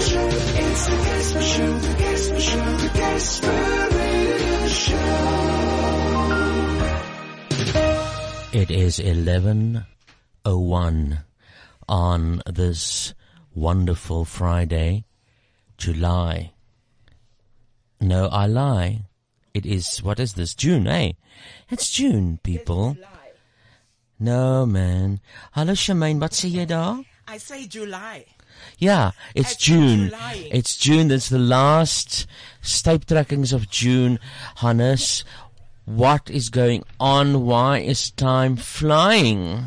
Show. It's the Casper Show, the Casper Show, the Casper Radio Show. It is 11.01 on this wonderful Friday, July. No, I lie. It is, what is this? June, eh? It's June, people. No, man. Hallo, Charmaine, wat sê jy daar? I say July. Yeah, it's It's June. July. It's June. That's the last stuiptrekkings of June. Hannes, what is going on? Why is time flying?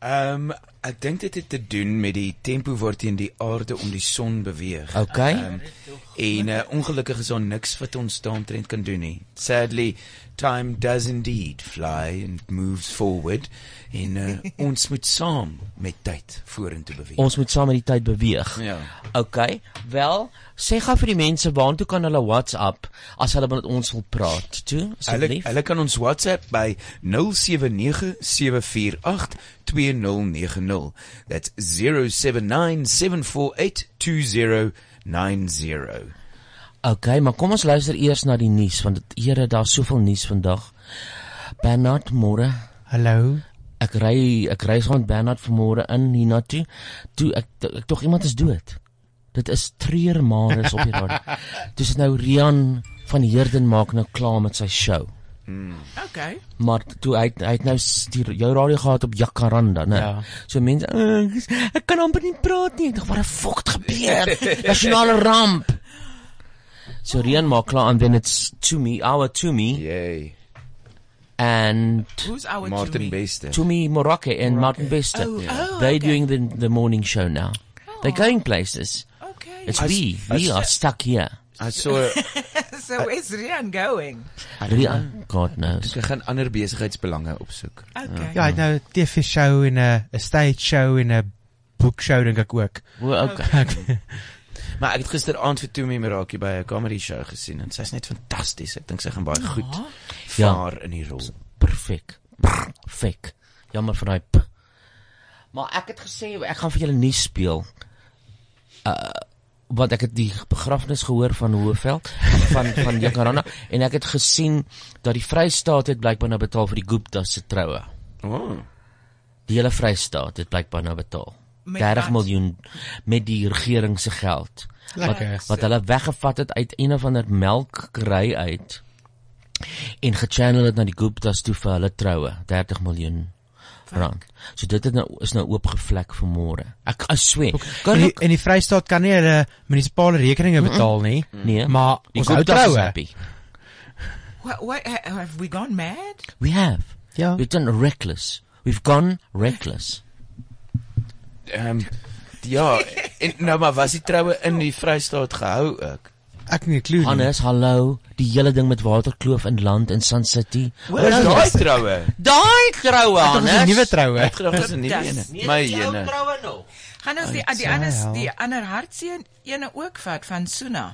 Ehm ek dink dit het te doen met die tempo waarteen die aarde om die son beweeg. Okay. Ehm, en uh, ongelukkig is daar niks wat ons daaromtrent kan doen nie. Sadly, time does indeed fly and moves forward en uh, ons moet saam met tyd vorentoe beweeg. Ons moet saam met die tyd beweeg. Ja. Okay. Wel, sê gou vir die mense waartoe kan hulle WhatsApp as hulle met ons wil praat, toe? Hulle Asseblief. hulle kan ons WhatsApp by 0797482090. That's 0797482090. Okay, maar kom ons luister eers na die nuus want dit- here, daar's soveel nuus vandag. Bernard môre. Hallo. Ek ry ek ry saam met Bernard vanmôre in hiernatoe. Toe ek ek tog iemand is dood. Dit is treurmares op die radio. Dis nou Rian van Heerden maak nou klaar met sy show. Okay. Maar toe hy hy het nou s- die, jou radio gehad op Jacaranda, né? Ja. Ja. So mense, "Eh, ek is- ek kan amper nie praat nie. Ek dink wat 'n vocht gebeur. Nasionale ramp. So Rian maak klaar en then it's to me, our to me Yay. and Who's our Martin Martin Jimmy? Beste. to me Morocco and Martin Bester. Oh, oh, They're okay. doing Oh. the the morning show now. They're going places. Okay. It's As- we. as- We are stuck here. Ek so so where's Rian going? Mm. Rian, God nou. knows. Ek gaan ander besigheidsbelange opsoek. Okay. Ja, hy het nou 'n TV-show en 'n 'n stage show en 'n boekshow dink ek ook. Well, okay. Maar ek het gisteraand vir Tumi Meraki by 'n comedy show gesien en sy's net fantasties. Ek dink sy gaan baie goed Ja. vaar in die rol. perfek. Perfek. Jammer vir daai. p. Maar ek het gesê ek gaan vir julle nuus speel. Uh want ek het die begrafnis gehoor van Hoëveld van van Jacaranda en ek het gesien dat die Vrystaat het blykbaar nou betaal vir die Gupta se troue. Oh. Die hele Vrystaat het blykbaar nou betaal. Met 30 wat? miljoen met die regering se geld Lekker. wat hulle weggevat het uit een of ander melkry uit en gechannel het na die Guptas toe vir hulle troue 30 miljoen rand. So dit het nou is nou oopgevlek vir môre. Ek I swear. En Kan die, ek en die Vrystaat kan nie hulle munisipale rekeninge betaal nie. Nee. Maar die ons hou Guptas is troue. happy. What, what, ha- have we gone mad? We have. Ja. We've done reckless. We've gone reckless. Ehm um, ja, en nou maar was die troue in die Vrystaat gehou ook. Ek moet klou. nie. Hannes, hallo, die hele ding met Waterkloof in land in Sun City. nou Waar nou is daai troue? Daai troue, Dit is 'n nuwe troue. Ek gedink dit is nie Dis- een. My ene. troue nou. Gaan ons die die Ai, ander hel. die ander hartseer ene ook vat van Suna.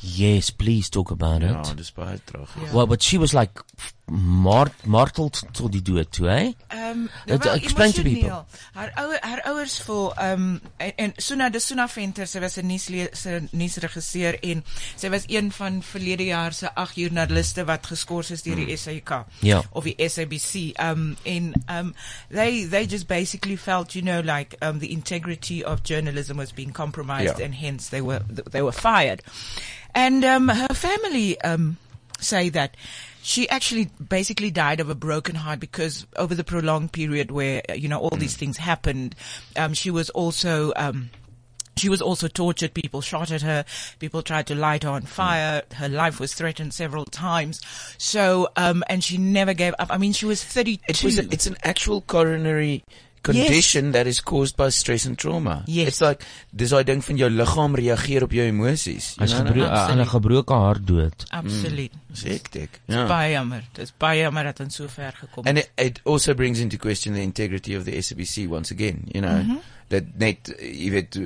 Yes, please talk about it. Ja, dis baie tragies. Well, but she was like f- mart marteld tot die dood toe, eh? Ehm It- wel, explain to people. emosioneel. Haar ouer haar ouers voel ehm en, en Suna de Suna Venter, sy was 'n nuusleser, nuusregisseur en sy was een van verlede jaar se ag joernaliste wat geskort is deur die SAK Ja. of die SABC. Um en um they they just basically felt, you know, like um the integrity of journalism was being compromised Ja. and hence they were they were fired. And um her family um say that she actually basically died of a broken heart because over the prolonged period where uh, you know all these things happened um she was also um she was also tortured. People shot at her. People tried to light her on fire. Her life was threatened several times. So, um, and she never gave up. I mean, she was 32. It was a, it's an actual coronary condition that is caused by stress and trauma. Yes. It's like dis daai ding van jou liggaam reageer op jou emosies. Hy's You know, gebroken, absoluut. aan 'n gebroke hart dood. Absoluut. dis hectic. Ja. Baie jammer. Dit is baie jammer dat ons so ver gekom het. And it, it also brings into question the integrity of the SABC once again, you know. Mm-hmm. Dat net eh, jy weet eh,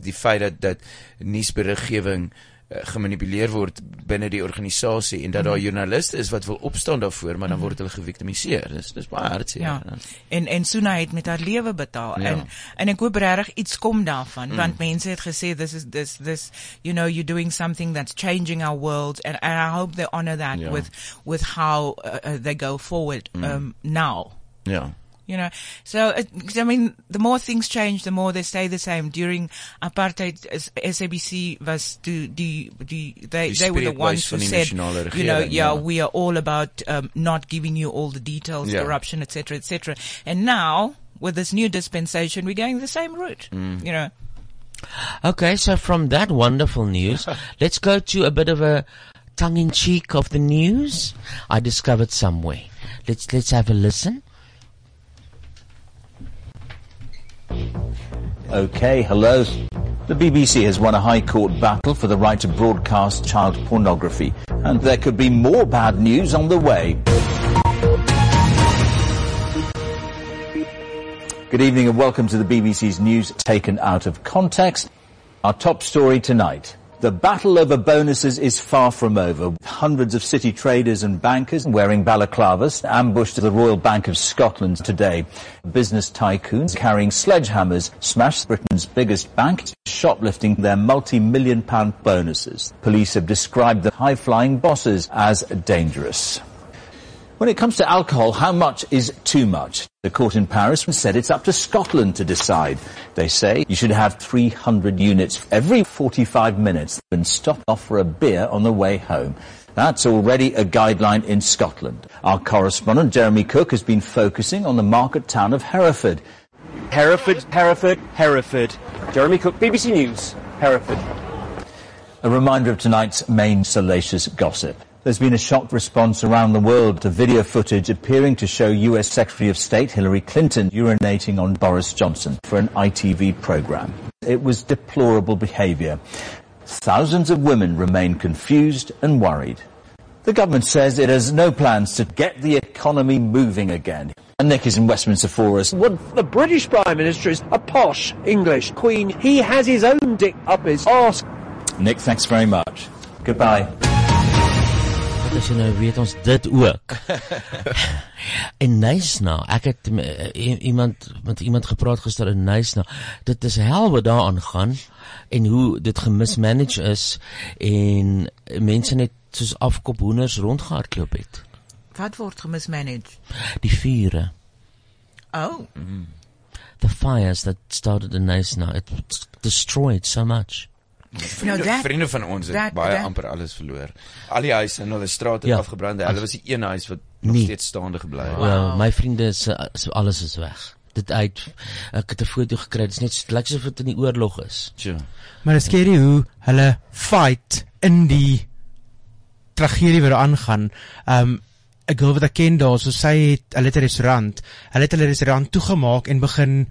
die feit dat dat nuusberiggewing eh, gemanipuleer word binne die organisasie en dat daar Mm-hmm. joernaliste is wat wil opstaan daarvoor, maar dan word hulle geviktimiseer. Dis dis baie hartseer. Ja. En en Suna het met haar lewe betaal. Ja. Mm. En en ek hoop regtig iets kom daarvan want mense het gesê this is this this you know you're doing something that's changing our world and, and I hope they honor that Ja. Mm. with with how uh, uh, they go forward um now. Ja. You know, so it, 'cause I mean, the more things change, the more they stay the same. During apartheid, S- SABC was the the, the they Die they were the spreekbuis ones who van die said, nasionale you know, regering, yeah, ja. we are all about um, not giving you all the details, Ja. corruption, etc., etc. And now with this new dispensation, we're going the same route. You know, Okay, so from that wonderful news, let's go to a bit of a tongue in cheek of the news I discovered somewhere. Let's let's have a listen. Okay, hello. The BBC has won a High Court battle for the right to broadcast child pornography, and there could be more bad news on the way. Good evening and welcome to the BBC's news taken out of context. Our top story tonight. The battle over bonuses is far from over. Hundreds of city traders and bankers wearing balaclavas ambushed the Royal Bank of Scotland today. Business tycoons carrying sledgehammers smashed Britain's biggest bank, shoplifting their multi-million pound bonuses. Police have described the high-flying bosses as dangerous. When it comes to alcohol, how much is too much? The court in Paris said it's up to Scotland to decide. They say you should have 300 units every 45 minutes and stop off for a beer on the way home. That's already a guideline in Scotland. Our correspondent Jeremy Cook has been focusing on the market town of Hereford. Hereford, Hereford, Hereford. Jeremy Cook, BBC News, Hereford. A reminder of tonight's main salacious gossip. There's been a shocked response around the world to video footage appearing to show US Secretary of State Hillary Clinton urinating on Boris Johnson for an ITV program. It was deplorable behavior. Thousands of women remain confused and worried. The government says it has no plans to get the economy moving again. And Nick is in Westminster for us. Well, the British Prime Minister is a posh English queen. He has his own dick up his arse. Nick, thanks very much. Goodbye. As jy nou weet ons dit ook. en Nysna, ek het m- eh, i- iemand met iemand gepraat gister in Nysna. Dit is hel wat daaraan gaan en hoe dit gemismanage is en mense net soos afkop hoenders rondgehardloop het. what word gemismanaged? Die vure. Oh, the fires that started in Nysna, it s- destroyed so much. no, Vriende, that vriende van ons het that- baie that- amper alles verloor. Al die huise en hulle strate Ja. het afgebrand. Hulle was die een huis wat nog Nee. steeds staande gebly het. Well, my vriende is uh, is- alles is weg. Dit uit ek het 'n foto gekry. Dit is net so dit lyk asof dit in die oorlog is. Tjoe. Maar dit skerry hoe hulle fight in die tragedie wat daar aangaan. Um 'n girl wat ek ken daar, so sy het hulle het 'n restaurant. Hulle het hulle restaurant toegemaak en begin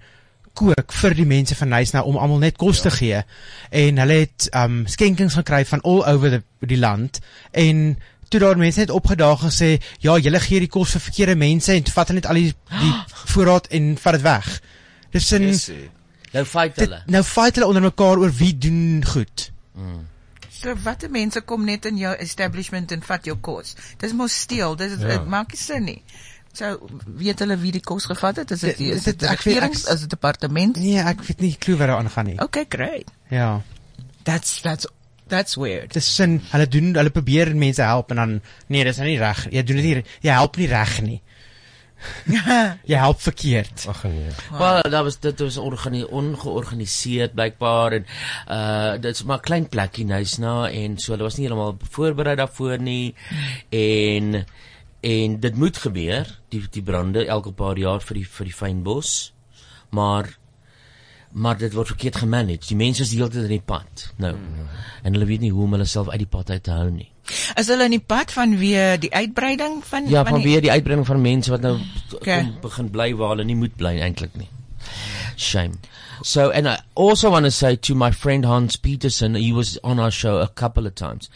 kook vir die mense van Nysna om almal net kos Ja. te gee. En hulle het um skenkings gekry van all over the, die land en toe daar mense net opgedaag en gesê, "Ja, julle gee die kos vir verkeerde mense en toe vat hulle net al die, die voorraad en vat dit weg." Dis 'n Yes, eh. Nou fight dit, hulle. nou fight hulle onder mekaar oor wie doen goed. Hmm. So watter mense kom net in jou establishment en vat jou kos? Dis mos steel. Dis dit ja. maak nie sin nie. So weet hulle wie die kos gevat het? Is dit Dit- is dit- dit die ek weet- regerings ek- as 'n departement? Nee, ek weet nie klou wat daar aangaan nie. Okay, great. Ja. That's that's that's weird. Dis sin, hulle doen, hulle probeer mense help en dan nee, dis nou nie reg. Jy doen dit nie, jy help nie reg nie. jy help verkeerd. Ag nee. Ja. Wel, daar was dit was organi- ongeorganiseerd blykbaar en uh dit's maar 'n klein plekkie Nysna en so hulle was nie heeltemal voorberei daarvoor nie en en dit moet gebeur die die brande elke paar jaar vir die vir die fynbos. Maar maar dit word verkeerd gemanaged. Die mense is die hele tyd in die pad. Nou. En hulle weet nie hoe om hulle self uit die pad uit te hou nie. Is hulle in die pad van weer die uitbreiding van Ja, van vanweer die uitbreiding van mense wat nou Okay. kom begin bly waar hulle nie moet bly eintlik nie. Shame. So and I also want to say to my friend Hans Peterson, he was on our show a couple of times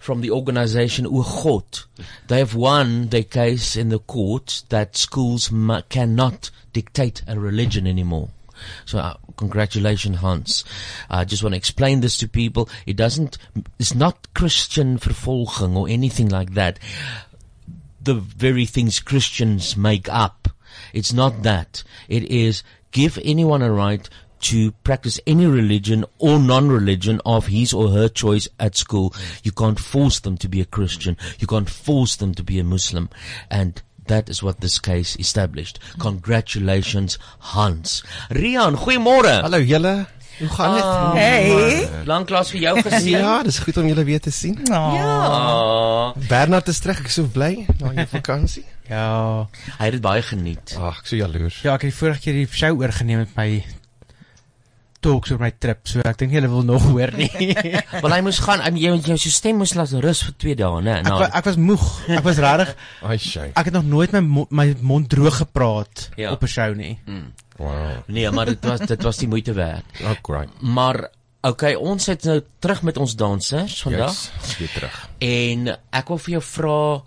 from the organization Ugot. They have won their case in the court that schools mu- cannot dictate a religion anymore. So uh, congratulations, Hans. I just want to explain this to people. It doesn't, it's not Christian vervolging or anything like that the very things Christians make up. It's not that. It is give anyone a right to practice any religion or non-religion of his or her choice at school. You can't force them to be a Christian. You can't force them to be a Muslim. And that is what this case established. Congratulations, Hans. Rian, goeiemôre. Hallo julle. Hoe gaan dit? Ah, Lanklaas vir jou gesien. Ja, dis goed om julle weer te sien. Ah, Bernard is terug, ek is so bly na jou vakansie. Ja. hy het dit baie geniet. Ag, ek so jaloers. Ja, ek het die vorige keer die show oorgeneem met my talks oor my trip, so ek dink nie hulle wil nog hoor nie. Maar hy moes gaan, en jy jou jou stem moes laat rus vir 2 dae, né? Ek Nou, wa, ek was moeg. Ek was regtig Ai shay. ek het nog nooit my mo- my mond droog gepraat Ja. ja. op 'n show nie. Wow. Hmm. Ah, Nee, maar dit was dit was die moeite werd. Ook right. Maar okay, ons sit nou terug met ons dansers vandag Yes, yes. ons is weer terug. en ek wil vir jou vra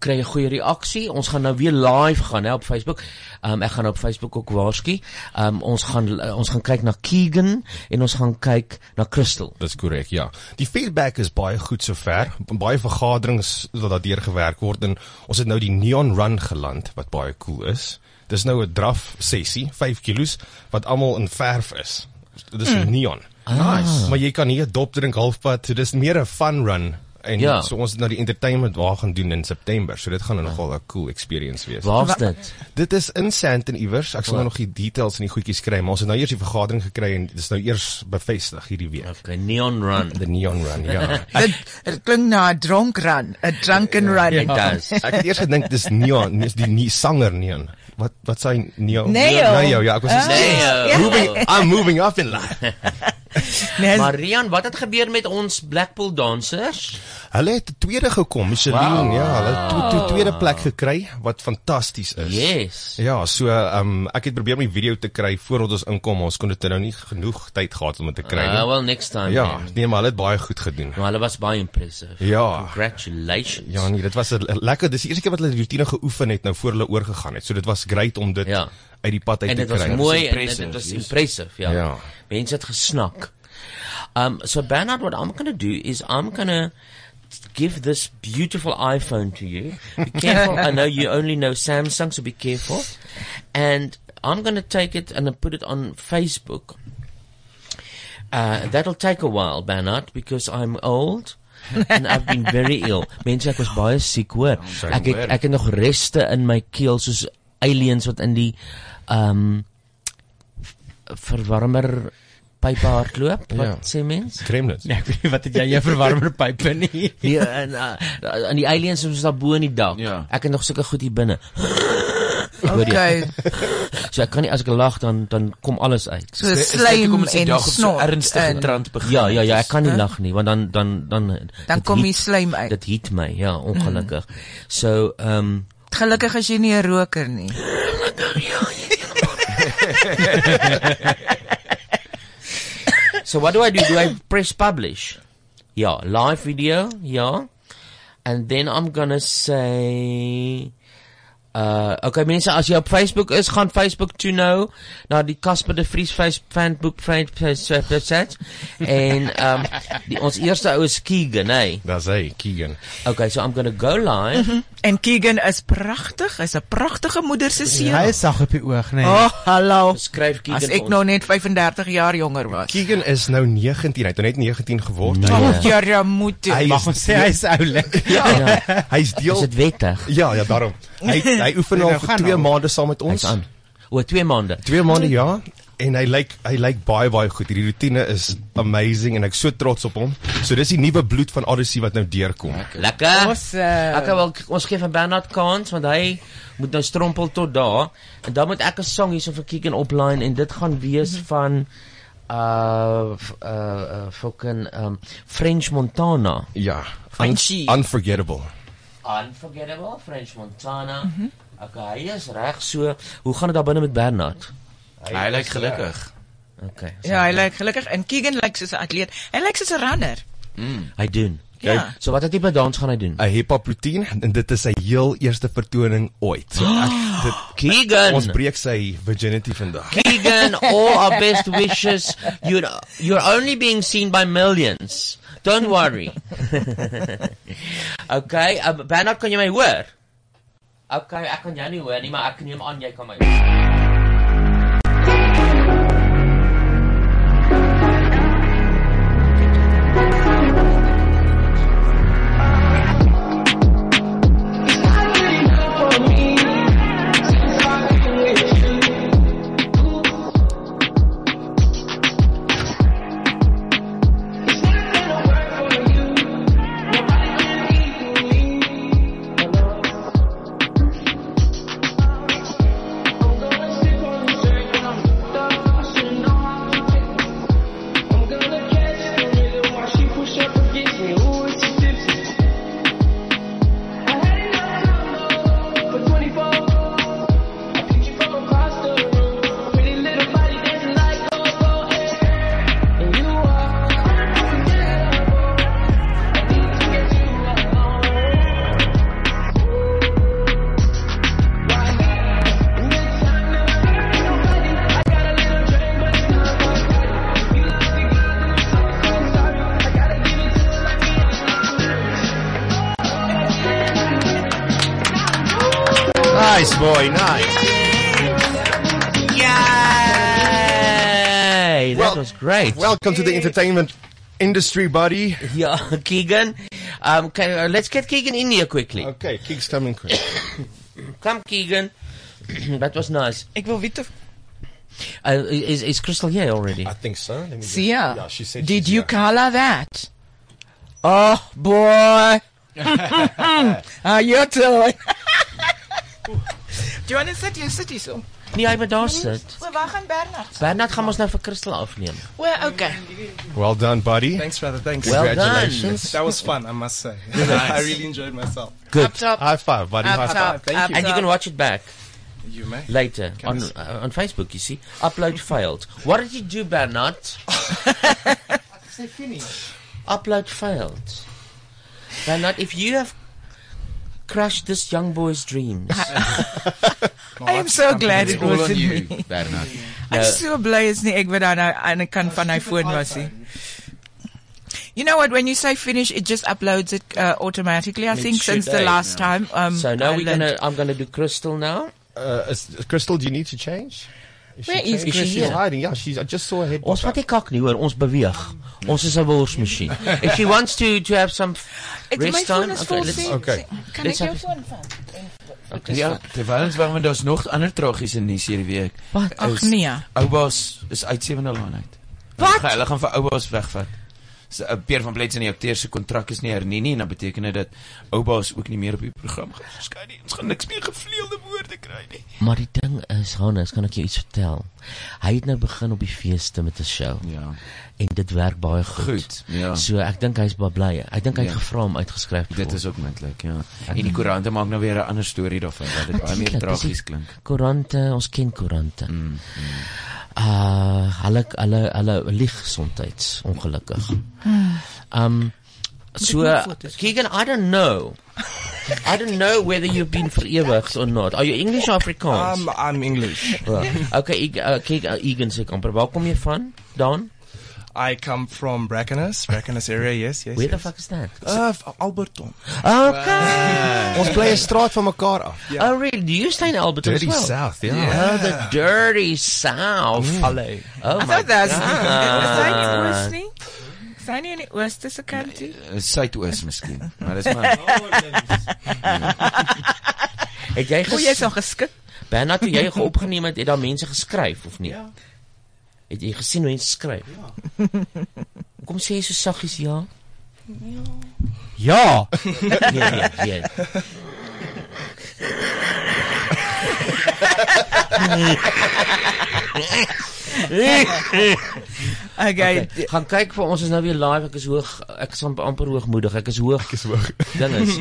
kry 'n goeie reaksie. Ons gaan nou weer live gaan hè op Facebook. Ehm um, ek gaan op Facebook ook waarsku. Ehm um, ons gaan uh, ons gaan kyk na Keegan en ons gaan kyk na Nou, Crystal. Dis korrek, ja. Die feedback is baie goed sover. Baie vergaderings wat daardeur gewerk word en ons het nou die Neon Run geland wat baie cool is. Dis nou 'n draf sessie, 5 kilos wat almal in verf is. Dis mm. neon. Ah. Nice. Maar jy kan nie 'n dop drink halfpad, so dis meer 'n fun run. En Ja. ja. so ons het nou die entertainment waar gaan doen in September. So dit gaan nou nogal 'n cool experience wees. Waar's dit? Dit is in Sandton iewers. Ek sal nou nog die details en die goedjies kry, maar ons het nou eers die vergadering gekry en dit is nou eers bevestig hierdie week. Okay, Neon Run. The Neon Run, ja. Dit dit klink na 'n dronk run, 'n drunken run. It does. Ja. Ek het eers gedink dis Neon, dis die nie sanger Neon. Wat wat sê Neon? Neo. Neo, ja, ek was ah, Nee, uh, moving I'm moving up in life. Nee, Maar Rian, wat het gebeur met ons Blackpool dansers? Hulle het tweede gekom, Michelin, wow. ja, hulle het to, to, tweede plek gekry wat fantasties is. Yes. Ja, so ehm um, ek het probeer om die video te kry voordat ons inkom, ons kon dit nou nie genoeg tyd gehad om dit te kry Uh, nie. well next time. Ja, man. nee, maar hulle het baie goed gedoen. Maar hulle was baie impressive. Ja. Congratulations. Ja nee, dit was 'n lekker, dis die eerste keer wat hulle die routine geoefen het nou voor hulle oorgegaan het. So dit was great om dit Ja. ja. uit die pad uit en te dit kry. was mooi en dit, impressive, dit was yes. impressive, ja. Ja. Mense het gesnak. Um so Bernard what I'm going to do is I'm going to give this beautiful iPhone to you. Be careful. I know you only know Samsung so be careful. And I'm going to take it and put it on Facebook. Uh, that'll take a while, Bernard, because I'm old and I've been very ill. Mense ek was baie siek hoor. Ek het, ek het nog reste in my keel soos aliens wat in die ehm um, verwarmer pype hardloop. Wat Ja. sê mens? Kremlins. Nee, ek weet nie wat het jy jou verwarmer pype nie. Ja, en uh, en die aliens is daar bo in die dak. Ja. Ek het nog sulke goed hier binne. okay. So ek kan nie as ek lag dan dan kom alles uit. So Is dit hoekom slaim ons die en dag op so snot. ehm, ernstige en trant begin? Ja, ja, ja, ek kan nie lag nie want dan dan dan Dan dit kom die heat- slaim uit. Hmm. Dit heat my, ja, ongelukkig. So, ehm um, Gelukkig is jy nie 'n roker nie. so what do I do? Do I press publish? Yeah, live video, yeah. And then I'm gonna say uh okay mense as jy op Facebook is, gaan Facebook toe nou na die Casper de Vries face- fanbook fanpage en um die, ons eerste ou is Keegan, hey. Dis hy, Keegan. Okay, so I'm going to go live. Mhm. En Keegan is pragtig, is 'n pragtige moeder se Ja. Hy seun. is sag op die oog, nee. Oh, hallo. Skryf Keegan As vir ek ons. nou net 35 jaar jonger was. Keegan is nou 19, hy het nou net 19 geword. Oh, ja, ja, moeder. Hy Mag ons sê hy is oulik. Ja, hy's Is deel dit wettig? Ja, ja, daarom. Hy hy oefen Nee, al nou vir gaan 2 nou. maande saam met Hy's ons. aan. Oor 2 maande. 2 maande ja. en hy lyk hy lyk baie baie goed. Hierdie rotine is amazing en ek so trots op hom. So dis die nuwe bloed van Odyssey wat nou deurkom. Lekker. Lekker wel ons gee van Bernard kans want hy moet nou strompel tot daar en dan moet ek 'n song hierso vir Kick en Opline en dit gaan wees van uh f- uh, uh fucking um French Montana. Ja. Frenchie. unforgettable. Unforgettable French Montana. Mm -hmm. Okay, hy is reg so. Hoe gaan dit daar binne met Bernard? Hy lyk gelukkig. Okay. Ja, hy lyk gelukkig en Keegan lyk soos 'n atleet. Hy lyk soos 'n runner. Mm. Hy doen. Ja. Kyk. So watter tipe dans gaan hy doen? 'n Hip-hop routine en dit is sy heel eerste vertoning ooit. So ek dit Keegan. ons breek sy virginity vandag. Keegan, all our best wishes. You you're only being seen by millions. Don't worry. okay, um, Bernard, kan jy my hoor? Okay, ek kan jou nie hoor nie, maar ek neem aan jy kan my hoor. Nice boy, nice. Yay! That was great. Welcome to the entertainment industry, buddy. Yeah, Keegan. Um, can, uh, let's get Keegan in here quickly. Okay, Keegan's coming quick. Come, Keegan. that was nice. Ek wil weet of Uh, is is Crystal here already? I think so. Let me just- Sia. Yeah, she said Did she's you here. call her that? Oh boy. Ah, you too. Do you want to sit here? Sit hier so. Nee, hy moet daar sit. So waar gaan Bernard? Bernard gaan ons nou vir Crystal afneem. Well, okay. Well done, buddy. Thanks, brother. Thanks. Well done. Congratulations. That was fun, I must say. I really enjoyed myself. Good. Up top. High five, buddy. Up High five. top. Thank up you. And you can top. watch it back You may. later on Yes. uh, on Facebook. You see, upload failed. What did you do, Bernard? Upload failed. Bernard, if you have crushed this young boy's dreams, I'm so glad It's it all on wasn't you, me. Bernard. I'm No. so bly it's nie ek wat aan aan die kant van hy foon was nie. You know what when you say finish it just uploads it uh, automatically I It think should, since the eh? last time um so now I we're learned- gonna. I'm gonna do Crystal now. Uh, is- is Crystal, do you need to change? Where Nee, is changing? Crystal? She's hiding. Yeah, she's. I just saw her head. Ons pop vat die kak nie hoor, ons beweeg. Ons is 'n worsmasjien. If she wants to to have some It's my rest phone time, is okay, full let's sing- Okay. sing- Kan Let's ek jou have- foon vat? okay. Ja, terwyl ons wag, want daar's nog ander tragiese nuus hierdie week. Wat? Ag Is- nee. Oubaas is uit Sewende Laan uit. Hulle Wat? gaan- Hulle gaan vir Oubaas wegvat. So, uh, Peer van Bletsen, die akteur se kontrak is nie hernie nie en dit beteken dit dat Oubaas ook nie meer op die program gaan verskyn nie. Ons gaan niks meer gevleelde woorde kry nie. Maar die ding is, Hannes, kan ek jou iets vertel? Hy het nou begin op die feeste met 'n show. Ja. En dit werk baie goed. Goed, ja. So ek dink hy's baie bly. Ek dink hy het Ja. gevra om uitgeskryf te Dit word. is ook moontlik, ja. En die koerante maak nou weer 'n ander storie daarvan dat dit baie meer Natuurlijk, dis tragies die klink. Koerante, ons ken koerante. Mm, Uh, hulle hulle hulle lieg soms ongelukkig. Um so Keegan, I don't know. I don't know whether you've been verewigd or not. Are you English or Afrikaans? Um, I'm English. Wel, okay, ek uh, kyk uh, Egan se kamper. Waar kom jy van? Dan? I come from Brackenhurst, Brackenhurst area. Yes, yes. Where the yes. fuck is that? Uh, f- Alberton. Okay. Ons bly 'n straat van mekaar af. Oh really? Do you stay in Alberton as Dirty well? South, yeah. Oh, the dirty south. Hello. Oh I my thought that's Sy nie oos god. nie. Sy nie in die ooste se kant nie. Uh, Suidoos miskien, maar dis Ja, maar Ja. Het jy O, jy's ges al geskik. Ja. Bernard, toe jy opgeneem het, het daar mense geskryf of nie? Het jy gesien hoe hy skryf? Kom sê jy so saggies ja? Ja. nee, nee, nee. okay. Gaan kyk vir ons is nou weer live. Ek is hoog ek is amper- amper hoogmoedig. Ek is hoog. Ek is hoog. Dan is.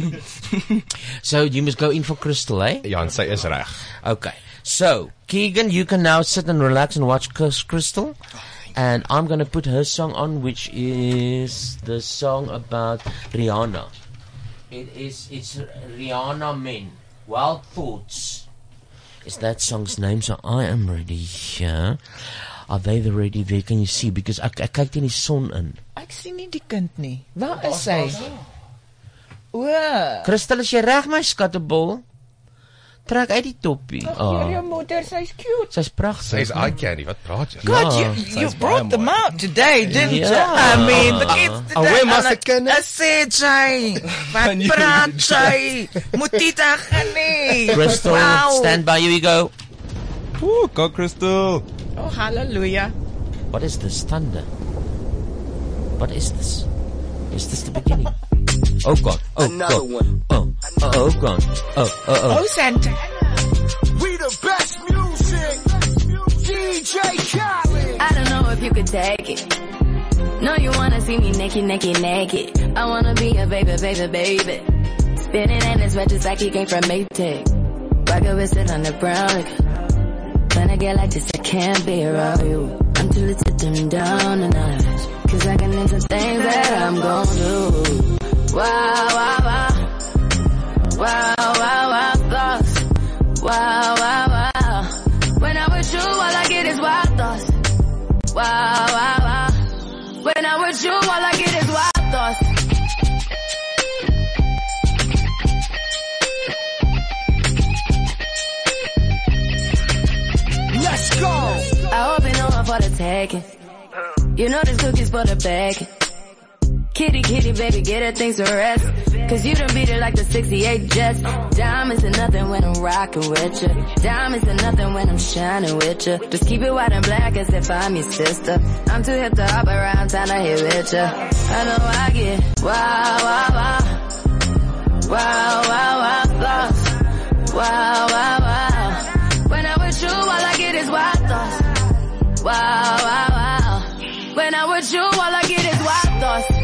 so you must go in for Crystal, eh? Ja, en sy is reg. Okay. So, Keegan, you can now sit and relax and watch Cus- Crystal. And I'm going to put her song on which is the song about Rihanna. It is it's Rihanna Men. Wild Thoughts. Is that song's name? So I am ready here. Are they the ready there? Can you see? Because I, I kyk in die son in. Ek sien nie die kind nie. Waar is hy? O. Christel, is jy reg my skattebol? Trek uit die toppie. Jou Oh, moeder, sy's cute. sy's pragtig. Sy is eye candy. Wat praat jy? God, you, you brought them out today, didn't Ja. you? I mean, the kids Ah, Uh-huh. today. where must the kinders? Sê jy, wat praat jy? Moet dit ag nee. Crystal, stand by. Here we go. Ooh, go, Crystal. Oh, hallelujah. What is this thunder? What is this? Is this the beginning? Oh God! Oh Another God! Oh, oh, oh God! Oh, oh, oh! Oh, Santa. We the best music. DJ Khaled. I don't know if you could take it. No, you wanna see me naked, naked, naked. I wanna be a baby, baby, baby. Spinning in his just like he came from Maytag. Rocket with it on the brown. Like, when I get like this, I can't be around you. I'm too little to dim down a notch. Cause I can name some things that I'm gon' do. Wow, wow, wow. Wow, wow, wow, thoughts. Wow, wow, wow. When I'm with you, all I get is wild thoughts. Wow, wow, wow. When I'm with you, all I get is wild thoughts. Let's go. I hope you know I'm for the taking. You know this cookie's for the bag. Kitty, kitty, baby, get her things to rest. Cause you done beat it like the 68 Jets. Diamonds are nothing when I'm rocking with ya. Diamonds are nothing when I'm shining with ya. Just keep it white and black as if I'm your sister. I'm too hip to hop around, time to hit with ya. I know I get wow, wow, wow. Wow, wow, wow, thoughts. Wow, wow, wow. When I'm with you, all I get is wild thoughts. Wow, wow, wow. When I'm with you, all I get is wild thoughts.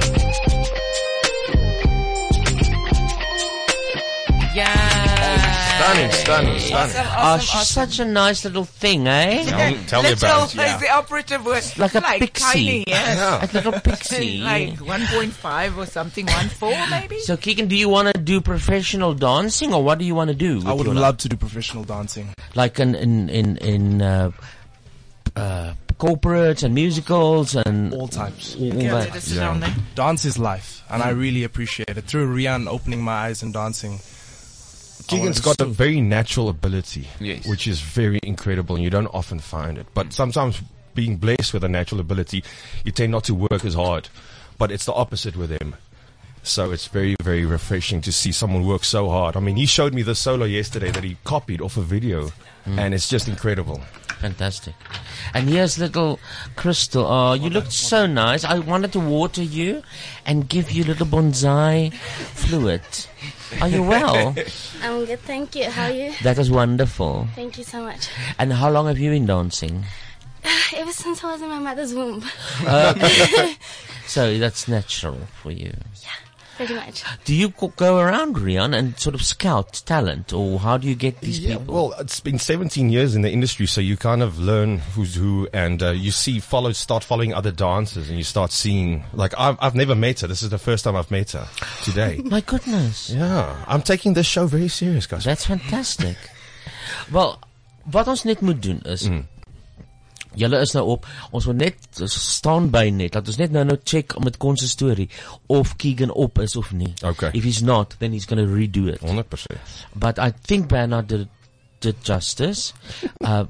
Stunning, stunning, stunning. Awesome, oh, awesome, she's awesome. such a nice little thing, eh? Little is the operative word. Like a pixie. Tiny, yes. Yeah. A little pixie. like 1.5 or something, 1.4 maybe? So, Keegan, do you want to do professional dancing, or what do you want to do? I would love to do professional dancing. like in in in in uh, uh, corporates and musicals and all types. All, that. Dance is life, and I really appreciate it. Through Rian opening my eyes and dancing. Keegan's has got a very natural ability, which is very incredible, and you don't often find it. But sometimes, being blessed with a natural ability, you tend not to work as hard. But it's the opposite with him. So it's very, very refreshing to see someone work so hard. I mean, he showed me the solo yesterday that he copied off a video, and it's just incredible. Fantastic. And here's little Crystal. Oh, you looked so nice. I wanted to water you and give you little bonsai fluid. Are you well? I'm good, thank you. How are you? that was wonderful. Thank you so much. And how long have you been dancing? Ever since I was in my mother's womb, Uh, so that's natural for you. pretty much. Do you go- go around, Rian, and sort of scout talent, or how do you get these Yeah, people? well, it's been 17 years in the industry, so you kind of learn who's who, and uh, you see, follow, start following other dancers, and you start seeing. Like I've, I've never met her. This is the first time I've met her today. My goodness. Yeah, I'm taking this show very serious, guys. That's fantastic. Wel, wat ons net moet doen is Julle is nou op. Ons moet net staan by net. Laat ons net nou nou check met Kon se storie of Keegan op is of nie. Okay. If he's not, then he's going to redo it. 100%. But I think Bernard did did justice. uh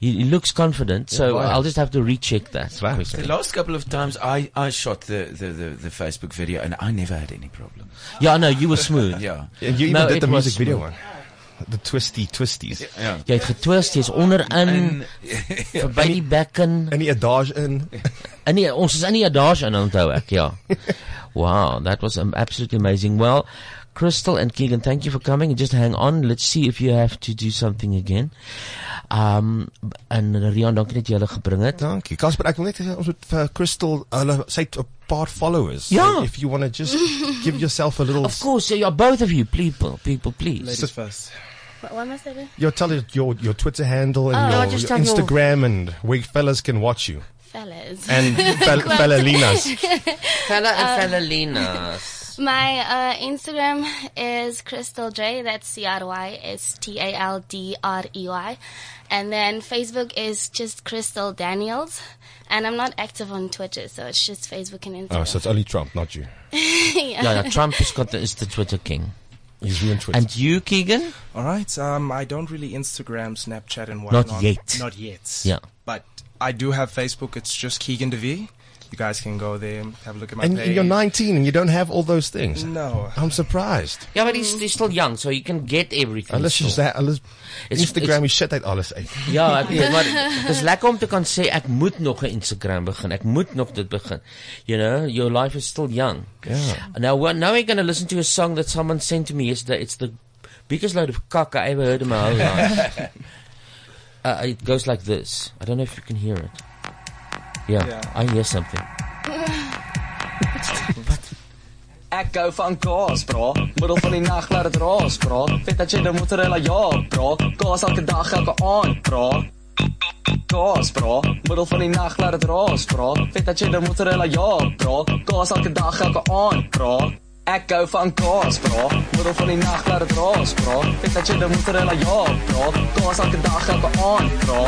he, he looks confident, so Yeah, baie. I'll just have to recheck that. quickly. The last couple of times I, I shot the, the, the, the Facebook video and I never had any problems. Yeah, no, you were smooth. yeah. Yeah, you even No, did it the was music video smooth. one. the twisty twisties. Ja. Jy het getwist, jy's onderin, verby die bekken, in die adage in. In die ons is in die adage in onthou ek, ja. wow, that was um, absolutely amazing. Well, Crystal and Keegan, thank you for coming. Just hang on. Let's see if you have to do something again. Um en Rian, dankie dat jy hulle gebring het. Dankie. Casper, ek wil net sê ons moet vir uh, Crystal hulle sy het 'n paar followers. Ja. So if you want to just give yourself a little Of course, yeah, both of you people, people please. Ladies first. What, what am I saying? Your tell it your your Twitter handle and Oh, your, I'll just your tell you all. Instagram and where fellas can watch you. Fellas. And fel- Quite. fellalinas. Fella Uh, and fellalinas. My uh, Instagram is Crystal J. That's C R Y S T A L D R E Y, and then Facebook is just Crystal Daniels. And I'm not active on Twitter, so it's just Facebook and Instagram. Oh, so it's only Trump, not you. yeah. Yeah, yeah, Trump has got the, is the Twitter king. He's ruined Twitter. And you, Keegan? All right. Um, I don't really Instagram, Snapchat, and Not whatnot. yet. Not yet. Yeah. But I do have Facebook. It's just Keegan DeVee. You guys can go there and have a look at my And, page. and you're 19 and you don't have all those things. No. I'm surprised. Yeah, but he's, he's still young, so he can get everything. Alles still. is that alles It's- Instagram is shit uit alles uit. Ja, ek weet maar dis lekker om te kan sê ek moet nog 'n Instagram begin. Ek moet nog dit begin. You know, your life is still young. Yeah. Now what now we're going to listen to a song that someone sent to me yesterday. It's the biggest load of cock I ever heard in my whole life. uh, it goes like this. I don't know if you can hear it. Yeah, Yeah. I hear something. Ek gou van kaas, bra. Middel van die nag laat dit raas, bra. Vet dat jy dan mozzarella ja, bra. Kaas elke dag, elke aand, bra. Kaas, bra. Middel van die nag laat dit raas, bra. Vet dat jy dan mozzarella ja, bra. Kaas elke dag, elke aand, bra. Ek gou van kaas, bra. Middel van die nag laat dit raas, bra. Vet dat jy dan mozzarella ja, bra. Kaas elke dag, elke aand, bra.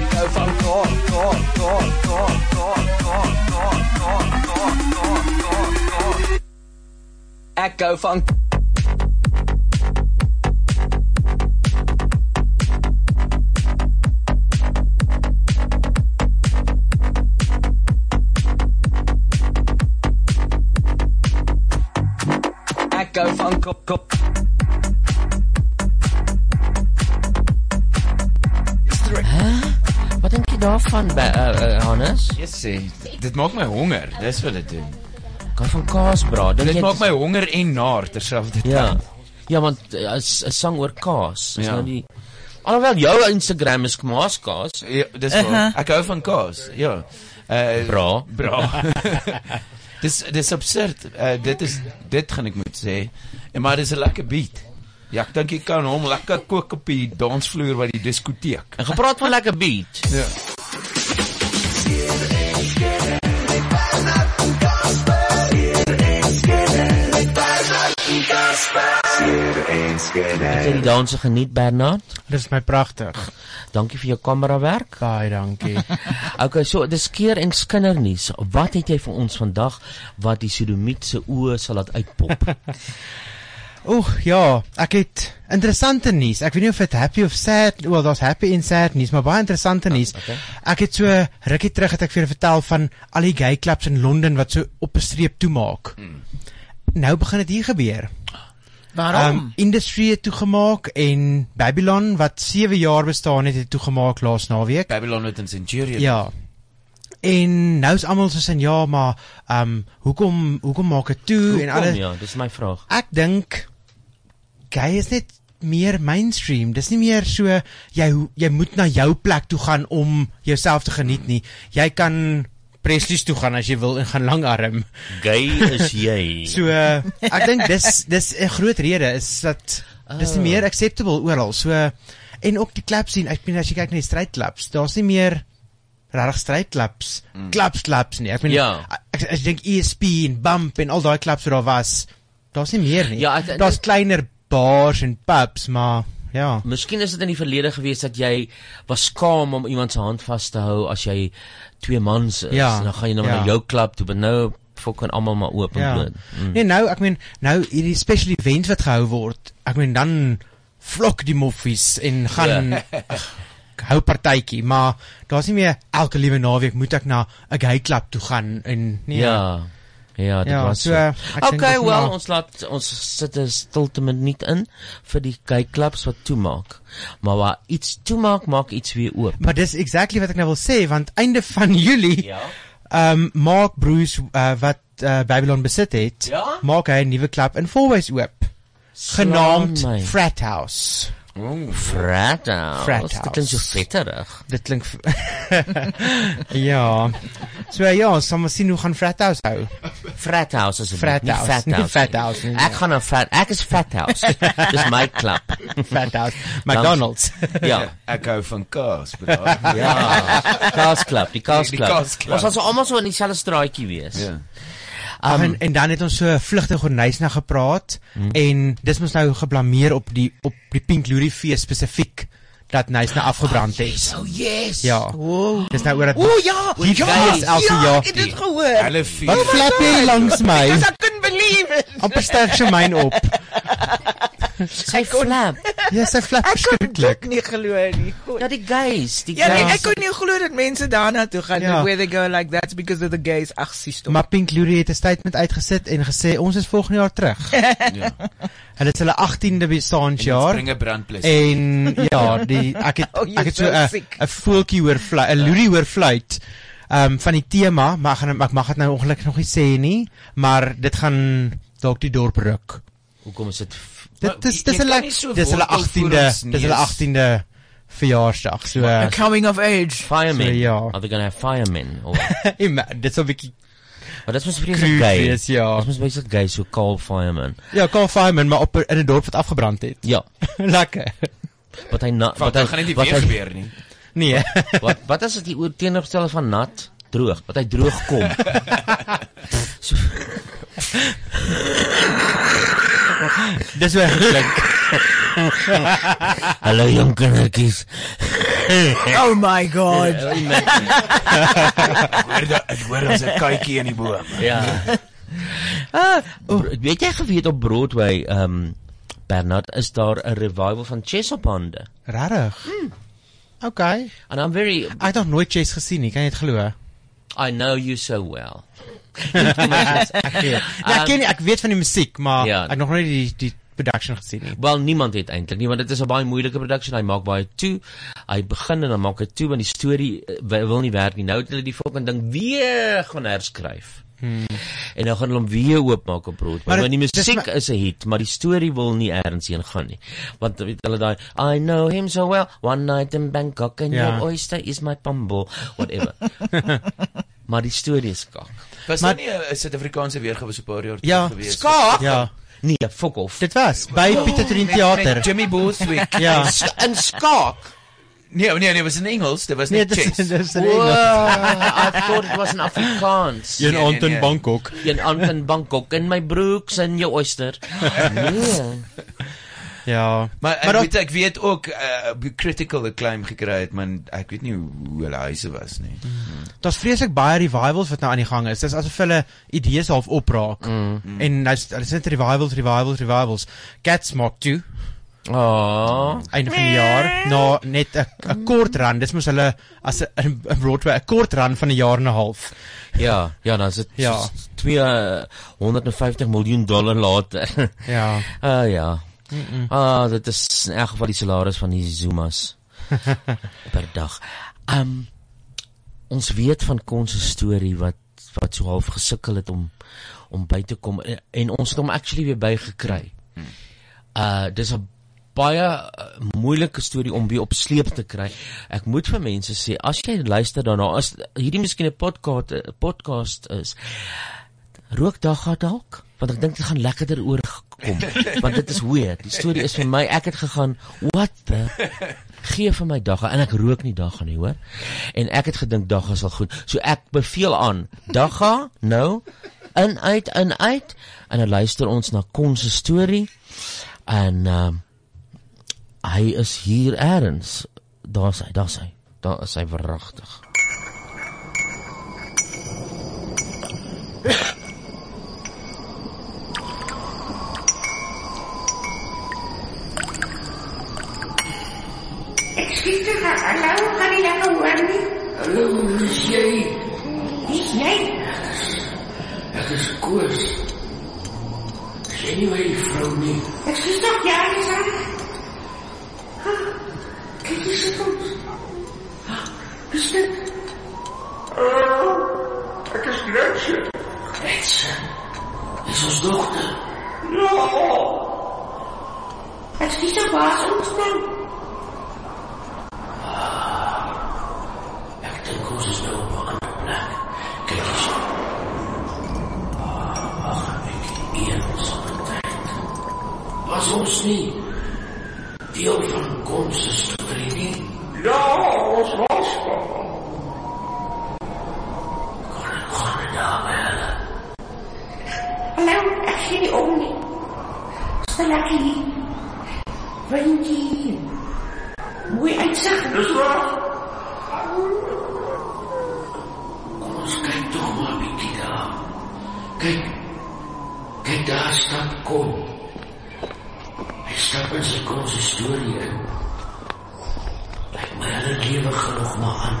Ek gou van kaas, kaas, kaas, kaas, kaas, kaas, kaas, kaas, kaas, kaas, kaas, kaas. Ek gou van Ek gou van kop kop Huh? Wat dink jy daarvan, Ba- uh, uh, Hannes? Yes, sê, dit maak my honger. Dis wat dit doen. Gaan van kaas, bra. Dink Dit jy maak my honger en naar terselfdertyd. Ja. Ja, want uh, 'n uh, sang oor kaas. Is Ja. nou die Alhoewel jou Instagram is maaskaas. Ja, dis waar. Uh-huh. Ek hou van kaas. Ja. Uh Bra. Bra. dis dis absurd. Uh, dit is dit gaan ek moet sê. En maar dis 'n lekker beat. Ja, ek dink jy kan hom lekker kook op die dansvloer by die diskoteek. En gepraat van lekker beat. Ja. Ja, Het jy die danse geniet Bernard? Dis my pragtig. Dankie vir jou kamerawerk. Baie dankie. okay, so dis keer en skinder nuus. Wat het jy vir ons vandag wat die sodomiet se oë sal laat uitpop? Oeg, ja, ek het interessante nuus. Ek weet nie of dit happy of sad, wel daar's happy en sad nuus, maar baie interessante nuus. okay. Ek het so rukkie terug het ek vir julle vertel van al die gay clubs in Londen wat so op 'n streep toemaak. Nou begin dit hier gebeur. Waarom? Um, industrie het toegemaak en Babylon wat 7 jaar bestaan het, het toegemaak laas naweek. Babylon met 'n centurion. Ja. En nou is almal soos in ja, maar ehm um, hoekom hoekom maak dit toe Hoekom, en alles? ja, dis my vraag. Ek dink gay is net meer mainstream. Dis nie meer so jy ho- jy moet na jou plek toe gaan om jouself te geniet nie. Jy kan Presley's toe gaan as jy wil en gaan langarm. Gay is jy. So uh, ek dink dis dis 'n groot rede is dat dis nie Oh. meer acceptable oral. So en ook die klap sien, ek meen as jy kyk na die strydklaps, daar's nie meer regtig strydklaps, mm. klapslaps nie. Ek meen Ja. ek, ek, ek dink ESP en Bump en al daai klaps wat daar was, daar's nie meer nie. Ja, ek- daar's kleiner bars en pubs, maar ja. Miskien is dit in die verlede gewees dat jy was skaam om iemand se hand vas te hou as jy twee mans is Ja, en dan gaan jy nou ja. na jou klub toe, maar nou fucking almal maar oop en Ja. bloot. Mm. Nee, nou, ek meen nou hierdie special events wat gehou word, ek meen dan vlok die moffies en gaan Ja. ag, hou partytjie, maar daar's nie meer elke liewe naweek moet ek na 'n gay klub toe gaan en nee. Ja. Ja, dit Ja, was so, so. ek dink Okay, dis wel maar- ons laat ons sit 'n stilte minuut in vir die kykklubs wat toemaak. Maar waar iets toemaak, maak iets weer oop. Maar dis exactly wat ek nou wil sê want einde van Julie Ja. ehm um, maak Bruce uh, wat uh, Babylon besit het, Ja? maak hy 'n nuwe klub in Fourways oop. Genaamd Slaan my. Frat House. Ooh, Frat House. Frat Dit klink so House. vetterig. Dit klink ja. So ja, sal ons sien hoe gaan Frat House hou. Frat House is Frat nie House, fat nie house. Fat House nie, nee. Ek gaan na fat. Ek is fat house. Dis my klub. Fat house. McDonald's. ja. Ek hou van kaas, Ja. broer. Kaas klub, Ja. die kaas Die klub. Kaas Club. Ons was so almal so in dieselfde straatjie wees. Ja. Um, Um, en, en dan het ons so vlugtig oor Nysna gepraat Hmm. hmm. en dis mos nou geblameer op die op die Pink Glory fees spesifiek dat Nysna afgebrand het. Oh, yes. Ja. Wow. Dis nou oor dat O ja, Hier ja, was elke ja, jaar. ek het dit gehoor. Hulle Oh vier. my Wat flap jy God. langs my? Because I couldn't believe it. amper sterk sy myn op. Sy flap. Ja, sy flap skrikkelik. nie glo nie. God. Ja, die gays, die ja, nee, gays. ek kon nie glo dat mense daarna toe gaan Ja. yeah. where they go like that's because of the gays. Ag, sies tog. Maar Pink Glory het 'n statement uitgesit en gesê ons is volgende jaar terug. Ja. Hulle het hulle 18de bestaanjaar. En ons bring 'n brandblus. En ja, die ek het Oh, oh, jy ek het so is wel 'n siek. 'n voeltjie hoor fluit, Ja. 'n loerie hoor fluit. Ehm um, van die tema, maar ek gaan ek mag dit nou ongelukkig nog nie sê nie, maar dit gaan dalk die dorp ruk. Hoekom is dit Dit Maar is dis jy kan hulle nie so dis hulle wortel voor 18de, ons dis hulle neus. 18de verjaarsdag. So Maar eh, ek Coming of age. Firemen. So, ja. Are they going to have firemen or Ima, dit sou 'n bietjie Maar dit was Crude vreeslik gay. wees, ja. Dit was baie gay so Carl Fireman. ja, Carl Fireman maar op in 'n dorp wat afgebrand het. Ja. Lekker. Hmm. Wat hy na, Want wat dan hy gaan dit nie wat weer hy- gebeur nie. Nee. Wat wat is dit die oor teenoorgestelde van nat? Droog, wat hy droog kom. so Dis weer geklink. Hallo jong kindertjies. Oh my god. Ja, imagine. Ek hoor da- ek hoor ons 'n katjie in die boom. Ja. Ah, oh. weet jy geweet op Broadway, ehm um, Bernard is daar 'n revival van Chesapande. Regtig? Hmm. Okay. And I'm very Ek het nog nooit Chess gesien nie, kan jy dit glo? I know you so well. Um, ek weet. Nee, ek ken nie, ek weet van die musiek, maar Ja. ek het nog nooit die die production gesien nie. Wel niemand het eintlik nie want dit is 'n baie moeilike production. Hy maak baie toe. Hy begin en dan maak hy toe want die storie eh, wi- wil nie werk nie. Nou het hulle die fucking ding weer gaan herskryf. Hmm. En nou gaan hulle hom weer oopmaak op Broadway. Maar dit- Want die dis musiek maar- is 'n hit, maar die storie wil nie ergens heen gaan nie. Want weet hulle daai I know him so well, one night in Bangkok and Ja. your oyster is my pambo, whatever. maar die storie is kak. Was daar nie 'n 'n Suid-Afrikaanse weergawe so 'n paar jaar Ja, terug gewees? skaak. Ja. Nee, fok of. Dit was by Oh, Pieter Turin met- Theater. met Jimmy Boothwick. Ja. En sk- En skaak. Nee, nee, nee, was in Engels, dit was Nee, net dis- chess. dis in Wow, I thought it was in Afrikaans. Een aand in Bangkok. Een aand in Bangkok in my broeks en jou oyster. Nee. Ja. Maar ek weet ek weet ook uh, critical acclaim gekry het, man. Ek weet nie hoe, hoe hulle huise was nie. Hmm. Daar's vreeslik baie revivals wat nou aan die gang is. Dis asof hulle idees half opraak. Mm. En hy's hulle sit revivals, revivals, revivals. Cats maak toe. Oh. Einde van die jaar. Nou net 'n 'n kort run. Dis mos hulle as 'n- 'n 'n Broadway 'n kort run van 'n jaar en 'n half. Ja, ja, dan is dit Ja. ja. 250 miljoen dollar later. Ja. Ah uh, ja. Mm -mm. Ah, dit is in elk geval die salaris van die Zumas per dag. Um ons weet van Kon se storie wat wat so half gesukkel het om om by te kom en, en ons het hom actually weer bygekry. Uh dis 'n baie uh, moeilike storie om weer op sleep te kry. Ek moet vir mense sê as jy luister daarna as hierdie miskien 'n podcast 'n podcast is rook dagga dalk want ek dink dit gaan lekkerder oorkom want dit is weird. Die storie is vir my ek het gegaan what the gee vir my dagga en ek rook nie dagga nie hoor. En ek het gedink dagga sal goed. So ek beveel aan dagga nou in uit in uit en dan luister ons na Kon se storie en ehm hy is hier elders. Daar's hy, daar's hy. Daar is hy verragtig. Ek sê vir haar, hallo, kan jy lekker hoor nie? Hallo, wie is jy? Wie is jy? Ek geskoors. Ek sê nie hoe die vrou nie. Ek sê tog ja, ek sê. Ha, kyk hier sit ons. Ha, dis dit. Uh, ek is Gretje. Gretje. Dis ons dogter. No. Ek sê tog waar ons nou. Ek dink ons is nou op 'n ander plek. Kyk eens. Ag, ek het eens ontdek. Was ons nie deel van Koms se storie nie? Ja, ons was daar. Hallo, ek sien nie om nie. Stel ek hier. Windjie. Mooi uitsig. Dis waar. Kom ons kyk tog maar 'n bietjie daar. Kyk. Kyk daar stap Kom. Hy stap in sy Koms se storie in. Lyk my hulle lewe genoeg maar aan.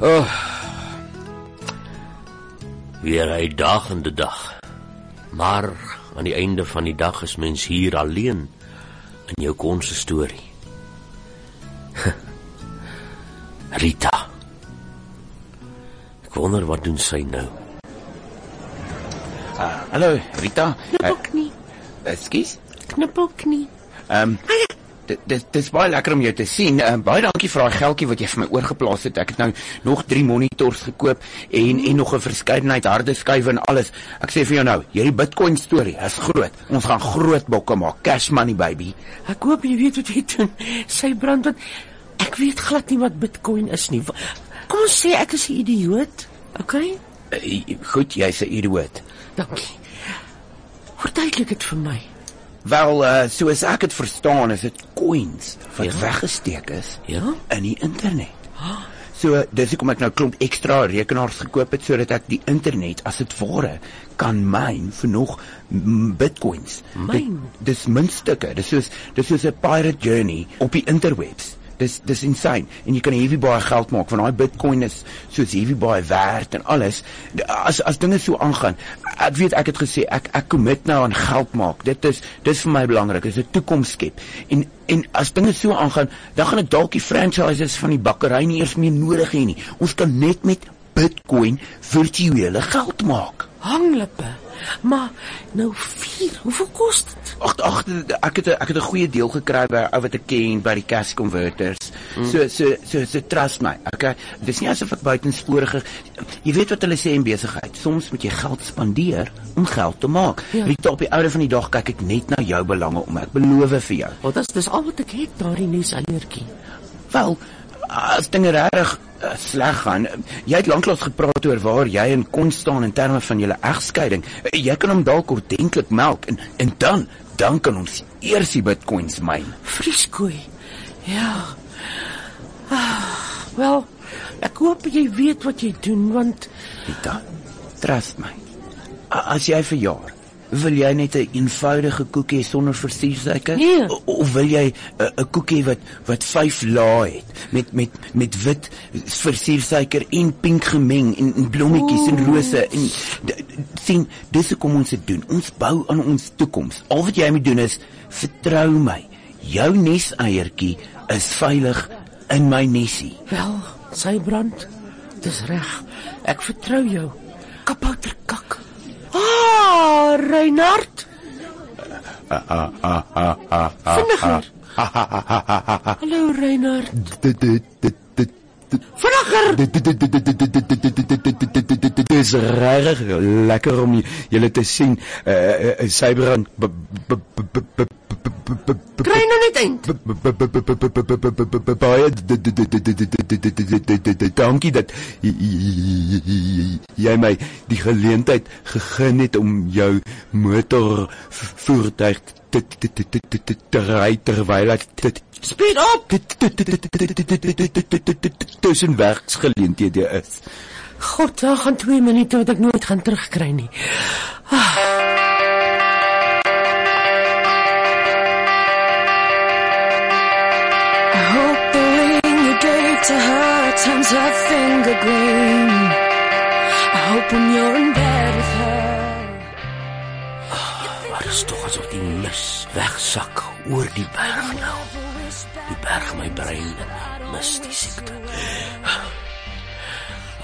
Oh. Weer 'n dagende dag. Maar aan die einde van die dag is mens hier alleen in jou konse storie. Rita. Ek wonder wat doen sy nou? Ah, hallo, Rita. Eh, nie. Ekskuus. Knippelknie. Ehm dit dit dis baie lekker om jou te sien. Uh, baie dankie vir daai geldjie wat jy vir my oorgeplaas het. Ek het nou nog 3 monitors gekoop en en nog 'n verskeidenheid harde skywe en alles. Ek sê vir jou nou, hierdie Bitcoin storie is groot. Ons gaan groot bokke maak. Cash money baby. Ek hoop jy weet wat jy doen. Sy brand wat ek weet glad nie wat Bitcoin is nie. Wa- Kom ons sê ek is 'n idioot. Okay? Uh, goed, jy's 'n idioot. Dankie. Verduidelik dit vir my. Wel, uh, soos ek dit verstaan, is dit coins wat Ja. weggesteek is Ja? in die internet. So dis hoekom ek nou klomp ekstra rekenaars gekoop het sodat ek die internet as dit ware kan myn vir nog mm, bitcoins. Myn? Dit- Dis muntstukke. Dis soos dis soos 'n pirate journey op die interwebs. Dis dis insane en jy kan hierdie baie geld maak want daai bitcoin is soos hierdie baie werd en alles. D- As as dinge so aangaan, ek weet ek het gesê ek ek commit nou aan geld maak. Dit is dis vir my belangrik. Dit is 'n toekoms skep. En En as dinge so aangaan, dan gaan ek dalk die franchises van die bakkery nie eers meer nodig hê nie. Ons kan net met Bitcoin virtuele geld maak. Hanglippe. Maar nou vier, hoeveel kos dit? Ag ag ek het 'n- ek het 'n goeie deel gekry by 'n ou wat ek ken by die cash converters. Mm. So so so so trust my. Okay, dis nie asof ek buitensporige jy weet wat hulle sê in besigheid. Soms moet jy geld spandeer om geld te maak. Ja. Rita op die oude van die dag kyk ek net na jou belange om ek beloof vir jou. Want dis dis al wat ek het daardie nuus eiertjie. Wel, as dinge regtig eh, sleg gaan, eh, jy het lanklaas gepraat oor waar jy in kon staan in terme van julle egskeiding. Eh, Jy kan hom dalk ordentlik melk en en dan dan kan ons eers die bitcoins myn. Vrieskoei. Ja. Ah, wel, ek hoop jy weet wat jy doen want Rita, trust my. A- As jy verjaar, wil jy net 'n eenvoudige koekie sonder versiersuiker? Nee. O- Of wil jy 'n 'n koekie wat wat 5 lae het met met met wit versiersuiker en pink gemeng en, en blommetjies en rose en d- d- sien, dis hoekom ons dit doen. Ons bou aan ons toekoms. Al wat jy moet doen is vertrou my. Jou neseiertjie is veilig in my nesie. wel, sy brand. Dis reg. Ek vertrou jou. Kapouter kak. Ah, Reinhard. Ah, Vinniger. Hallo Reinhard. Vinniger. Dit is regtig lekker om julle te sien. Eh, eh, eh, Sybrand b- b- b- b- b- Kry nou net eind. Baie d- d- d- d- d- d- d- d- d- d- d- dankie dat j- j- j- jy my die geleentheid gegee het om jou motorvoertuig te te te te te- te- te ry terwyl ek dit speed op tussen werksgeleenthede is. God, daar gaan 2 minute wat ek nooit gaan terugkry nie. Ah. I hope the ring you gave to her turns her finger green. I hope when you're in bed with her. Wat Ah, is tog asof die mis wegsak oor die berg nou. Die berg my brein mis die siekte. Ah,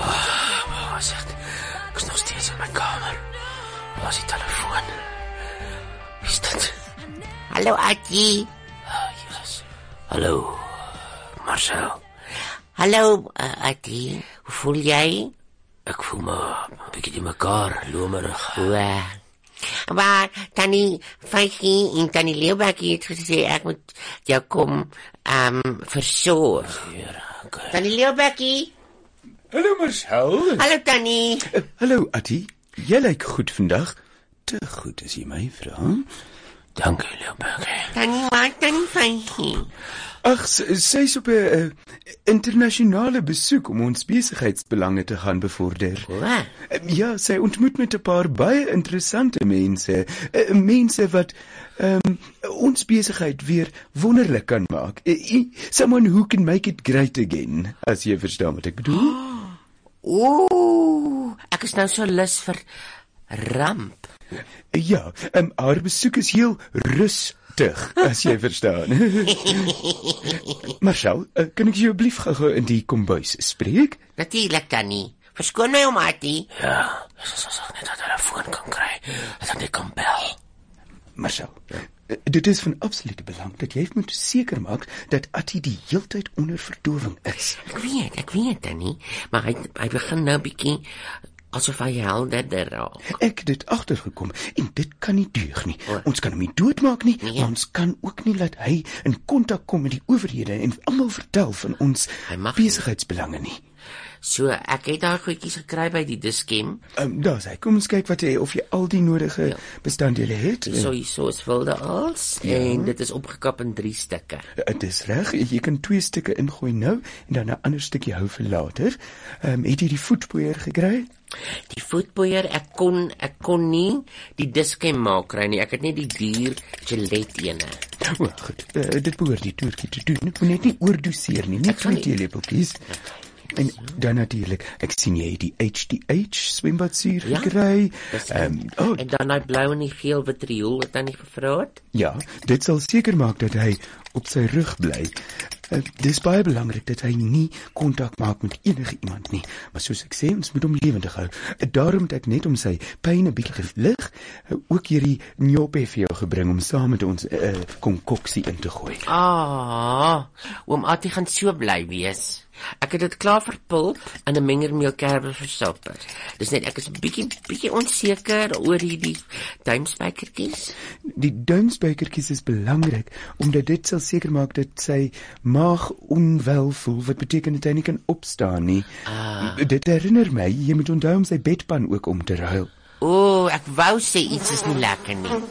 waar is dit? Ek is nog steeds in my kamer. Waar is die telefoon? Wie is dit? Hallo Atjie. Hallo. Marcel, Hallo uh, Atjie. Hoe voel jy? ek voel my 'n bietjie die mekaar lomerig. Wow. Maar tannie Faitjie en tannie Leeuwbakkie het gesê ek moet jou kom ehm um, versorg. Tannie Leeuwbakkie. Hallo Marcel. Hallo tannie. Hallo Attie, jy lyk goed vandag. Te goed as jy my hm? vra. Dankie Leoberg. Tannie maak tannie Faitjie. Ag, sy- sy's op 'n eh, internasionale besoek om ons besigheidsbelange te gaan bevorder. Waar? Ja, sy ontmoet met 'n paar baie interessante mense, Eh, mense wat um, ons besigheid weer wonderlik kan maak. Eh, eh, Someone who can make it great again, as jy verstaan wat ek bedoel. Ooh, ek is nou so lus vir ramp. Ja, um, haar besoek is heel rustig, as jy verstaan. Marcel, eh, kan ek jou asseblief gou-gou in die kombuis spreek? Natuurlik tannie. Verskoon my om Atjie. Ja, dis asof ek net 'n telefoon kan kry. Dat ek net kan bel. Marcel, eh, dit is van absolute belang dat jy moet seker maak dat Attie die heeltyd onder verdowing is. Ek weet, ek weet tannie, maar hy hy begin nou bietjie asof hy helderder raak. Ek het dit agtergekom en dit kan nie deug nie. Ons kan hom nie doodmaak nie, maar ons kan ook nie laat hy in kontak kom met die owerhede en almal vertel van ons besigheidsbelange nie. So, ek het daai goedjies gekry by die diskem. Ehm um, daar's hy. Kom ons kyk wat jy of jy al die nodige ja. bestanddele het. Ja. Hierso hierso is wilde aals ja. en dit is opgekap in 3 stukke. Dit is Eh, reg. Jy kan twee stukke ingooi nou en dan 'n ander stukkie hou vir later. Ehm um, het jy die voetpoeier gekry? Die voetpoeier, ek kon ek kon nie die diskem maak kry nie. Ek het net die duur Gillette ene. O, goed. Uh, dit behoort die toertjie te doen. Ek moet net nie oordoseer nie. Net twee teelepeltjies. En dan natuurlik, ek sien jy het die HDH swembadsuur Ja, gekry. dis Ehm um, Oh. En dan daai blou en die geel vitriool wat dan nie gevra het. Ja, dit sal seker maak dat hy op sy rug bly. Uh, dis baie belangrik dat hy nie kontak maak met enige iemand nie, maar soos ek sê, ons moet hom lewendig hou. Uh, daarom het ek net om sy pyn 'n bietjie te lig, uh, ook hierdie njope vir jou gebring om saam met ons 'n uh, konkoksie in te gooi. Ah, oom Attie gaan so bly wees. Ek het dit klaar verpul in 'n mengermeelkerwe versapper. Dis net ek is 'n bietjie bietjie onseker oor hierdie duimspykertjies. Die duimspykertjies is belangrik omdat dit sal seker maak dat sy maag onwel voel wat beteken dat hy nie kan opstaan nie. Ah. Dit herinner my, jy moet onthou om sy bedpan ook om te ruil. O, ek wou sê iets is nie lekker nie.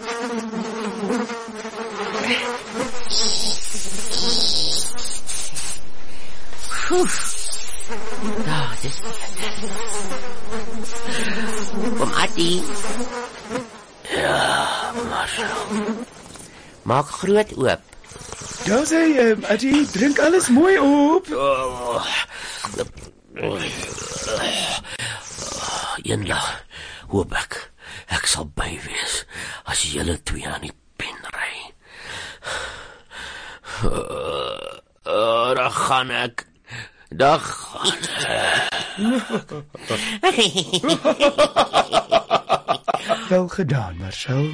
Ja, dis Oom Attie, Ja, Marcel. maak groot oop. Daar sê um, Adie, drink alles mooi op. Oh, Eendag hoop ek ek sal by wees as julle twee aan die pen ry. Uh, uh, daar gaan ek. Dag. Wel gedaan, Marcel.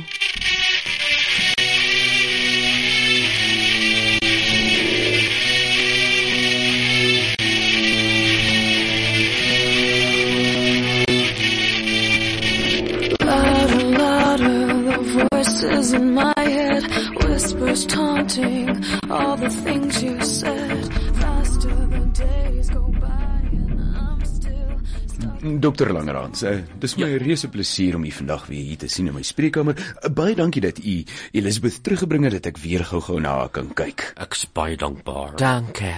Louder, louder, the voices in my head whisper Dokter Langerhans, eh, dis my Ja. reuse plesier om u vandag weer hier te sien in my spreekkamer. Eh, Baie dankie dat u Elizabeth teruggebring het dat ek weer gou-gou na haar kan kyk. Ek's baie dankbaar. Dankie,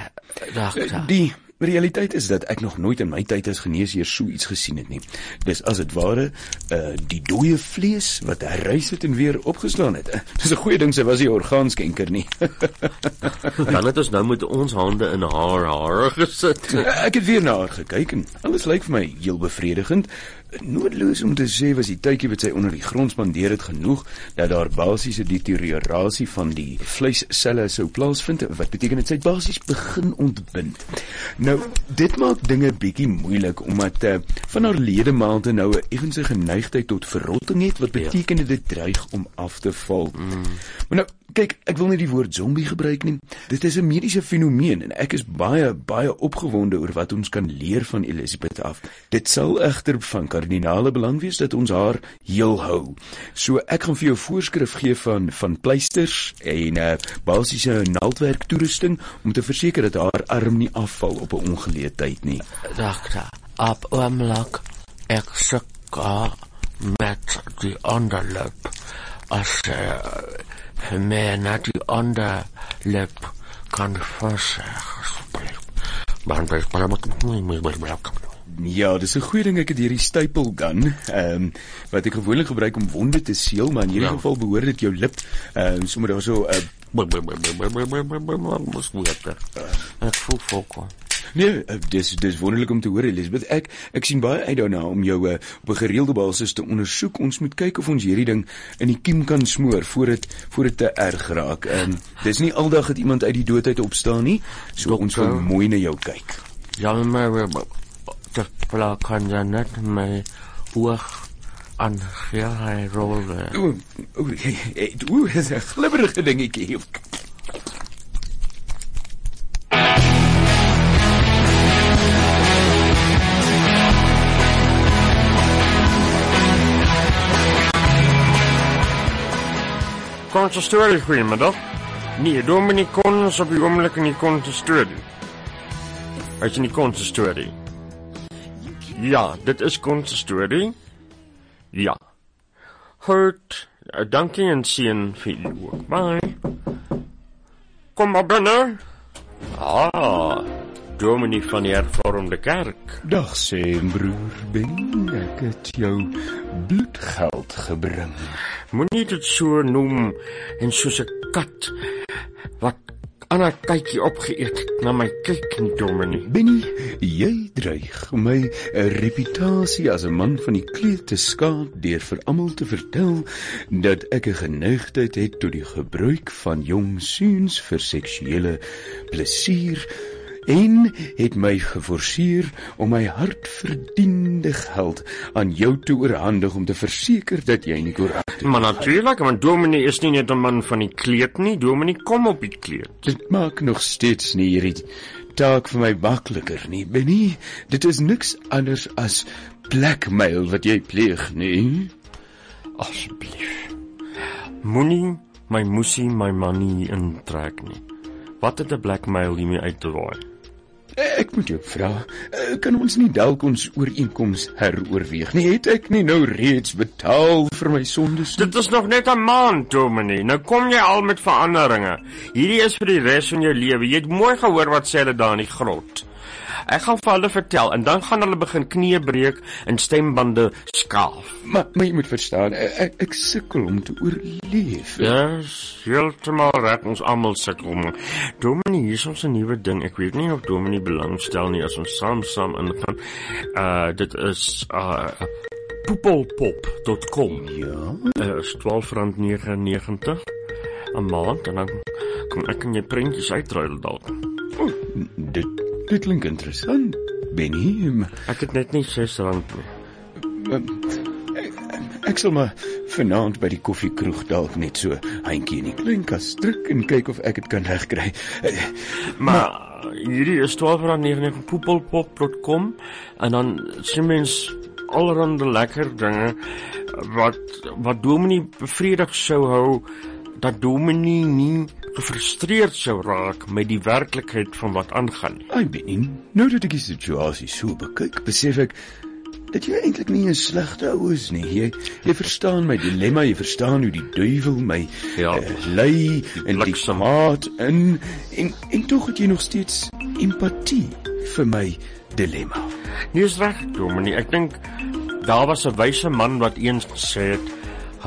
dokter. Die realiteit is dat ek nog nooit in my tyd as geneesheer so iets gesien het nie. Dis as dit ware uh die dooie vlees wat herrys het en weer opgeslaan het. Eh, Dis 'n goeie ding sy was nie 'n orgaanskenker nie. Dan het ons nou met ons hande in haar hare gesit. Ek het weer na haar gekyk en alles lyk vir my heel bevredigend. Noodloos om te sê was die tydjie wat sy onder die grond spandeer het genoeg dat daar basiese deteriorasie van die vleisselle sou plaasvind wat beteken dit sy het basies begin ontbind. Nou, dit maak dinge bietjie moeilik omdat uh, van haar ledemate nou 'n effense geneigtheid tot verrotting het Ja. wat beteken dit dreig om af te val. Maar nou Kyk, ek wil nie die woord zombie gebruik nie. Dit is 'n mediese fenomeen en ek is baie baie opgewonde oor wat ons kan leer van Elisabeth af. Dit sal egter van kardinale belang wees dat ons haar heel hou. So ek gaan vir jou voorskrif gee van van pleisters en uh, basiese naaldwerk toerusting om te verseker dat haar arm nie afval op 'n ongeleë tyd nie. Dokter, op oomlik ek sukkel Ja, met die onderlip as uh, vir my net die onderlip kan versag. Maar dit maar moet nie moet maar brak. Ja, dis 'n goeie ding ek het hierdie stapelgun, ehm wat ek gewoonlik gebruik om wonde te seël, maar in hierdie Ja. geval behoort dit jou lip ehm sommer daarso 'n Mos moet. Ek voel volkom. Nee, eh, dis dis wonderlik om te hoor Elisabeth. Ek ek sien baie uit daarna om jou eh, op 'n gereelde basis te ondersoek. Ons moet kyk of ons hierdie ding in die kiem kan smoor voor dit voor dit te erg raak. Ehm dis nie aldag dat iemand uit die dood uit opstaan nie. So ons wil mooi na jou kyk. Jammer, dat pla kan ja net my oog aan hy rol. O, o, o, dis 'n glibberige dingetjie. Consistorie, goeiemiddag. Nee, Dominic Kon is op die oomblik in die consistorie. Hy's in die consistorie. Ja, dit is consistorie. Ja. Goed. eh, Dankie en sien vir u ook. Bye. Kom maar binne. Ah, Dominic van die Hervormde Kerk. Dag sê broer Ben, ek het jou bloedgeld gebring. Moenie dit so noem en soos 'n kat wat ander kykie opgeëet het na my kyk en dominee. Benny, jy dreig my eh, reputasie as 'n man van die kleed te skaad deur vir almal te vertel dat ek 'n geneigtheid het tot die gebruik van jong seuns vir seksuele plesier en het my geforseer om my hardverdiende geld aan jou te oorhandig om te verseker dat jy nie korrek Maar natuurlik, want dominee is nie net 'n man van die kleed nie, dominee kom op die kleed. Dit maak nog steeds nie hierdie taak vir my makliker nie, Benny. Dit is niks anders as blackmail wat jy pleeg nie. Asseblief. Moenie my moesie my manie intrek nie. Wat het 'n blackmail hiermee uit te waai? Ek moet jou vra, eh, kan ons nie dalk ons ooreenkoms heroorweeg nie? Het ek nie nou reeds betaal vir my sondes nie? Dit is nog net 'n maand, Dominee. Nou kom jy al met veranderinge. Hierdie is vir die res van jou lewe. Jy het mooi gehoor wat sê hulle daar in die grot. Ek gaan vir hulle vertel en dan gaan hulle begin knieë breek en stembande skaaf. Maar, maar jy moet verstaan, eh, ek, ek sukkel om te oorleef. Ja, heeltemal reg. Ons almal sukkel. maar Dominee, hier is ons 'n nuwe ding. Ek weet nie of Dominee belangstel nie as ons saam saam ingaan. Uh dit is uh poepelpop.com. Ja. Uh, is R12.99 'n maand en dan kom ek en jy prentjies uitruil dalk. Dit dit klink interessant. Benny, ek het net nie R6 nie. Ehm, Ek sal maar vanaand by die koffiekroeg dalk net so handjie in die klein kas druk en kyk of ek dit kan regkry. Eh, Maar hierdie is R12.99 poepelpop.com en dan sien mens allerhande lekker dinge wat wat Dominee bevredig sou hou dat Dominee nie gefrustreerd sou raak met die werklikheid van wat aangaan nie. Ai Benny, nou dat ek die situasie so bekyk, besef ek dat jy eintlik nie 'n slegte ou is nie. Jy jy verstaan my dilemma, jy verstaan hoe die duiwel my ja, lei en die smaad in en en tog het jy nog steeds empatie vir my dilemma. Nee, is reg, Dominee. Ek dink daar was 'n wyse man wat eens gesê het,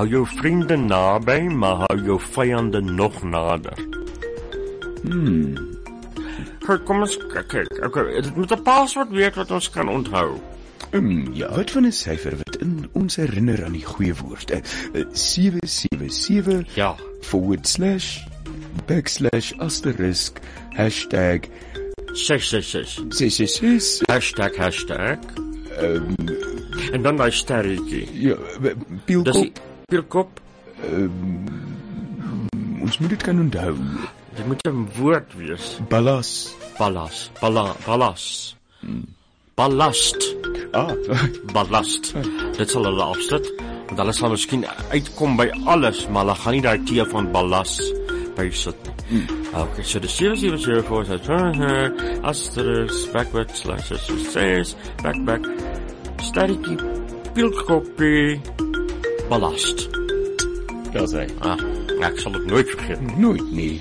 hou jou vriende naby, maar hou jou vyande nog nader. Hmm. Kyk, kom ons k- kyk. Okay, dit moet 'n paswoord weet wat ons kan onthou. Um, ja, uit van 'n syfer wat in ons herinner aan die goeie woord. Eh, eh, 777 ja forward slash backslash asterisk hashtag 666 666 hashtag hashtag um, en dan daai sterretjie. Ja, Dis die pielkop. Um, ons moet dit kan onthou. Dit moet 'n woord wees. Ballas. Hmm. Ballas. Balla, ballas. Ballast. Ah, ballast. Dit sal hulle afsit. Want hulle sal miskien uitkom by alles, maar hulle gaan nie daai T van ballas by sit. Hmm. nie. Ah, Okay, so the series even zero four says asterisk backward slash says back back sterretjie pielkopie ballast. Dis hy. Ah, ek sal dit nooit vergeet. Nooit nie.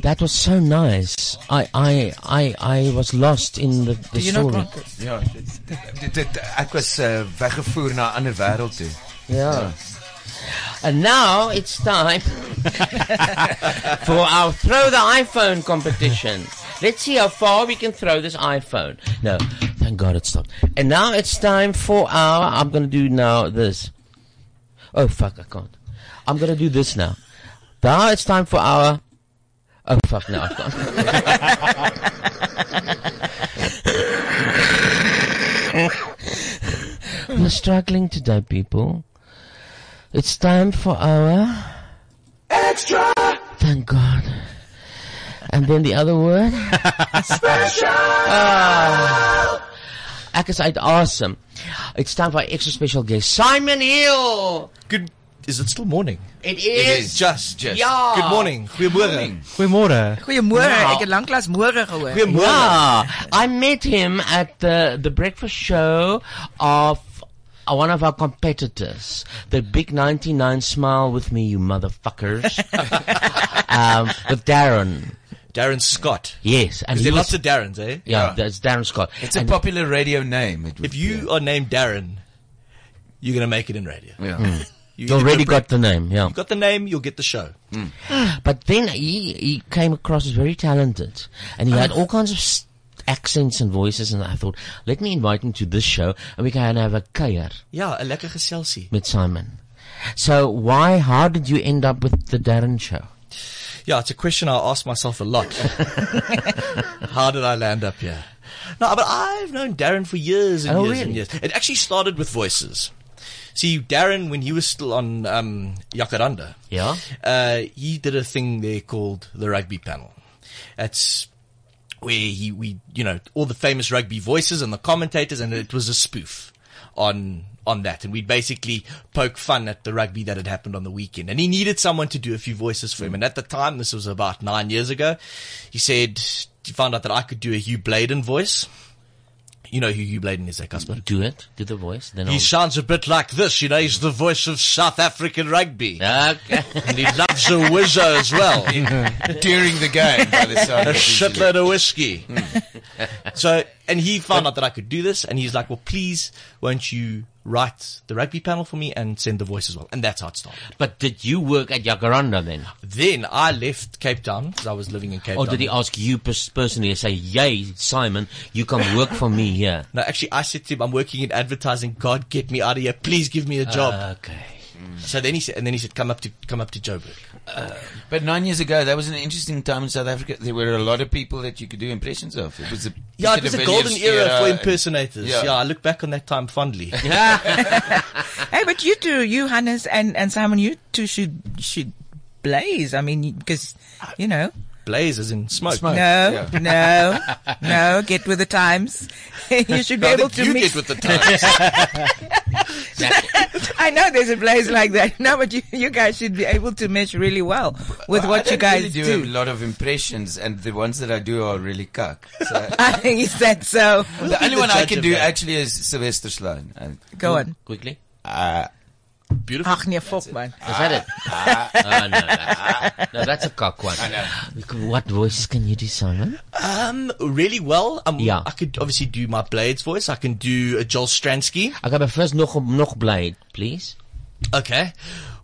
That was so nice. I I I I was lost in the, the Do you not story. want- Ja, dit, dit, dit ek was uh, weggevoer na 'n ander wêreld toe. Yeah. And now it's time for our throw the iPhone competition. Let's see how far we can throw this iPhone. No, thank God it stopped. And now it's time for our. I'm gonna do now this. Oh fuck, I can't. I'm gonna do this now. Now it's time for our. Oh fuck, no, I can't. We're struggling today, people. It's time for our. Extra! Thank God. And then the other word. Special! Ah. Ek is uit awesome. It's time for our extra special guest Simon Hill. Good Is it still morning? It is. just just. Ja. Good morning. Goeiemôre. Goeiemôre. Goeiemôre. Ja. Ek het lanklaas môre gehoor. Yeah, I met him at the the breakfast show of uh, one of our competitors. The big 99 smile with me, you motherfuckers. um, with Darren. Darren Scott. Yes, and Is he there was- lots of Darrens, eh? Yeah, that's Darren Scott. It's a And- popular radio name. if you are named Darren, you're gonna make it in radio. Yeah. Mm. You already got the name, yeah. You've got Mm. the name, you'll get the show. But then he he came across as very talented, and he had Uh-huh. all kinds of s- accents and voices. And I thought, let me invite him to this show, and we can have a kayer Yeah, a lekker geselsie. with Simon. So why? How did you end up with the Darren show? Yeah, it's a question I ask myself a lot. How did I land up here? No, but I've known Darren for years and Oh, years and really? years. It actually started with voices. See, Darren, when he was still on um, Jacaranda, Yeah. uh, he did a thing there called the Rugby Panel. That's where he, we, you know, all the famous rugby voices and the commentators, and it was a spoof on on that, and we'd basically poke fun at the rugby that had happened on the weekend. And he needed someone to do a few voices for him. And at the time, this was about nine years ago, he said he found out that I could do a Hugh Bladen voice. You know who Hugh Bladen is, eh, Casper? Do it. Do the voice. Then He I'll, sounds a bit like this, you know. He's the voice of South African rugby, and he loves a whizzer as well During the game, by the sound a of Hmm. it, usually. shitload of whiskey. so, and he found out that I could do this, and he's like, "Well, please, won't you write the rugby panel for me and send the voice as well?" And that's how it started. But did you work at Jacaranda then? Then I left Cape Town because I was living in Cape or Town. did he ask you pers- personally and say, "Yay, Simon, you come work for me here"? No, actually, I said to him, "I'm working in advertising. God, get me out of here. Please give me a job." Ah, okay. So then he said, and then he said, "Come up to come up to Joburg." Uh, But nine years ago, that was an interesting time in South Africa. There were a lot of people that you could do impressions of. It was a Yeah, Peter it was a de golden Villiers era for and- impersonators. Yeah. I look back on that time fondly. hey, but you two, you Hannes and and Simon, you two should should blaze. I mean, because you know, Blaze as in smoke. No, no, no. Get with the times. you should be I able think to you mix. get with the times. I know there's a place like that. No, but you, you guys should be able to mesh really well with what I you don't guys really do do. a lot of impressions, and the ones that I do are really cuck. So Is that so? the only one I can do actually is Sylvester Stallone. And- Go on. Quickly. Uh, Beautiful. Ach nee, fuck man. Is that it? oh, no, that's, no, that's a cock one. We could- What voices can you do, Simon? Um, really well. Um, Yeah. I could obviously do my Blades voice. I can do a Joel Stransky. Okay, but first nog nog Blade, please. Okay.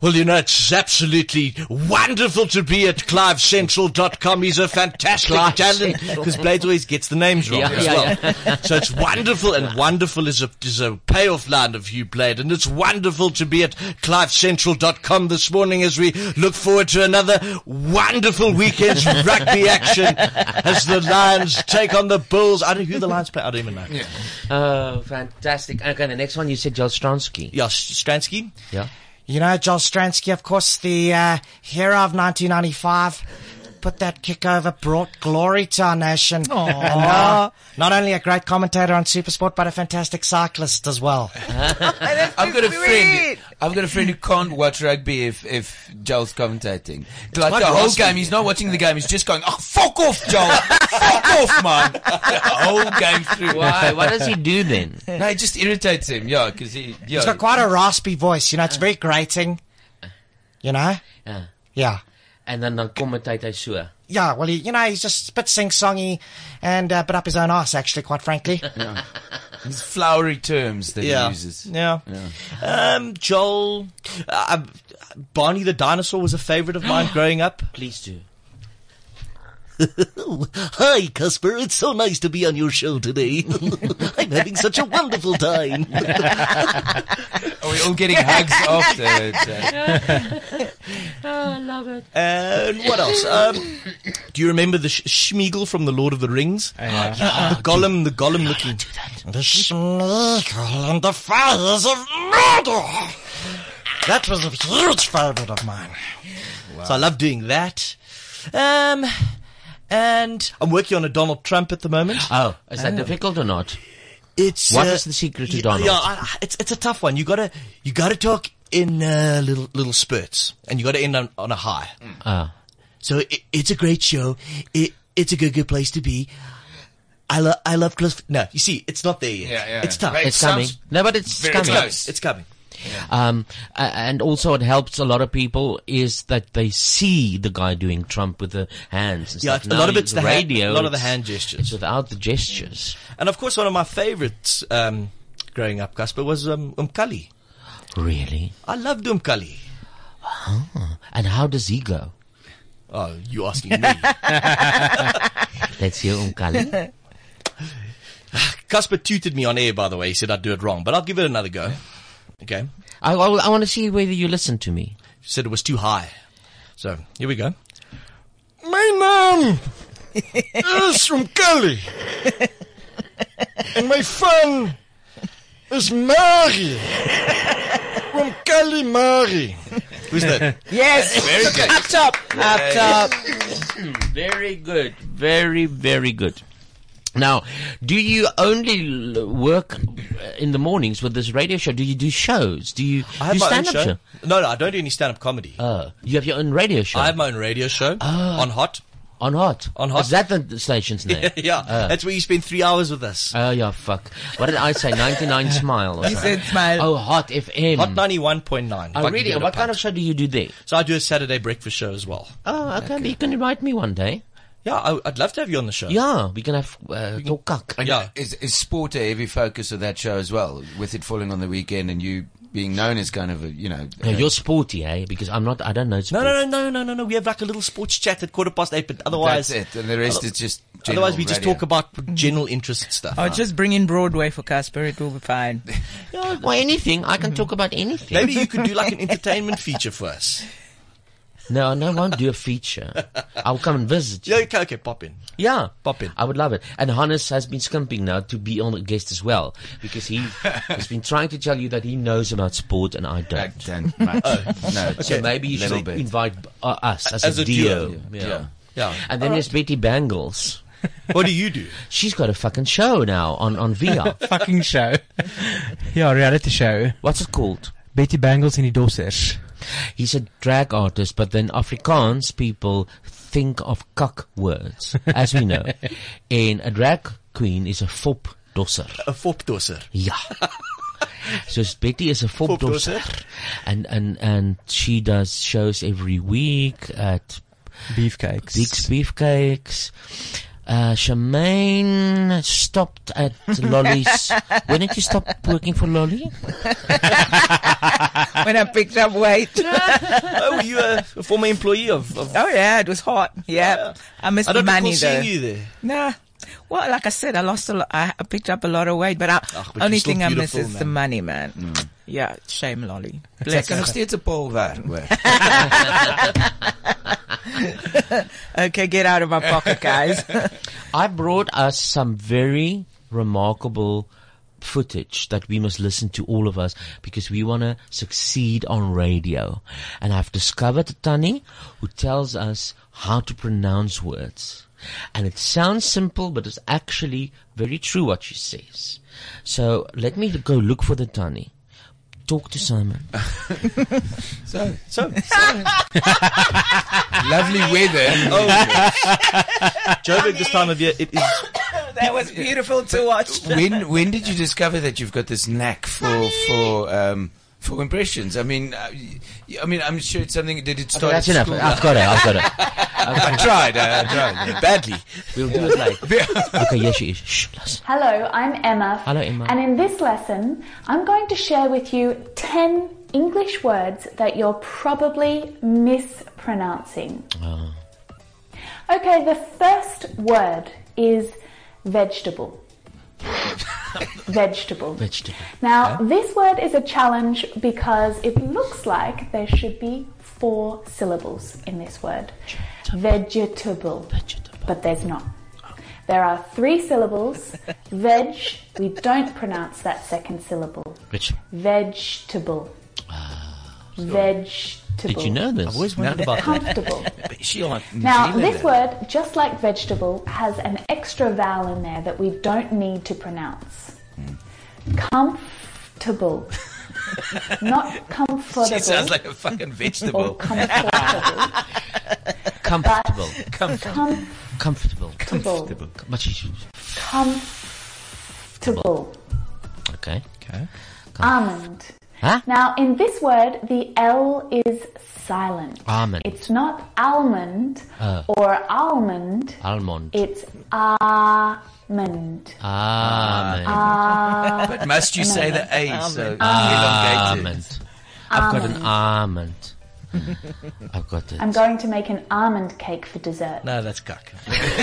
Well, you know, it's absolutely wonderful to be at clivecentral.com. He's a fantastic Clive talent Central. because Blades always gets the names wrong Yeah, as yeah, well. yeah. So it's wonderful and wonderful is a, is a payoff line of Hugh Blade. And it's wonderful to be at clivecentral.com this morning as we look forward to another wonderful weekend's rugby action as the Lions take on the Bulls. I don't know who the Lions play. I don't even know. Yeah. Oh, fantastic. Okay, the next one you said Joel Stransky. Yeah, Stransky. Yeah. You know, Joel Stransky, of course, the uh, hero of 1995. But that kick over brought glory to our nation. And, uh, not only a great commentator on Supersport, but a fantastic cyclist as well. I've got a friend. I've got a friend who can't watch rugby if if Joel's commentating. Like quite the whole rusty. game, he's not watching the game. He's just going, "Oh, fuck off, Joel! fuck off, man!" The whole game through. Why? What does he do then? No, it just irritates him. Yeah, because he. Yeah, He's got quite a raspy voice, you know, it's very grating. You know? Yeah. Yeah. En dan dan commentate hy so. Yeah, well, he, you know, he's just a bit sing-songy and uh, bit up his own ass, actually, quite frankly. These flowery terms that Yeah. he uses. Yeah. Um, Joel, uh, um, Barney the dinosaur was a favorite of mine growing up. Please do. Hi, Cusper. It's so nice to be on your show today. I'm having such a wonderful time. Are we all getting hugs after? Joel? uh, Oh, I love it. And what else? Um, do you remember the sh- Schmeagol from The Lord of the Rings? Uh, yeah. Gollum, the Gollum looking. The Schmeagol and the Fires of Mordor. That was a huge favorite of mine. So I love doing that. Um, and I'm working on a Donald Trump at the moment. Oh, is that Oh. difficult or not? It's What uh, is the secret to yeah, Donald? Yeah, I, I- it's it's a tough one. You gotta you gotta talk in uh, little little spurts, and you gotta end on, on a high. Ah. So it, it's a great show. It, it's a good, good place to be. I, lo- I love Cliff. No, you see, it's not there yet. Yeah, yeah, it's yeah. tough. But it It's coming. sounds No, but it's very coming. close. It's coming. Um, a- and also it helps a lot of people is that they see the guy doing Trump with the hands. And Yeah, stuff. a lot Now of it's the the hand- a radio. lot of the it's- hand gestures. It's without the gestures. And of course, one of my favorites um, growing up, Casper, was um, Umkali. Really? I loved Umkali. Oh. And how does he go? Oh, you asking me? Let's hear Umkali. Casper tooted me on air, by the way. He said I'd do it wrong, but I'll give it another go. Okay. I, I, I want to see whether you listen to me. He said it was too high. So here we go. My name is from Kelly. and my fun is Mary. From Kelly Mary. Who's that? Yes. Very good. Up top. Yes. Up top. very good. Very, very good. Now, do you only l- work uh, in the mornings with this radio show? Do you do shows? Do you I have do my own stand up show. No, no, I don't do any stand-up comedy. Oh, you have your own radio show. Oh. I have my own radio show on Hot. on hot. On Hot. Is that the station's name? yeah, Oh. that's where you spend three hours with us. Oh yeah, fuck. What did I say? Ninety nine smile. or You something. said smile. Oh, hot FM. Hot ninety-one point nine. Oh, really? And what kind of show do you do there? So I do a Saturday breakfast show as well. Oh, okay. You can invite me one day. Yeah, I, I'd love to have you on the show. Yeah, we can have uh, talk cock. And is, is sport a heavy focus of that show as well, with it falling on the weekend and you being known as kind of a, you know. No, you're sporty, eh? Because I'm not. I don't know No, sport. no, no, no, no, no, no. We have like a little sports chat at quarter past eight, but otherwise That's it, and the rest is just general Otherwise, we just radio. talk about general interest stuff. Or Mm-hmm. just bring in Broadway for Casper. It will be fine. Well, anything. I can talk about anything. Maybe you could do like an entertainment feature for us. No, no, I won't do a feature. I'll come and visit you. Yeah, okay, okay, pop in. Yeah. Pop in. I would love it. And Hannes has been skimping now to be on a guest as well because he has been trying to tell you that he knows about sport and I don't. don't much. Oh. No. So Okay. maybe you should Little bit. invite uh, us as, As a, a duo. duo. Yeah. Yeah. And then Alright. there's Betty Bangles. What do you do? She's got a fucking show now on, on VR. fucking show. yeah, reality show. What's it called? Betty Bangles en die Dossers. He's a drag artist, but then Afrikaans people think of cuck words, as we know. and a drag queen is a fopdosser. A fopdosser. Ja. So Betty is a fopdosser. And, and, and she does shows every week at Beefcakes. Beek's Beefcakes. Uh, Charmaine stopped at Lolly's. when did you stop working for Lolly? when I picked up weight. oh, were you a, a former employee of? of oh yeah, it was hot. Yeah, I missed I don't recall money though. seeing you there. Nah. Well, like I said, I lost a lot. I I picked up a lot of weight, but I Ach, Ah, but you're only still thing I miss beautiful, is the man. Mm. money, man. Yeah, shame, Lolly. Sy kan nog steeds 'n paal werk, hoor. okay, get out of my pocket, guys. I brought us some very remarkable footage that we must listen to all of us because we want to succeed on radio. And I've discovered a Tani who tells us how to pronounce words. And it sounds simple, but it's actually very true what she says. So let me go look for the Tani. Talk to Simon. So, so, so. Lovely weather. Oh, Joburg this time of year, it is. that was beautiful to watch. when when did you discover that you've got this knack for for um for impressions? I mean, uh, y- I mean, I'm sure it's something. Did it start? that's at enough. school? I've got it. I've got it. I tried. I, I tried badly. We'll do it later. okay, yes, she is. Shh, listen. Hello, I'm Emma. Hello, Emma. And in this lesson, I'm going to share with you 10 English words that you're probably mispronouncing. Okay, the first word is vegetable. vegetable. Vegetable. Now, this word is a challenge because it looks like there should be four syllables in this word. Vegetable. But there's not. There are three syllables. Veg, we don't pronounce that second syllable. Rich. Vegetable. Vegetable. Ah, Did you know this? I've always wondered about that. Comfortable. But she on Now, this word, just like vegetable, has an extra vowel in there that we don't need to pronounce. Hmm. Comfortable. Not comfortable. She sounds like a fucking vegetable. Comfortable. Comfortable. Comfortable. Comfortable. But she- Comfortable. Okay. Okay. Almond. Huh? Now, in this word, the L is silent. Almond. It's not almond Uh. Oh. or almond. Almond. It's almond. Almond. Almond. But must you say the A? Almond. So Almond. elongated. I've got an Almond. almond. I've got it. I'm going to make an almond cake for dessert. No, that's cuck. Words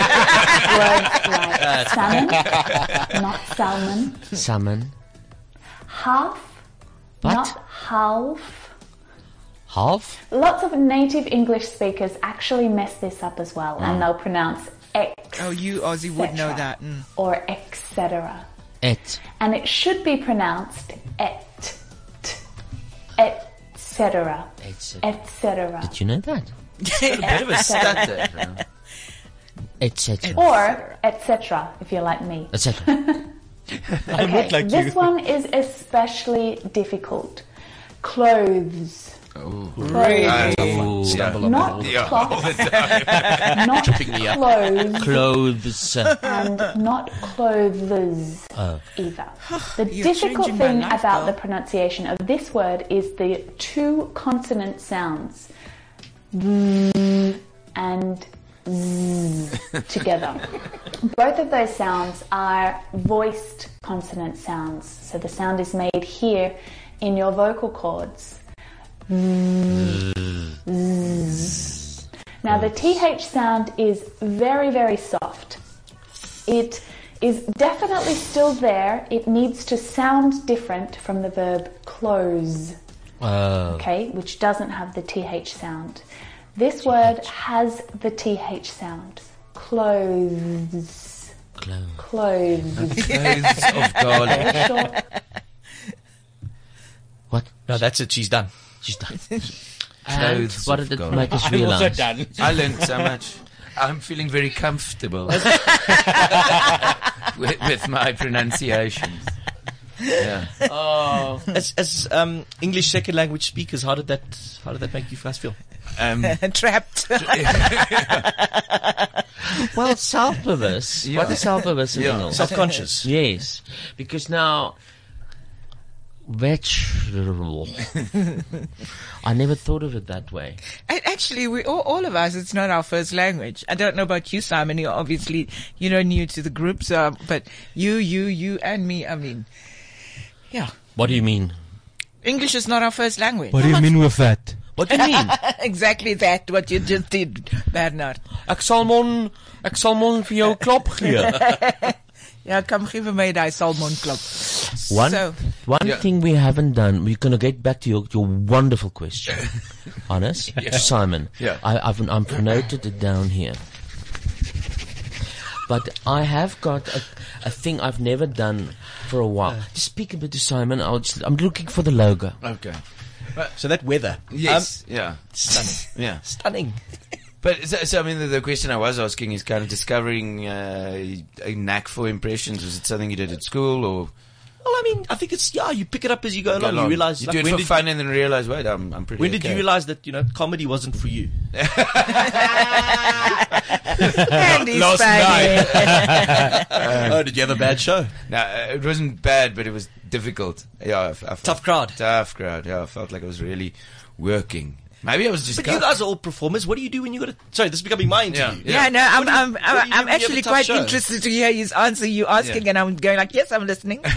like That's salmon, fine. not salmon, Salmon. half, not half. Half. Lots of native English speakers actually mess this up as well, Mm. and they'll pronounce X Oh, you Aussie would know that. Mm. or etc. Et. And it should be pronounced et, t, etc. Etc. etc. Did you know that? a bit of a stutter, Etc. Or etc. If you're like me. Etc. Okay, this one is especially difficult. Clothes. Ooh. Not Yeah. clocks. Not Tripping me up. clothes. Clothes. and not clothes Oh. either. The You're difficult changing my thing life, about the pronunciation of this word is the two consonant sounds z and z together. Both of those sounds are voiced consonant sounds, so the sound is made here in your vocal cords. Zzz. Now the TH sound is very, very soft. It is definitely still there. It needs to sound different from the verb close, Oh. okay, which doesn't have the TH sound. This word has the TH sound. Clothes. Clothes. Clothes. Clothes of garlic. Sure. What? No, that's it. She's done. She's done. And Clothes what of did it garlic. make us I'm also realise? done. I learned so much. I'm feeling very comfortable with, with my pronunciations. Yeah. Oh. As, as um, English second language speakers, how did that how did that make you guys feel? Um, Trapped. well, self-purpose. Yeah. What is self-purpose in Yeah. English? Self-conscious. Yes. Because now, vegetable. I never thought of it that way. And actually, we all, all of us, it's not our first language. I don't know about you, Simon. You're obviously, you know, new to the group, so, but you, you, you and me, I mean, yeah. What do you mean? English is not our first language. What do you mean with that? What do you mean? exactly that, what you just did, Bernard. Ek salmon, ek salmon vir jou klop gee. ja, kom gee vir my daai salmon klop. One So, one Yeah. thing we haven't done. We're gonna get back to your your wonderful question, Hannes, Yeah. Simon. Yeah. I, I've I've noted it down here. But I have got a, a thing I've never done for a while. Uh. Just speak a bit to Simon. I'll just, I'm looking for the logo. Okay. So that weather. Um, Yes. yeah. Stunning. Yeah. Stunning. But so, so I mean, the, the question I was asking is kind of discovering uh, a knack for impressions. Was it something you did at school or Well, I mean, I think it's yeah. You pick it up as you go, Go along. along. You realize You like, do it when for did- fun and then realize, wait, I'm, I'm pretty. When did okay. you realize that you know comedy wasn't for you? Last night. oh, did you have a bad show? No, uh, it wasn't bad, but it was difficult. Yeah, I, f- I felt, tough crowd. Tough crowd. Yeah, I felt like I was really working. Maybe I was just. But you guys are all performers. What do you do when you got to? Sorry, this is becoming my interview. yeah, no, I'm, I'm, what I'm, do you I'm mean you have actually a tough quite show? interested to hear his answer. You asking, and I'm going like, yes, I'm listening.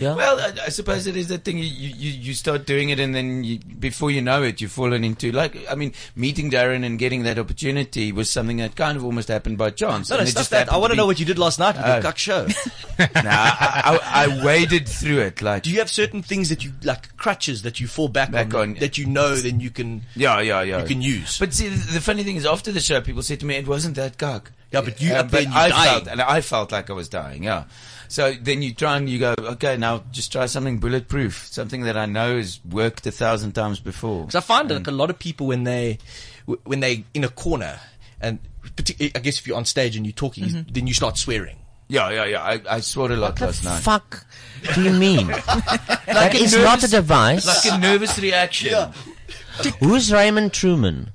Well, I, I suppose it is that thing you, you, you start doing it, and then you, before you know it, you've fallen into like I mean, meeting Darren and getting that opportunity was something that kind of almost happened by chance. No, no, and it stop just that. happened I want to be- know what you did last night with Oh. your cuck show. nah, I, I, I waded through it. Like, do you have certain things that you like crutches that you fall back, on, that you know then you can? Yeah, yeah, yeah. You can use. But see, the, the funny thing is, after the show, people said to me, "It wasn't that cock." Yeah, but you- up there, Uh, but you're I dying. felt, and I felt like I was dying. Yeah. So then you try and you go, okay, now just try something bulletproof, something that I know has worked a thousand times before. Because I find like a lot of people when they w- when they in a corner and partic- I guess if you're on stage and you're talking, Mhm. then you start swearing. Yeah, yeah, yeah. I, I swore a lot last night. Fuck. Do you mean? that a is nervous- not a device. Like a nervous reaction. Who's Raymond Truman?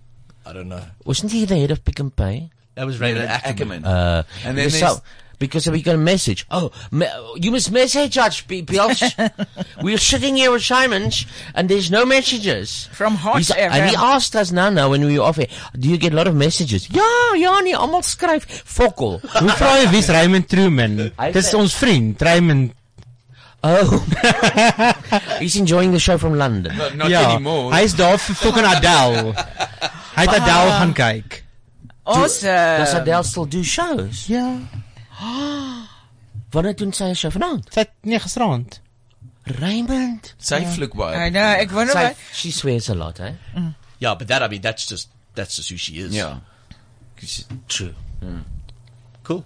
I don't know. Wasn't he the head of Pick and Pay? That was Raymond Ackerman. Uh, And and then then there's- so, because we got a message. Oh, me, you must message us, people. We're sitting here with Simons, and there's no messages from Hot He's, FM. And he asked us now, now when we were off here, do you get a lot of messages? Ja, ja, nee, almal skryf fokol. Hoe vra jy wie's Raymond Truman? Hy Dis sê- ons vriend Raymond. Oh. He's enjoying the show from London. Not, Hy's daar vir fucking Adele. Hy het Adele Ah. gaan kyk. Awesome. Does Adele still do shows? Ja. Wanneer doen sy 'n show vanaand? Sy nee gisterand. Raymond. Sy fliek baie. I know, ek wonder Sy- wat- Mm. She swears a lot, eh? Yeah, but that I mean that's just that's just who she is. Yeah. True. Cool.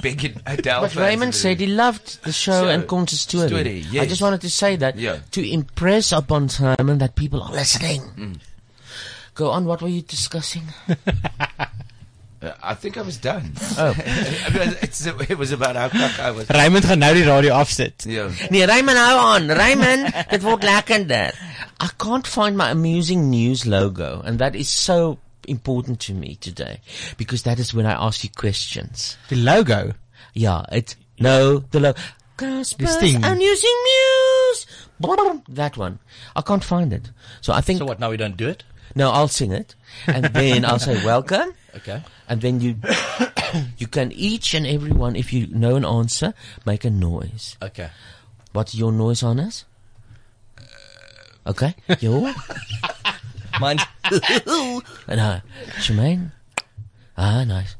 Big in- Adele. But fans Raymond in the said he loved the show and Constance Stewart. Stewart, yes. I just wanted to say that to impress upon Simon that people are listening. Go on, what were you discussing? Uh, I think I was done. Oh. I mean, it's, it was about how cock I was. Raymond gaan nou die radio afsit. Yeah. Nee, Raymond hou aan. Raymond, dit word lekkerder. I can't find my amusing news logo and that is so important to me today because that is when I ask you questions. The logo? Yeah, it no, the logo. Christmas thing. and using news. Brrr, That one. I can't find it. So I think So what? Now we don't do it. No, I'll sing it, and then I'll say welcome. Okay. And then you, you can each and every one, if you know an answer, make a noise. Okay. What's your noise on us? Okay. Your. Mine. no, Jermaine. Ah, nice.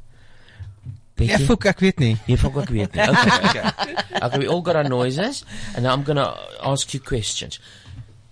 Jy fok ek weet nie. Jy fok ek weet nie. Okay. Okay. okay. Okay, we all got our noises, and now I'm gonna ask you questions.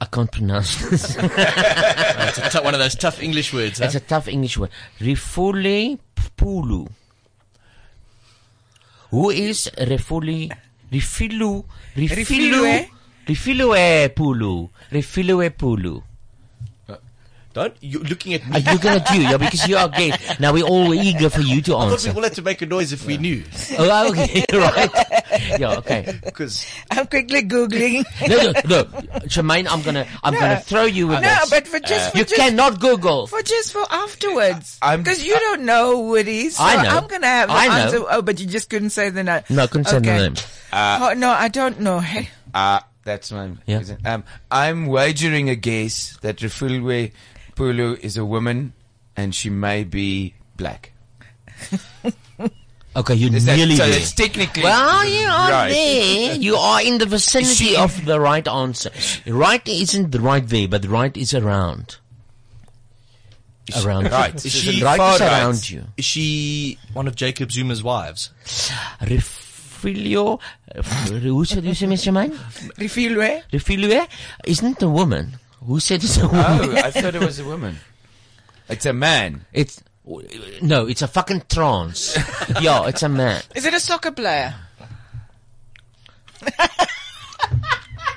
I can't pronounce this. It's a tou- one of those tough English words, huh? It's a tough English word. Rifule Pulu. Who is Refuli Rifilu Rifilu Rifilue? Rifilue Pulu. Rifilue Pulu. Don't you looking at me? Are you gonna do? Yeah, because you are gay. Now we're all eager for you to I answer. thought we all had to make a noise if we knew. Oh, okay, right. Yeah, okay. Because I'm quickly googling. No, no, no, Jermaine, I'm gonna, I'm No. gonna throw you with No, this. Uh, but for just- for you just- cannot Google. For just for afterwards, because you don't know who it is. So I know. I'm gonna have the I know. answer. Oh, but you just couldn't say the name. No, I couldn't say the name. Uh, oh, no, I don't know. Hey, Ah, that's my. Um, I'm wagering a guess that Refulwe Pulu is a woman, and she may be black. okay, you Is that- nearly so there. it's technically Well, you are right. there. You are in the vicinity She- of the right answer. Right isn't the right there, but the right is around. Around. you. right. The right is around you. Is she one of Jacob Zuma's wives? Refilio, who said you say, Mr. Mine? Refilue. Refilue isn't a woman. Who said it's a woman? Oh, I thought it was a woman. It's a man. It's no, it's a fucking trance. yeah, it's a man. is it a soccer player?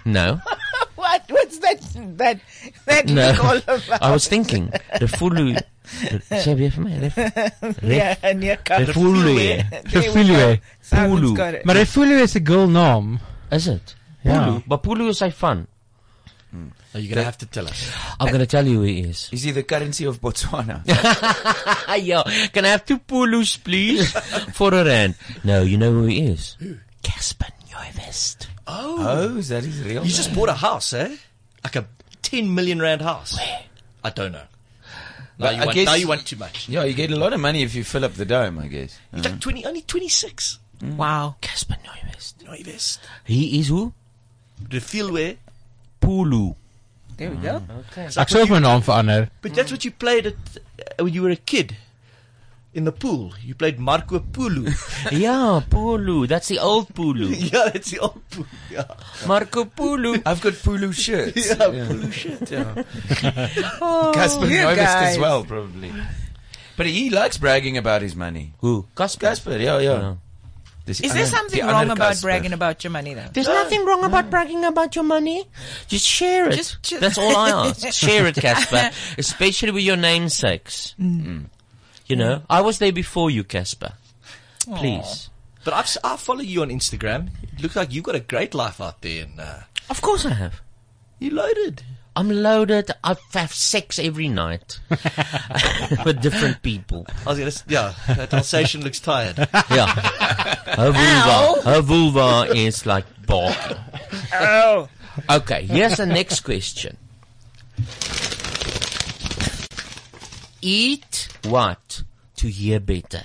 No, what? What's that? That? That? no. look all about? I was thinking the fulu. Sê weer vir my. Yeah, and yeah, come- Refilue. There e we go. Simon's got it. Maar Refulwe is 'n girl naam. Is it? Ja. Pulu. But Pulu is hy van. Are you going to Oh, have to tell us? I'm going to tell you who he is. Is he the currency of Botswana? Yo, can I have two Pulus, please? For a rand. No, you know who he is. Casper Neuwest. Oh. is that his real You just bought a house, eh? Like a 10 million rand house. I don't know. Now, But you I want, guess- now you want too much. Yeah, you get a lot of money if you fill up the dome, I guess. Uh-huh. Mm. He's like 20, only 26. Wow. Casper Neuwest. Neuwest. He is who? The Filwe. Pulu. There we Ah, go. Okay. Ek sou ook my naam verander. But that's what you played at, uh, when you were a kid. In the pool. You played Marco Pulu. yeah, Pulu. That's the old Pulu. yeah, that's the old Pulu. Yeah. Marco Pulu. I've got Pulu shirts. Yeah, Yeah. Pulu shirt. Yeah. Oh, Casper you Novist guys. as well, probably. But he likes bragging about his money. Who? Casper. Casper, yeah, yeah. This Is there other- something the wrong other about Casper. bragging about your money, though? There's nothing wrong about bragging about your money. Just share it. Just- ju- That's all I ask. share it, Casper. Especially with your namesakes. Mm. You know, I was there before you, Casper. Please. But I've, si follow you on Instagram. It looks like you've got a great life out there. And, uh, Of course I have. You loaded. I'm loaded. I have sex every night with different people. I was gonna, s- yeah, that Alsatian looks tired. Yeah. Her vulva, her vulva is like barking. Ja. Oh. Okay, here's the next question. Eat what to hear better?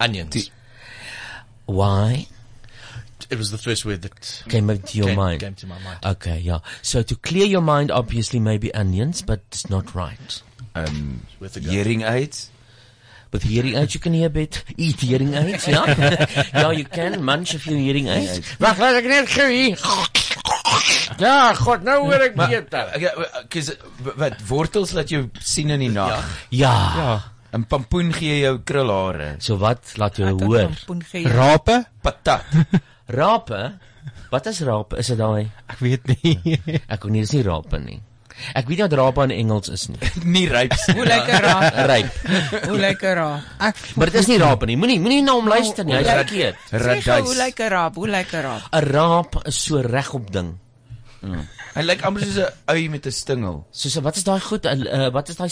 Onions. Why? It was the first word that Came up to your came- mind. Came to my mind. Okay, yeah. So to clear your mind, obviously, maybe onions, but it's not right. Um, With hearing aids? With hearing aids, you can hear better. Eat hearing aids, yeah? yeah, you can munch if you're hearing aids. Wag, laat ek net gou hier. Ja, god, nou hoor ek beter. Cuz wat wortels laat jou sien in die nag. Ja. En pampoen gee jou krulhare. So wat laat jou hoor? pampoen gee jou- Rape? Patat. Rape? Wat is rape? Is dit daai? Ek weet nie. Ek kon nie dis nie rape nie. Ek weet nie wat rape in Engels is nie. nie rapes. Hoe lekker raap. Rape. Hoe lekker raap. Ek Maar dit is nie rape nie. Moenie moenie na hom luister nie. Hy's Hoe lyk- verkeerd. Sê gou, Hoe lekker raap? Hoe lekker raap? 'n Raap is so regop ding. Hmm. Hy lyk amper soos 'n ui met 'n stingel. Soos wat is daai goed? L- Uh, wat is daai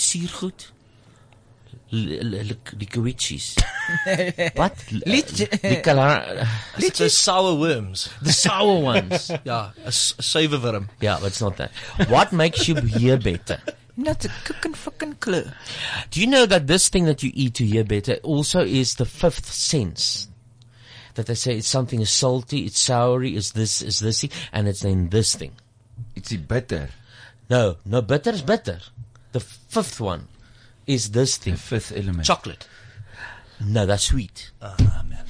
suurgoed? Liquichis. Wat? Die kalar. It's those sour worms. The sour ones. yeah, a, s- a sour worm. Ja, Yeah, but it's not that. What makes you hear better? Not a cooking fucking clue. Do you know that this thing that you eat to hear better also is the fifth sense? That they say it's something is salty, it's soury, it's this, it's thisy, and it's then this thing. It's bitter. No, no, bitter is bitter. The fifth one is this thing. The fifth element. Chocolate. No, that's sweet. Oh, man.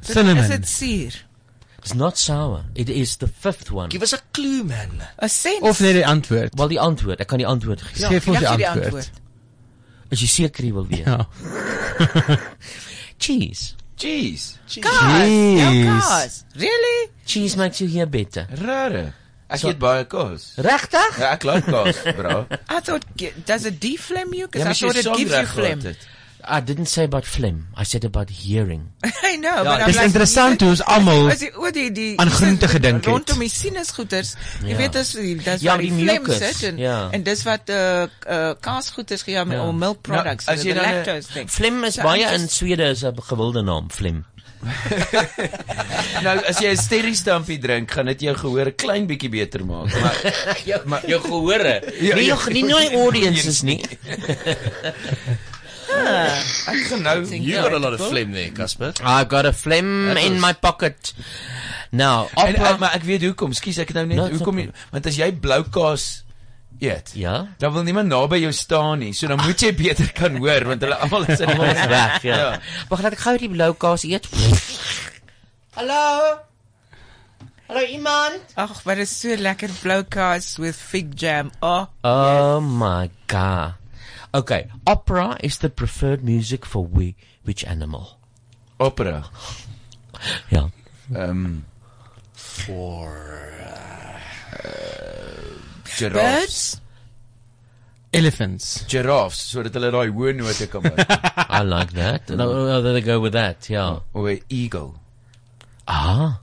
Cinnamon. Is it seer? It's not sour. It is the fifth one. Give us a clue man. A sense. Of net die antwoord. Wel die antwoord. Ek kan die antwoord gee. Ja, Geef ons die gee die antwoord. antwoord. As jy seker jy wil weet. Ja. Cheese. Cheese. Jeez. Kaas. Nou, Ja, kaas. Really? Cheese makes you hear better. Rare. Ek eet baie kaas. Regtig? Ja, ek like kaas, bro. I thought ge- does it deflame you? Because Yeah, I but thought she's it so gives you graag phlegm. gehad het. I didn't say about phlegm. I said about hearing. I know, Ja, but I'm dis like, interessant hoe ons almal as jy oor die die aan groente gedink het. rondom die sinusgoeters. Jy Ja. weet as jy dis Ja, waar die die flem mucus, sit en ja. en dis wat eh eh, kaasgoeters gee met Ja. al milk products, Nou, as the, jy the dan 'n- lactose thing. Phlegm is So baie I'm in just- Swede is 'n gewilde naam, phlegm. nou as jy 'n sterry stampie drink, gaan dit jou gehoor 'n klein bietjie beter maak. Maar jou, maar jou gehore. nie jou nie nou audiences nie. Ah. Ek gaan nou You ja, got a lot of phlegm there, Casper. I've got a phlegm That Mm. in was- my pocket. Nou, Now, En, opera- eh, maar ek weet hoekom. Skus, ek het nou net No, it's hoekom jy, want as jy blou kaas eet. Ja. Dan wil niemand naby jou staan nie. So dan moet jy beter kan hoor want hulle almal is in die Almal is weg, ja. Wag, laat ek gou die blou kaas eet. Hallo. Hallo iemand. Ag, wat is so lekker blou kaas with fig jam. Oh, Oh my god. Okay, opera is the preferred music for we, which animal? Opera. Yeah. Um for Eh, Birds? Elephants. Giraffes sodat hulle daai hoë note kan maak. I like that. No, no, there they go with that. Yeah. Or an eagle. Ah.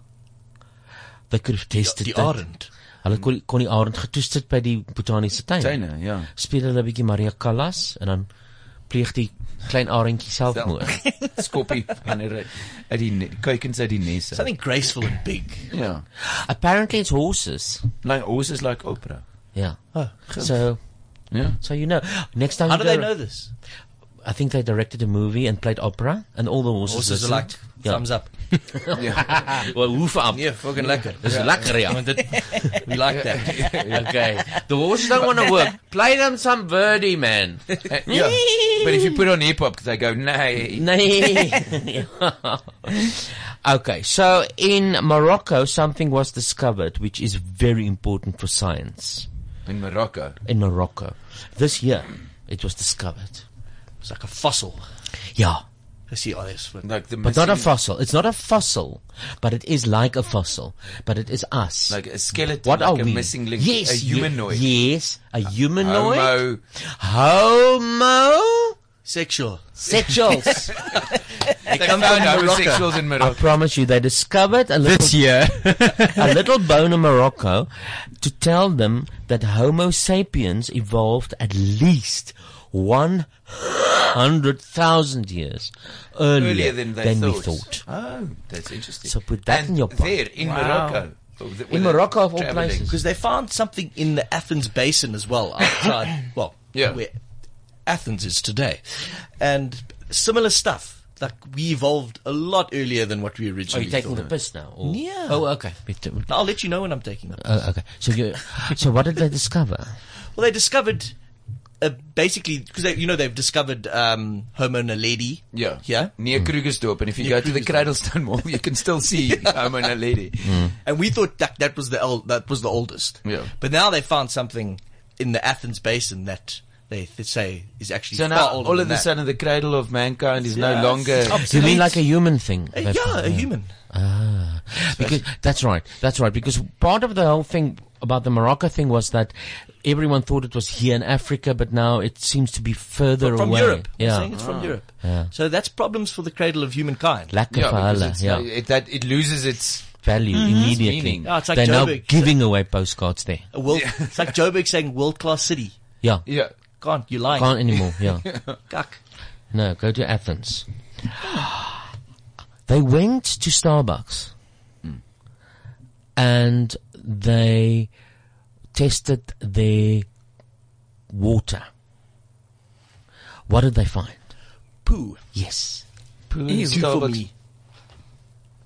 They could have tasted die that. arend. Hulle kon kon die arend getoets het by die botaniese tuin. Tuine, ja. Speel hulle 'n bietjie Maria Callas en dan pleeg die klein arendjie selfmoord. Skoppie wanneer hy uit die ne- kuikens uit die nes. Something graceful and big. Ja. Apparently it's horses. Like horses like opera. Yeah. Oh, good. so Yeah. So you know, next time How do you go- they know this? I think they directed a movie and played opera and all the horses Horses are listened. like thumbs up. yeah. well, hoeven up. Yeah, fucking lekker. Dis Yeah. lekker ja. Want dit- we like that. okay. The horses don't want to work. Play them some Verdi, man. yeah. But if you put on hip hop they go, "Nay." Nay. okay, so in Morocco, something was discovered which is very important for science. In Morocco? In Morocco. This year, it was discovered. It's like a fossil. Yeah. I see all this. Like the But not a fossil. It's not a fossil, but it is like a fossil. But it is us. Like a skeleton, What like are a we? missing link, Yes, a ye- humanoid. Uh, yes, a humanoid. Homo. Homo. Sexual. Sexuals. They come found homosexuals in Morocco. I promise you, they discovered a little, This year. a little bone in Morocco to tell them that Homo sapiens evolved at least 100,000 years earlier, Earlier than they we thought. thought. Oh, that's interesting. So put that and in your pocket. There in Wow. Morocco. Of the- In well, Morocco, of all traveling. places. Because they found something in the Athens basin as well, outside, well, Yeah. where Athens is today. And similar stuff. Like, we evolved a lot earlier than what we Are originally Oh, you taking the thought. piss now? Or? Yeah. Oh, okay. I'll let you know when I'm taking the piss. Oh, okay. So you, so what did they discover? Well, they discovered uh, basically because you know they've discovered um, Homo naledi. Yeah. yeah. Hmm. Near Krugersdorp, and if you go to the Cradlestone Mall, you can still see Homo naledi. Hmm. And we thought that that was the old, that was the oldest. Yeah. But now they found something in the Athens basin that they, they say is actually So far now, older all than of a that. sudden, the cradle of mankind is Yeah. no longer. You mean like a human thing? Uh, yeah, a human. Ah, because that's right. That's right. Because part of the whole thing about the Morocco thing was that everyone thought it was here in Africa, but now it seems to be further From away. Europe. They're Yeah. saying it's from Europe. Ah. Yeah. So that's problems for the cradle of humankind. Lekker vir because hulle, it's- yeah. it, that it loses its Value Mhm. immediately. Its meaning. Yeah, it's like They're now Joburg. giving away postcards there. A world, It's like Joburg saying world class city. Yeah. Yeah. Can't, you're lying. Can't anymore, yeah. Cuck. No, go to Athens. they went to Starbucks and they tested their water. What did they find? Poo. Yes. Poo Ew. in Two for Starbucks. me.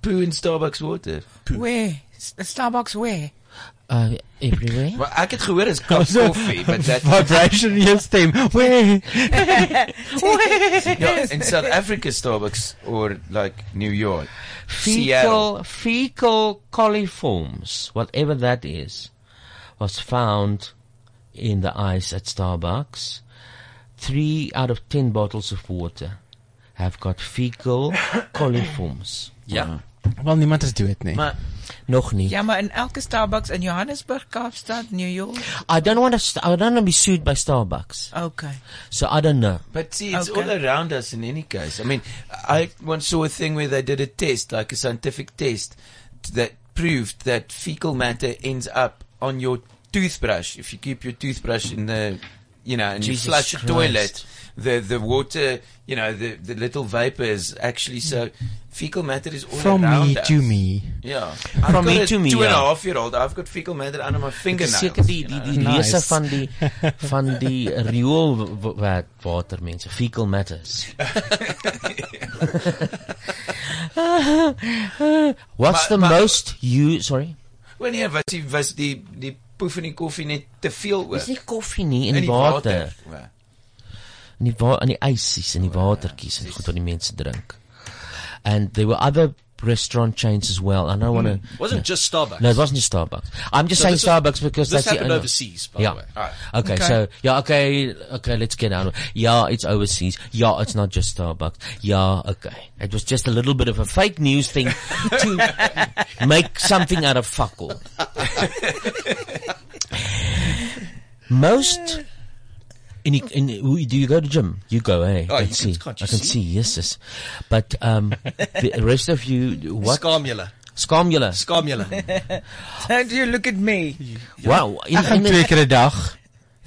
Poo in Starbucks water. Where? S- Starbucks where? Uh everywhere. Maar ek het gehoor is cup So, coffee, but that vibration in jou stem. Wee. Ja, in South Africa Starbucks or like New York. Seattle. fecal fecal coliforms, whatever that is, was found in the ice at Starbucks. Three out of ten bottles of water have got fecal coliforms. Ja. Wel niemand is dood nie. Maar nog nie. Ja, maar in elke Starbucks in Johannesburg, Kaapstad, New York. I don't want to. I don't want to be sued by Starbucks. Okay. So I don't know. But see, it's Okay. all around us in any case. I mean, I once saw a thing where they did a test, like a scientific test, that proved that fecal matter ends up on your toothbrush. If you keep your toothbrush in the, you know, and Jesus you flush Christ. a toilet, the, the water, you know, the, the little vapor is actually so. Fecal matter is all Mm. From around me us. to me. Yeah. From I've got me a to me, Two and a yeah. half year old. I've got fecal matter under my fingernails. Seker die die die you know. lese van die van die riool wa- wa- water mense, fecal matters. Maar- What's the maar- most you sorry? Wel nee, was die was die die poef in die koffie net te veel oor. Dis nie koffie nie, in die water. water. in die wa- in die ysies Oh, en die watertjies en goed wat die mense drink. And there were other restaurant chains as well. I don't want to. Mm. Wasn't just Starbucks. No, it wasn't just Starbucks. I'm just So saying this was- Starbucks because this that's the happened only- overseas, by the yeah. way. Alright. Okay, Okay. so yeah, okay, okay. Let's get out. of Yeah, it's overseas. Yeah, it's not just Starbucks. Yeah, okay. It was just a little bit of a fake news thing to make something out of fuck all. Most. In, in, who- do you go to gym? You go, eh? Oh, I you can can- see. can't I you can see? see. Yes, yes. But um, the rest of you, what? Skaam julle. Skaam julle. Skaam julle. Don't you look at Ja. me. Wow. in- Ek gaan in- twee keer 'n dag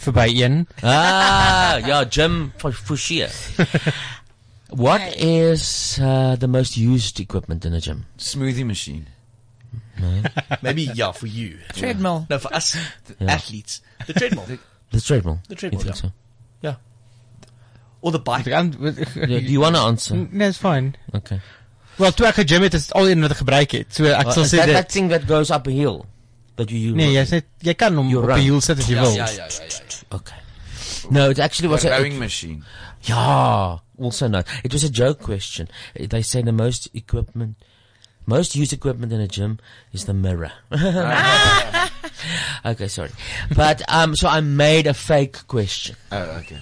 verby een. Ah, yeah, Jim for Fushia. What is uh, the most used equipment in a gym? Smoothie machine. No. Maybe yeah for you. Treadmill. No, for us the Yeah. athletes. The treadmill. The treadmill. The treadmill, You think yeah. so? yeah. Or the bike. Yeah, Ja, do you want to answer? No, it's Nee, fine. Okay. Wel, toe ek gejim het, is dit al een wat ek gebruik het. So ek Uh, sal is sê that, dit that thing that goes up a hill that you use. Nee, jy's net jy kan hom You op run. die hiel sit as jy Ja, wil. ja, ja, ja, Okay. No, it actually was A a rowing machine. Yeah, also not. It was a joke question. Uh, They say the most equipment, most used equipment in a gym is the mirror. okay, sorry, but um, so I made a fake question. Oh, okay.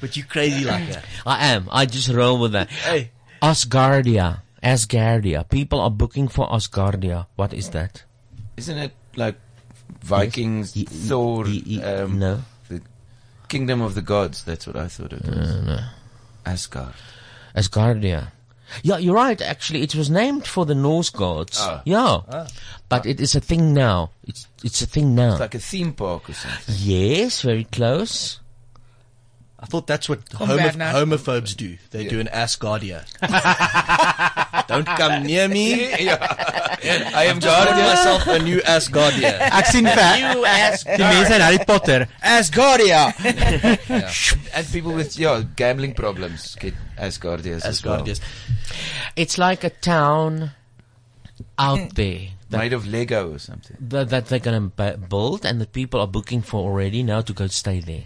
But you crazy like that. I am. I just roll with that. Hey. Asgardia, Asgardia. People are booking for Asgardia. What is that? Isn't it like Vikings, Thor, um, no. the Kingdom of the Gods? That's what I thought it was. Uh, Asgard. Asgardia. Yeah, you're right. Actually, it was named for the Norse gods. Oh. Yeah, Ah. but it is a thing now. It's it's a thing now. It's like a theme park or something. Yes, very close. I thought that's what Kom homo- back now. homophobes do. They do an Asgardia. Don't come near me. I am guarding myself a new Asgardia. Ek sien You ver. Die mense in Harry Potter. Asgardia. Yeah. and people with yeah gambling problems get Asgardias. Asgardias. Asgardias. It's like a town Hmm. out there that, Made of Lego or something. that, that they're going to build and that people are booking for already now to go stay there.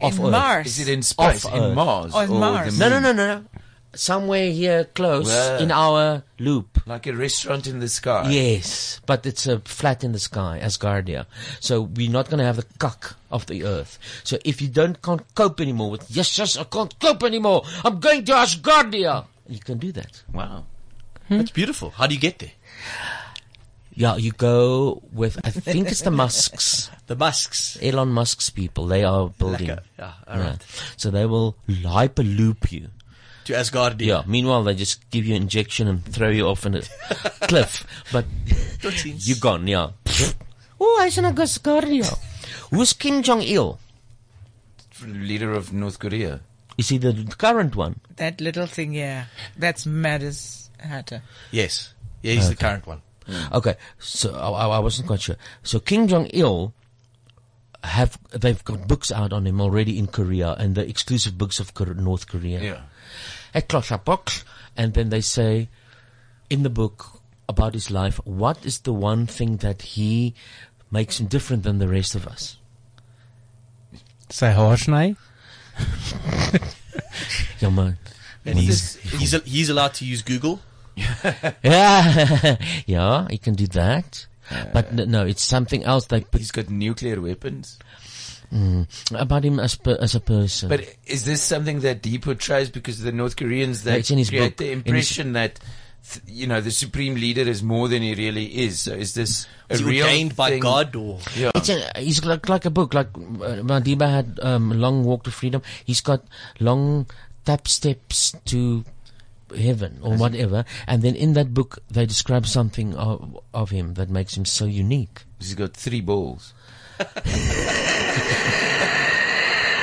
Off In Earth. Mars? Is it in space? Off In Earth. Mars Or in or Mars? the No, no, moon? no, no, no. Somewhere here close Wow. in our loop. Like a restaurant in the sky. Yes, but it's a flat in the sky, Asgardia. So we're not going to have the cuck of the earth. So if you don't can't cope anymore with yes, yes, I can't cope anymore. I'm going to Asgardia. You can do that. Wow, that's beautiful. How do you get there? Yeah, you go with I think it's the Musks. the Musks. Elon Musk's people. They are building. Lekker. Yeah, alright. So they will hyperloop you. To Asgardia. Yeah. Meanwhile, they just give you an injection and throw you off in a cliff. But you're gone. Yeah. Oh, hy's in Asgardia. Who's Kim Jong Il? Leader of North Korea. Is he the current one? That little thing, yeah. That's mad as hatter. Yes. Yeah, he's the Okay. Hmm. current one. Okay, so I, I- I wasn't quite sure. So Kim Jong Il have they've got books out on him already in Korea, and the exclusive books of Kor- North Korea. Yeah. At Klosha Box, and then they say in the book about his life, what is the one thing that he makes him different than the rest of us. Sy haar sny. Ja man. And he's he's he's allowed to use Google. yeah, yeah, he can do that. but no, no, it's something else. They put, he's got nuclear weapons. Mm, about him as per, as a person. But is this something that he portrays because the North Koreans No, they it's in his create book. the In his- impression that th- you know the supreme leader is more than he really is. So is this a Is he real ordained by thing? God or- yeah? It's a, he's like, like a book. Like uh, Madiba had um, long walk to freedom. He's got long tap steps to heaven or whatever. And then in that book, they describe something of, of him that makes him so unique. He's got three balls.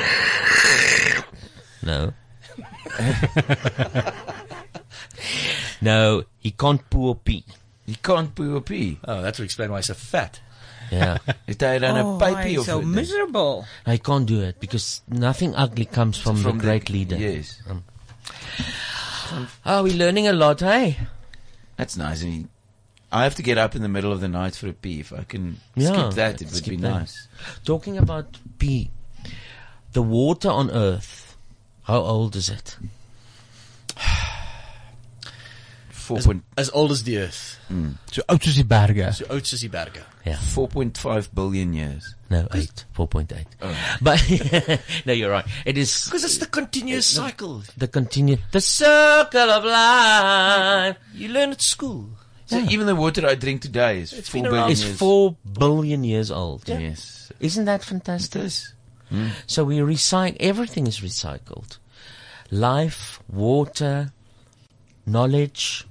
No. no, he can't poo or pee. He can't poo or pee. Oh, that's would explain why he's so fat. Yeah. Is that Oh, why so miserable. I can't do it because nothing ugly comes from, From the- the great leader. yes. Um, oh, we're learning a lot, hey? That's nice. I mean, I have to get up in the middle of the night for a pee. If I can skip that, it would skip be that. nice. Talking about pee, the water on Earth, how old is it? Four As, point as old as the earth. Hmm. So oud soos die berge. So oats is Iberga. Yeah. Four point five billion years. Oh. No, eight. Four point eight. But no, you're right. It is Because it's the continuous cycle. the continue the circle of life. You learn at school. So even the water I drink today is four been billion around- It's years. four billion years old. Yeah. Hmm. Yes. Isn't that fantastic? It is. So we recycle, everything is recycled. Life, water, knowledge,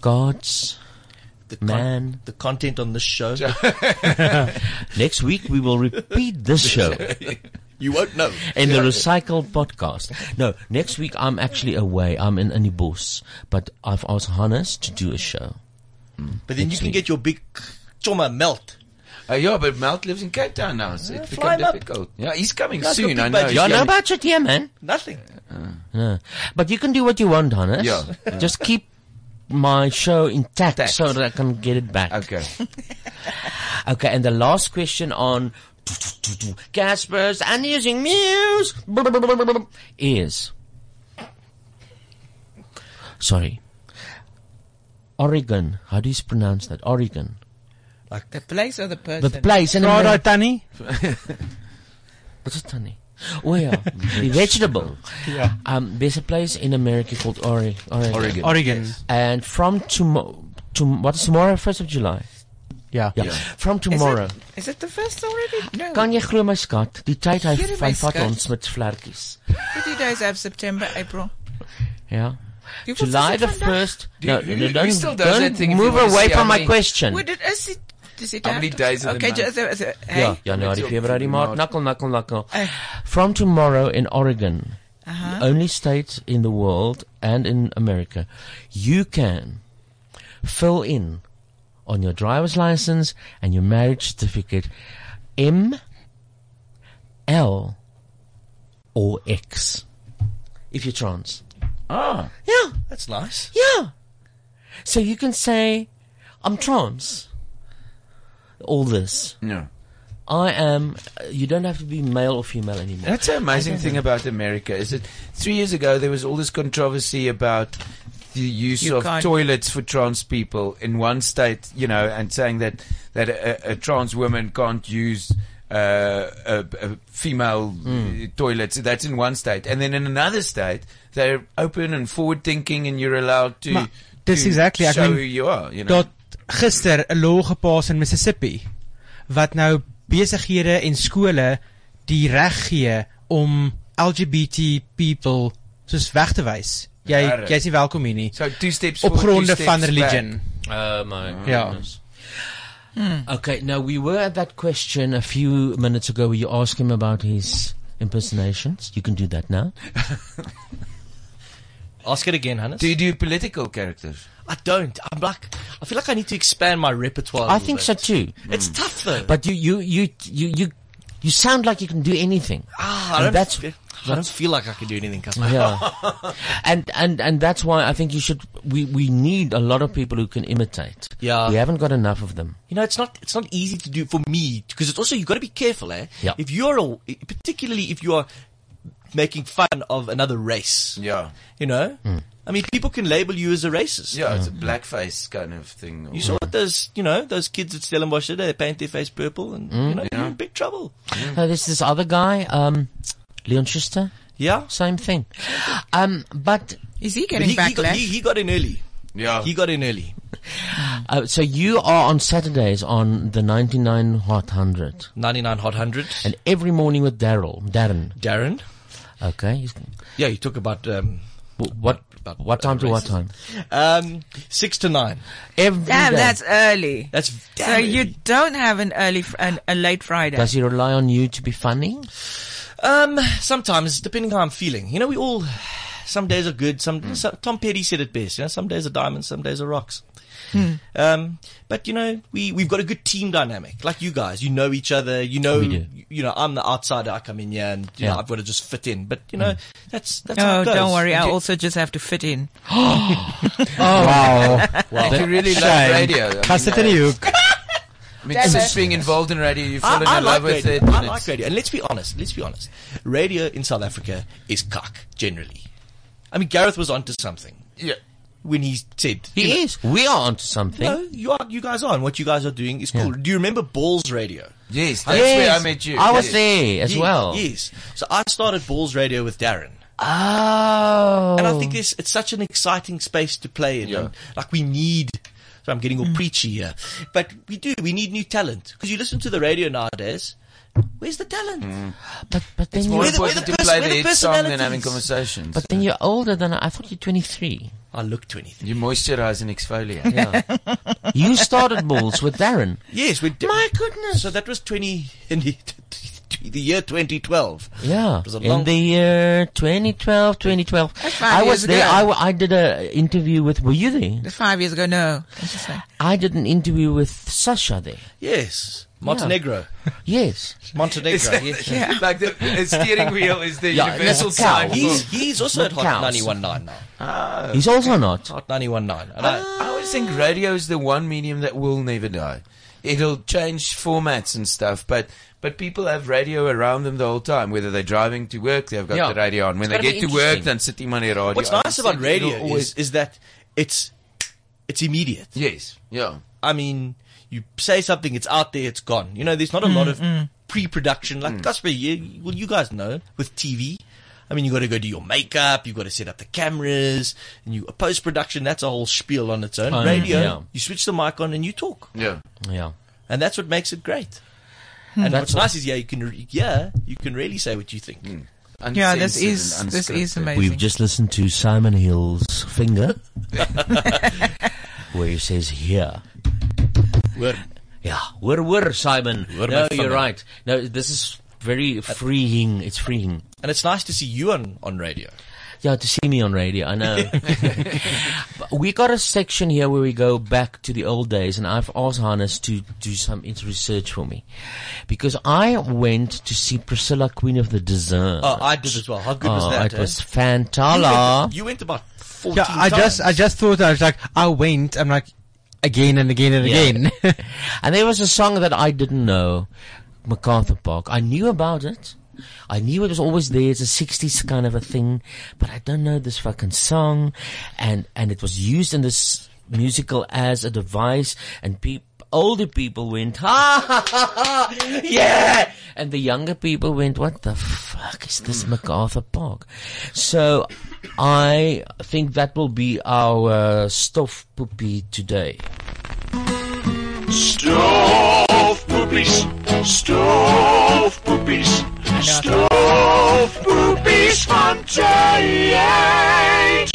gods, man. The content on this show. Next week we will repeat this show. You won't know. In the recycled podcast. No, next week I'm actually away. I'm in Anibos. But I've asked Hannes to do a show. But then you Next can week. get your big choma melt. Uh, Uh, yeah, but Melt lives in Cape Town now, so it's fly become him up. difficult. Yeah, he's coming That's soon. a I big know. budget. he's Yeah, no coming. budget here, man. Nothing. No. But you can do what you want, Hannes. Yeah, yeah. Just keep my show intact so that I can get it back. Okay. okay, and the last question on Casper's and using Muse is. Sorry. Oregon. How do you pronounce that? Oregon. The place or the person? The place in Friday, America- Tanny. What's a tunny? Oh yeah, the vegetable. Yeah. Um, there's a place in America called Ori- Oregon. Oregon. Oregon. Yes. And from tomorrow, tom- what's tomorrow? First of July. Yeah. yeah. From tomorrow. Is it the first already? No. Kan jy glo my skat, die tyd hy Here, hy my vat skat. ons met vlekkies. What do you guys have? September, April? Yeah. Wie was July dit the vandag? 1st. Do No, no, you- who- don't, who still does that thing don't if you move wanna away see from how my many- question. What did, is it, is it How many out? days in the Okay, month? just, uh, uh, hey. Yeah, January, Until February, March, knuckle, knuckle, knuckle. Eh. From tomorrow in Oregon, Uh-huh. the only state in the world and in America, you can fill in on your driver's license and your marriage certificate M, L, or X. If you're trans. Ah. Yeah. That's nice. Yeah. So you can say, I'm trans. All this. No. I am, you don't have to be male or female anymore. That's the I amazing don't thing know. about America. Is that three years ago there was all this controversy about the use You of can't- toilets for trans people in one state, you know, and saying that that a, a trans woman can't use. Uh, a, a female Mm. uh, toilets. That's in one state, and then in another state, they're open and forward-thinking, and you're allowed to. Maar dis to exactly ek show meen who ja, you are. You know, tot gister 'n law gepas in Mississippi wat nou besighede en skole die reg gee om LGBT people soos weg te wys. Jy Regtig? jy's nie welkom hier nie. So two steps op forward, two gronde van steps religion. Oh my Ja. goodness. Hmm. Okay, now we were at that question a few minutes ago where you asked him about his impersonations. You can do that now. Ask it again, Hannes. Do you do political characters? I don't. I'm like, I feel like I need to expand my repertoire. I I think so too. It's Hmm. tough though. But you, you, you, you, you, you sound like you can do anything. Ah, I And don't that's f- I don't feel like I can do anything, Casper. Yeah. and, and, and that's why I think you should, we, we need a lot of people who can imitate. Yeah. We haven't got enough of them. You know, it's not it's not easy to do for me because it's also you got to be careful, eh? Yeah. If you're a, particularly if you are making fun of another race. Yeah. You know, Hmm. I mean, people can label you as a racist. Yeah, it's a blackface kind of thing. You saw what those you know those kids at Stellenbosch did? eh? They paint their face purple, and Mm. you know Yeah. you're in big trouble. Uh, there's this other guy, um, Leon Schuster. Yeah. Same thing. Um, but. Is he But he, got, he, he got in early. Yeah. He got in early. Uh, so you are on Saturdays on the 99 Hot 100. 99 Hot 100. And every morning with Daryl, Darren. Darren. Okay. he's- Yeah, you talk about um, what what time to what time? Um, six to nine. Every Damn, that's early. That's so you don't have an early, fr- an, a late Friday. Does he rely on you to be funny? Um, sometimes depending how I'm feeling. You know, we all. Some days are good. Some, some Tom Petty said it best. You know, some days are diamonds, some days are rocks. Hmm. Um, but you know, we we've got a good team dynamic. Like you guys, you know each other. You know, We do. you know, I'm the outsider. I come in here, and you know, Yeah. I've got to just fit in. But you know, Hmm. that's that's how oh, it goes. don't worry. I You- also just have to fit in. Wow. Oh. Wow. If you really Shame. love radio. I Ga sit in uh, die I mean, Damn since it. being involved in radio, you fall I, in I like love with radio. it. I and like it's- radio. And let's be honest. Let's be honest. Radio in South Africa is cock generally. I mean, Gareth was onto something. Yeah. When he said you He know, is. We are onto something. No, you are. You guys are. And what you guys are doing is cool. Do you remember Balls Radio? Yes, that's Yes, where I met you. I was there as Yes, well. Yes. So I started Balls Radio with Darren. Oh. And I think this, it's such an exciting space to play in. And, Like we need, so I'm getting all preachy here, but we do, we need new talent. Because you listen to the radio nowadays, where's the talent? But, but then It's you- more We're the- important we're the to pers- play we're the the hit song than having personalities. conversations. But then you're older than I, I thought. You're 23. I look 23. You moisturize and exfoliate. Yeah. you started balls with Darren. Yes, we did. My goodness. So that was 20, in the, the year 2012. Yeah, It was a in long- the year 2012, 2012. five I years was there. ago. I, w- I did a interview with. Were you there? That's five years ago. No. It's just like- I did an interview with Sasha there. Yes. Montenegro. Yes. Montenegro. yes. It's like the- the steering wheel is the Hmm. universal look, cow. sign. He's, he's also at Look, Hot cows. 91.9 now. He's also not. Hot 91.9. And I, Oh. I always think radio is the one medium that will never die. It'll change formats and stuff, but but people have radio around them the whole time. Whether they're driving to work, they've got Yeah. the radio on. When It's they gotta get be to work, interesting. then sitting on the radio. What's I nice just about think it'll radio is, is that it's it's immediate. Yes. Yeah. I mean, you say something, it's out there, it's gone. You know, there's not a Mm, lot of mm. pre-production like that's where you well, you guys know with TV. I mean, you got to go do your makeup, you got to set up the cameras, and you post-production. That's a whole spiel on its own. Mm, Radio, yeah. you switch the mic on and you talk. Yeah. Yeah. And that's what makes it great. And That's what's nice is yeah, you can re- yeah, you can really say what you think. Hmm. Yeah, this is- Uncensored this and is unscripted. amazing. We've just listened to Simon Hill's Finger, where he says, Here. Where? Yeah, where, where, Simon? Where no, my you're finger? right. No, this is very freeing. It's freeing. Uh, And it's nice to see you on, on radio. Yeah, to see me on radio, I know. But we got a section here where we go back to the old days, and I've asked Hannes to do some inter- research for me. Because I went to see Priscilla, Queen of the Dessert. Oh, I did as well. How good was Oh, that? It eh? was You fantala. went, you went about fourteen Yeah, I times. just, I just thought I was like, I went. I'm like, again and again and again. and there was a song that I didn't know, MacArthur Park. I knew about it. I knew it was always there. It's a '60s kind of a thing, but I don't know this fucking song, and and it was used in this musical as a device, and peop Older people went, ha ha ha ha, yeah! And the younger people went, what the fuck is this MacArthur Park? So I think that will be our uh, Stoffpoopie today. Stoof poopies, stoof poopies, stoof poopies van Giant.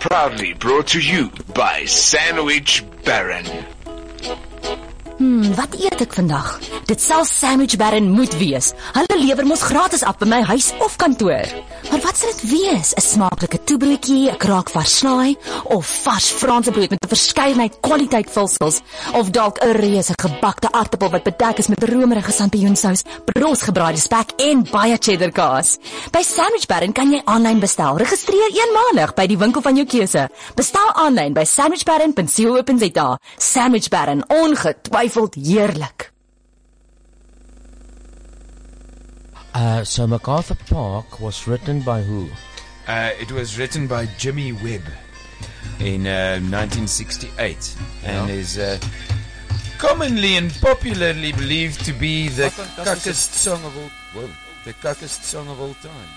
Proudly brought to you by Sandwich Baron. Hmm, wat eet ek vandag? Dit sal Sandwich Baron moet wees. Hulle lewer mos gratis af by my huis of kantoor. Maar wat sal dit wees? 'n Smaaklike toebroodjie, 'n kraak vars slaai of vars Franse brood met 'n verskeidenheid kwaliteit vulsels of dalk 'n reuse gebakte aartappel wat bedek is met romerige sampioensous, brosgebraaide spek en baie cheddar kaas. By Sandwich Baron kan jy aanlyn bestel. Registreer eenmalig by die winkel van jou keuse. Bestel aanlyn by sandwichbaron.co.za. Sandwich Baron, ongetwyfeld heerlik. Uh, so MacArthur Park was written by who? Uh, it was written by Jimmy Webb in uh, 1968 and is uh, commonly and popularly believed to be the That's the cuckest song of all whoa, the cuckest song of all time.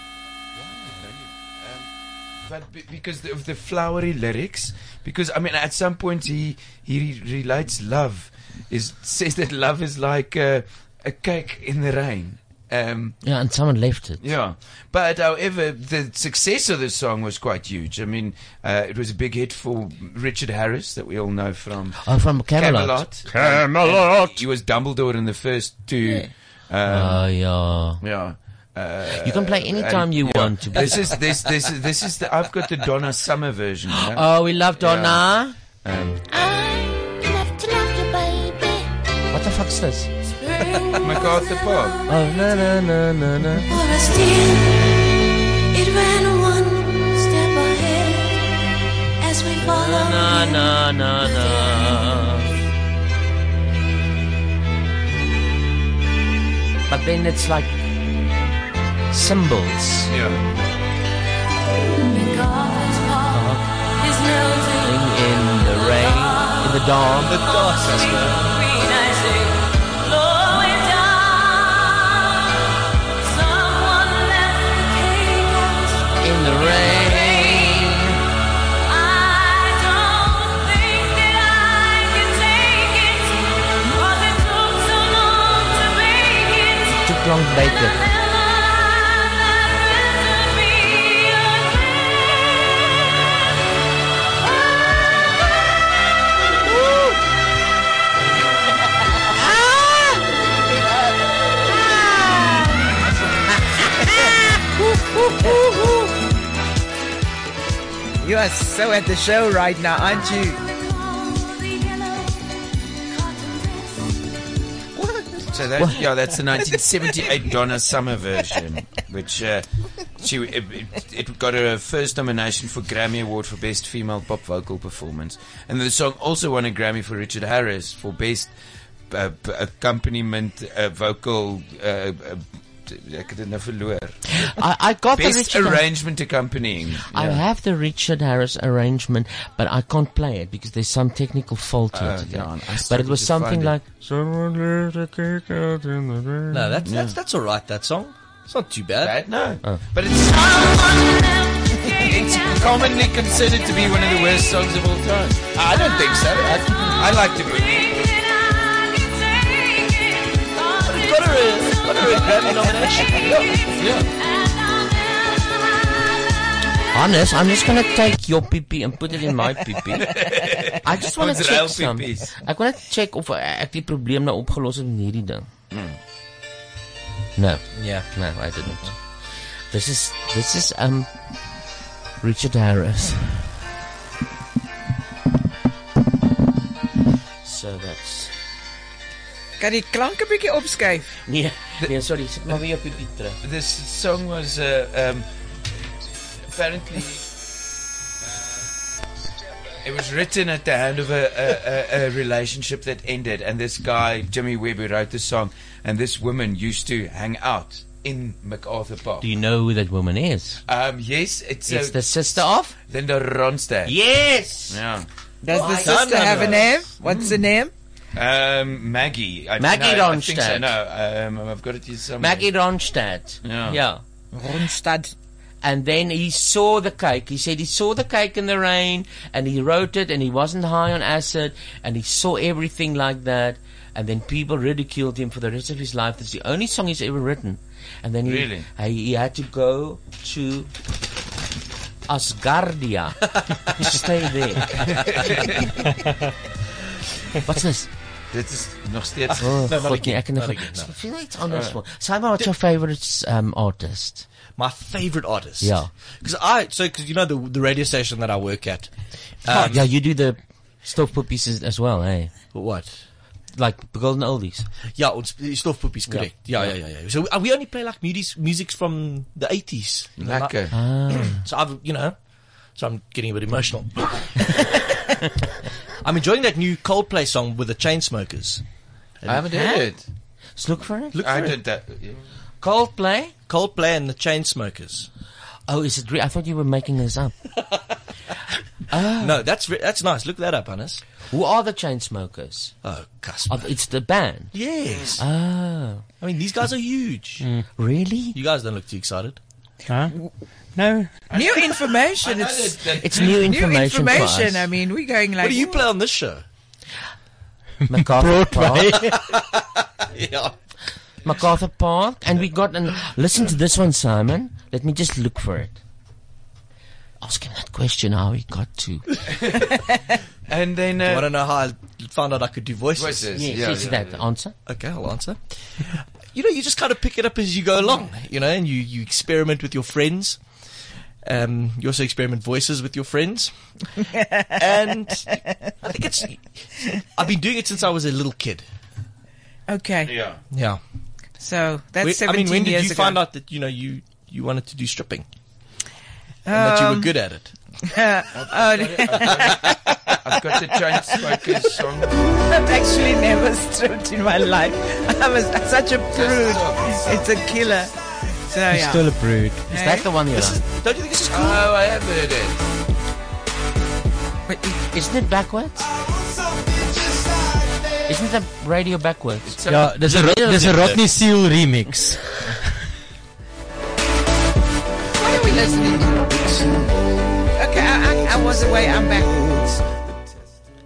But be- because of the flowery lyrics, because I mean, at some point he he re- relates love, is says that love is like uh, a cake in the rain. Um, Yeah, and someone left it. yeah, but however, the success of this song was quite huge. I mean, uh, it was a big hit for Richard Harris that we all know from Oh, from Camelot. Camelot. Camelot. And He was Dumbledore in the first two. Oh yeah, yeah. Uh, You can play any time you want to be- This is this this is this is the I've got the Donna Summer version. you know? Oh, we love Donna. Yeah. Um, What the fuck's this? MacArthur Park. Oh, na na na na na. For us, dear, it ran one step ahead as we follow. Na na na na. But then it's like symbols. Yeah. MacArthur's Park is melting In the rain, in the dawn. The dark. green. I say, lower way down. Someone left the cake out In the rain. in the rain. I don't think that I can take it. 'Cause it took so long to make it. Took long to make it. You are so at the show right now, aren't you? So that, yeah, that's the 1978 Donna Summer version, which uh, she it, it- it got her first nomination for Grammy Award for Best Female Pop Vocal Performance, and the song also won a Grammy for Richard Harris for Best uh, p- Accompaniment uh, Vocal. Uh, uh, ek het dit nou verloor. I got the Best Richard- arrangement accompanying. I Yeah. have the Richard Harris arrangement, but I can't play it because there's some technical fault in Oh, it. yeah, and I but it struggled was to something find it. like. No, that's Yeah. that's that's all right. That song. It's not too bad. Uh. no, Oh. but it's it's commonly considered to be one of the worst songs of all time. I don't think so. I, I like the movie. Got her a, got her a Grammy nomination. Yeah. Honest, I'm just gonna take your pee and put it in my pee I just wanna Ons check ruil some. piepies. Ek wil net check of eh, ek die probleem nou opgelos het met hierdie ding. Hmm. No. Yeah. No, I didn't. This is this is um Richard Harris. So that's Kan die klanke bietjie opskuif? Nee, nee, sorry, sit maar weer op die pie terug. This song was uh, um, apparently uh, it was written at the end of a, a, a, a relationship that ended, and this guy Jimmy Webb who wrote the song, and this woman used to hang out in MacArthur Park. Do you know who that woman is? Um, yes, it's It's uh, the sister of Linda Ronstadt. Yes. Yeah. Hmm. Does the sister have a name? What's the name? Um, Maggie. I, Maggie no, I think so. Ronstadt. No, um, I've got it here somewhere. Maggie Ronstadt. Yeah. Yeah. Ronstadt. And then he saw the cake. He said he saw the cake in the rain and he wrote it and he wasn't high on acid and he saw everything like that. And then people ridiculed him for the rest of his life. That's the only song he's ever written. And then he, Really? he, he had to go to Asgardia to stay there. What's this? Dit is nog steeds. Oh, God, nee, again, ek kan not nog. again, no. Veel iets anders Uh, maar. Sê maar what's your favorite um artist? my favorite artist. Yeah. Because I, so, because you know, the, the radio station that I work at. Uh, Oh, um, yeah, you do the stovepipe pieces as well, eh? What? Like the golden oldies. Yeah, it's, it's not puppies, Yeah. correct. Yeah, yeah, yeah, yeah. So uh, we only play like music, music from the 80s. you know, like- Lekker. Ah. so I've, you know, so I'm getting a bit emotional. I'm enjoying that new Coldplay song with the Chainsmokers. I haven't heard Huh? it. Just look for it. Look I for did it. that. yeah. Coldplay? Coldplay and the Chainsmokers. Oh, is it? Re- I thought you were making this up. Ah, No, that's re- that's nice. Look that up, Hannes. Who are the Chainsmokers? Oh, cuss. Oh, it's the band. Yes. Oh. I mean, these guys are huge. Mm. Really? You guys don't look too excited. Huh? No. New information. It's, It's new information for information. us. I mean, we're going like. what do you play on this show? MacArthur Park. yeah. MacArthur Park, and we got an. Listen to this one, Simon. Let me just look for it. Ask him that question how he got to. And then. I don't know how I found out I could do voices. uh, Voices, Yes, yeah, is yeah, that the yeah. answer? Okay, I'll answer. You know, you just kind of pick it up as you go along, you know, and you, you experiment with your friends. Um, you also experiment voices with your friends. and I think it's. I've been doing it since I was a little kid. Okay. Yeah. Yeah. So that's When- I seventeen mean, when did years you ago. find out that, you know, you, you wanted to do stripping? And that you were Um, good at it? oh, I've got the Chainsmokers song. I've actually never stripped in my life. I was such a prude. It's a killer. So He's yeah. still a prude. Is that the one you This like? is- Don't you think this is cool? Oh, I have heard it. Isn't it backwards? Isn't the radio backwards? Ja, dis 'n Ro- dis 'n Rodney Seal remix. Why are we listening? Okay, I, I, I was away. I'm back.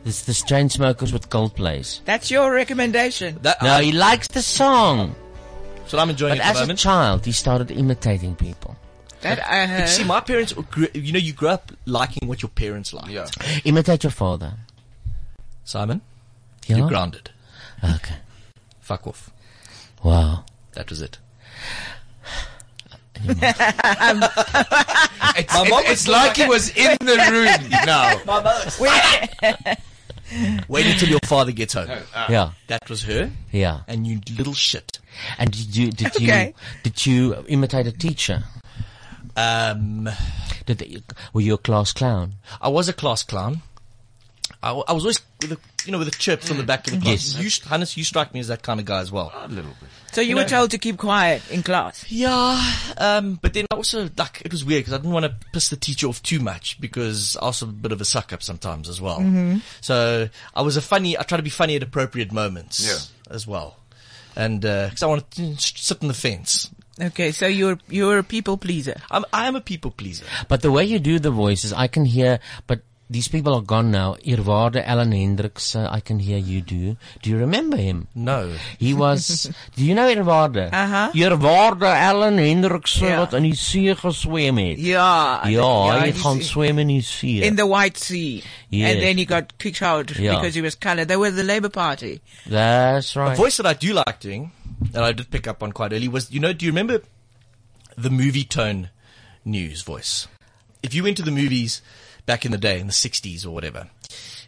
It's the Chainsmokers with Coldplays. That's your recommendation. No, he likes the song. um, That's what I'm enjoying at But the as a moment. child, he started imitating people. That I You See, my parents, were gr- you know, you grow up liking what your parents like. Yeah. Imitate your father. Simon, Yeah? you're grounded. Okay. Fuck off. Uh, Wow. That was it. it's, It's, it, it's like he was in the room now. Wait until your father gets home. uh, Yeah. That was her. Yeah. And you little shit. And did you did you Okay. did you imitate a teacher? Um, did they, were you a class clown? I was a class clown. I, wa- I was always, with a, you know, with a chirp from the back of the class. You, st- Hannes, you strike me as that kind of guy as well. A little bit. So you, You were know- told to keep quiet in class. Yeah, um, but then also like it was weird because I didn't want to piss the teacher off too much because I was a bit of a suck up sometimes as well. Mhm. So I was a funny. I try to be funny at appropriate moments Yeah. as well, and because I wanted to s- sit on the fence. Okay, so you're you're a people pleaser. I'm I am a people pleaser. But the way you do the voices, I can hear. But these people are gone now. Irvarde Alan Hendricks, uh, I can hear you do. Do you remember him? No. He was. do you know Irvarde? Uh-huh. Irvarde Alan Hendricks uh, Ja. wat in die see geswem het. Ja. Ja, hy het he's- gaan swem in die see. in the White Sea, Yeah. and then he got kicked out Yeah. because he was coloured. They were the Labour Party. That's A voice that I do like doing, that I did pick up on quite early was you know do you remember the movie tone news voice? If you went to the movies back in the day in the '60s or whatever,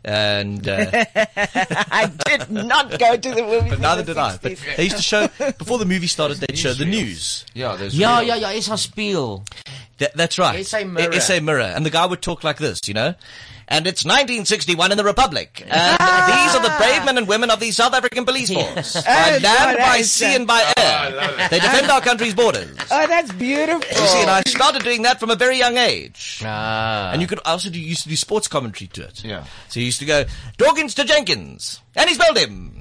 and. Uh, I did not go to the movies. But neither did I. But they used to show before the movie started. They'd show the news. Yeah, Ja, ja, ja, is haar speel. That, that's right. SA Mirror. A- SA Mirror. And the guy would talk like this, you know. And it's 1961 in the Republic. And these are the brave men and women of the South African police force. by Ah. Oh, land, God, by that Oh, is uh, sea, so- and by Oh, air. they defend our country's borders. Oh, that's beautiful. You see, and I started doing that from a very young age. And you could I also do, used to do sports commentary to it. Yeah. So you used to go, Dawkins to Jenkins. And he spelled him.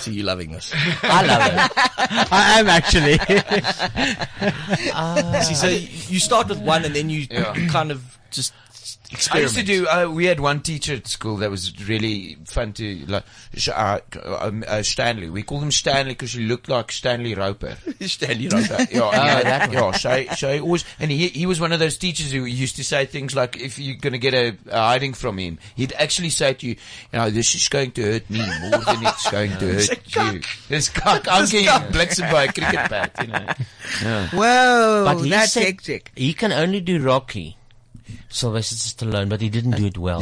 see, you loving this. I love it. I am actually. See, so you start with one and then you kind of just I used to do. Uh, we had one teacher at school that was really fun to like. sh- Uh, um, uh, Stanley. We called him Stanley because he looked like Stanley Roper. Stanley Roper. yeah, Oh, yeah, that yeah. one. So, so he always, and he he was one of those teachers who used to say things like, "If you're going to get a, a hiding from him, he'd actually say to you, you know, this is going to hurt me more than it's going to He's a hurt you." This cock, I'm This getting cock. blitzed by a cricket bat. You know. Yeah. Whoa, but he that's said hectic. He can only do Rocky, Sylvester Stallone, but he didn't do it well.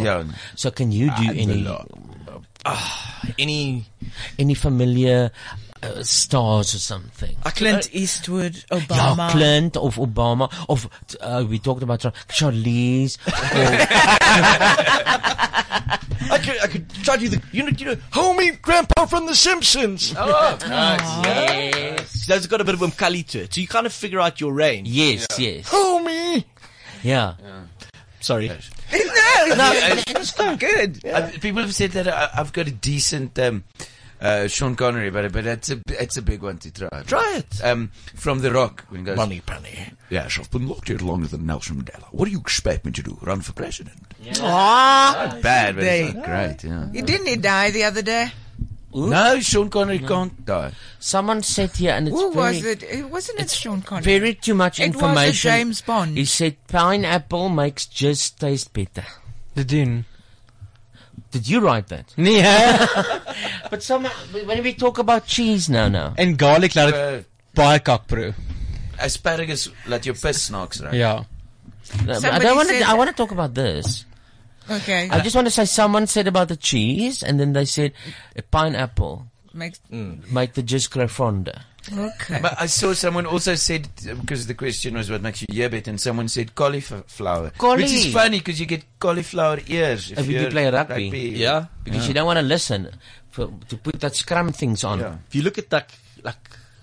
So can you do And a any lot. Ah, any any familiar uh, stars or something? Clint Eastwood, Yeah, Obama. Clint of Obama of uh, we talked about Trump, Charlize. I could, I could try to do the, you know, you know, homie grandpa from The Simpsons. Oh, nice. That's got a bit of umkali to it. So you kind of figure out your range. Yes, yes. Homie. Yeah. Sorry. no, No, it's not good. I've- people have said that I, I've got a decent um, uh, Sean Connery, but but it's a it's a big one to try. Try it um, from The Rock. When he goes, Bunny Bunny. Yes, Ja, I've been locked here longer than Nelson Mandela. What do you expect me to do? Run for president? Ah, Not bad, but it's They- not great. Yeah. He didn't he die the other day? No, Sean Connery can't die. Someone said here, and it's Who very, was it? it? Wasn't it Sean Connery? very too much Oh, It information. was a James Bond. He said pineapple makes just taste better. The din. Did you write that? Yeah. but some, when we talk about cheese now, now. En garlic laat dit baie kak proe. Asparagus laat jou pis snaaks raak. Ja. I Somebody don't want said- to. I want to talk about this. Okay. I just want to say someone said about the cheese, and then they said a pineapple Makes- make the juice grow fonder. Okay. But I saw someone also said uh, because the question was what makes you ear bit, and someone said cauliflower, Cauli. which is funny because you get cauliflower ears if, If you you're do play rugby, Yeah, because you don't want to listen for, to put that scrum things on. If you look at that, like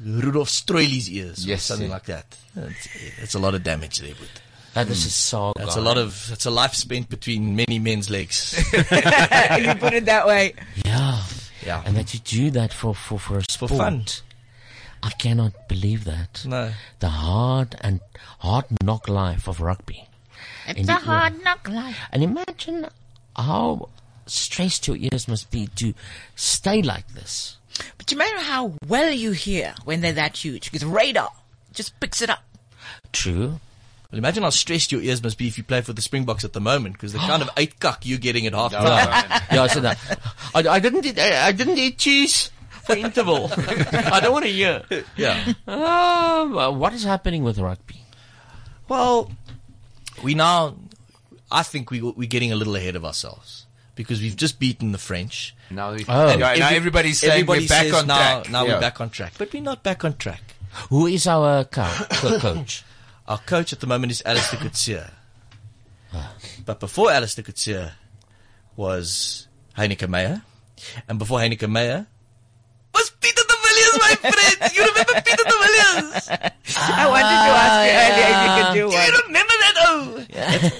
Rudolf Stroely's ears Yes, or something yeah. like that, it's, it's a lot of damage there. But That is a saga. That's a lot of, that's a life spent between many men's legs. if you put it that way. Hmm. Yeah. Yeah. ah, And that you do that for, for, for a sport. fun. I cannot believe that. No. The hard and hard knock life of rugby. And It's a you- hard knock life. And imagine how stressed your ears must be to stay like this. But you remember how well you hear when they're that huge because radar just picks it up. True. Well, imagine how stressed your ears must be if you play for the Springboks at the moment, because the kind of eight cuck you're getting at half time. yeah, I said that. I, I didn't eat, I, I didn't eat cheese for interval. I don't want to hear. Yeah. Um, uh, what is happening with rugby? Well, we now, I think we, we're getting a little ahead of ourselves because we've just beaten the French. Now, we've, Oh. and Yeah, now everybody's saying everybody we're back says on now, track. Now Yeah. we're back on track, but we're not back on track. Who is our co- co- coach? Our coach at the moment is Alistair Kutsia. But before Alistair Kutsia was Heineke Meyer. And before Heineke Meyer, Oh, Ah, I wanted to ask you earlier if you Ah, could do one. you remember that?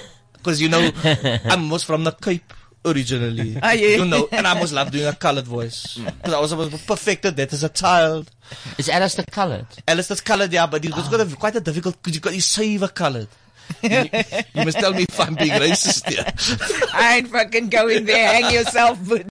Oh, because you know, I'm was from the Cape originally. Ah, yeah. Hmm. You know, and I must love doing a colored voice. Because I was, I was perfected that as a child. Is Alistair colored? Alistair's colored, yeah, but it was Ah. got a, quite a difficult, because you got his saver colored. you, you must tell me if I'm being racist here. I ain't fucking going there. Hang yourself, but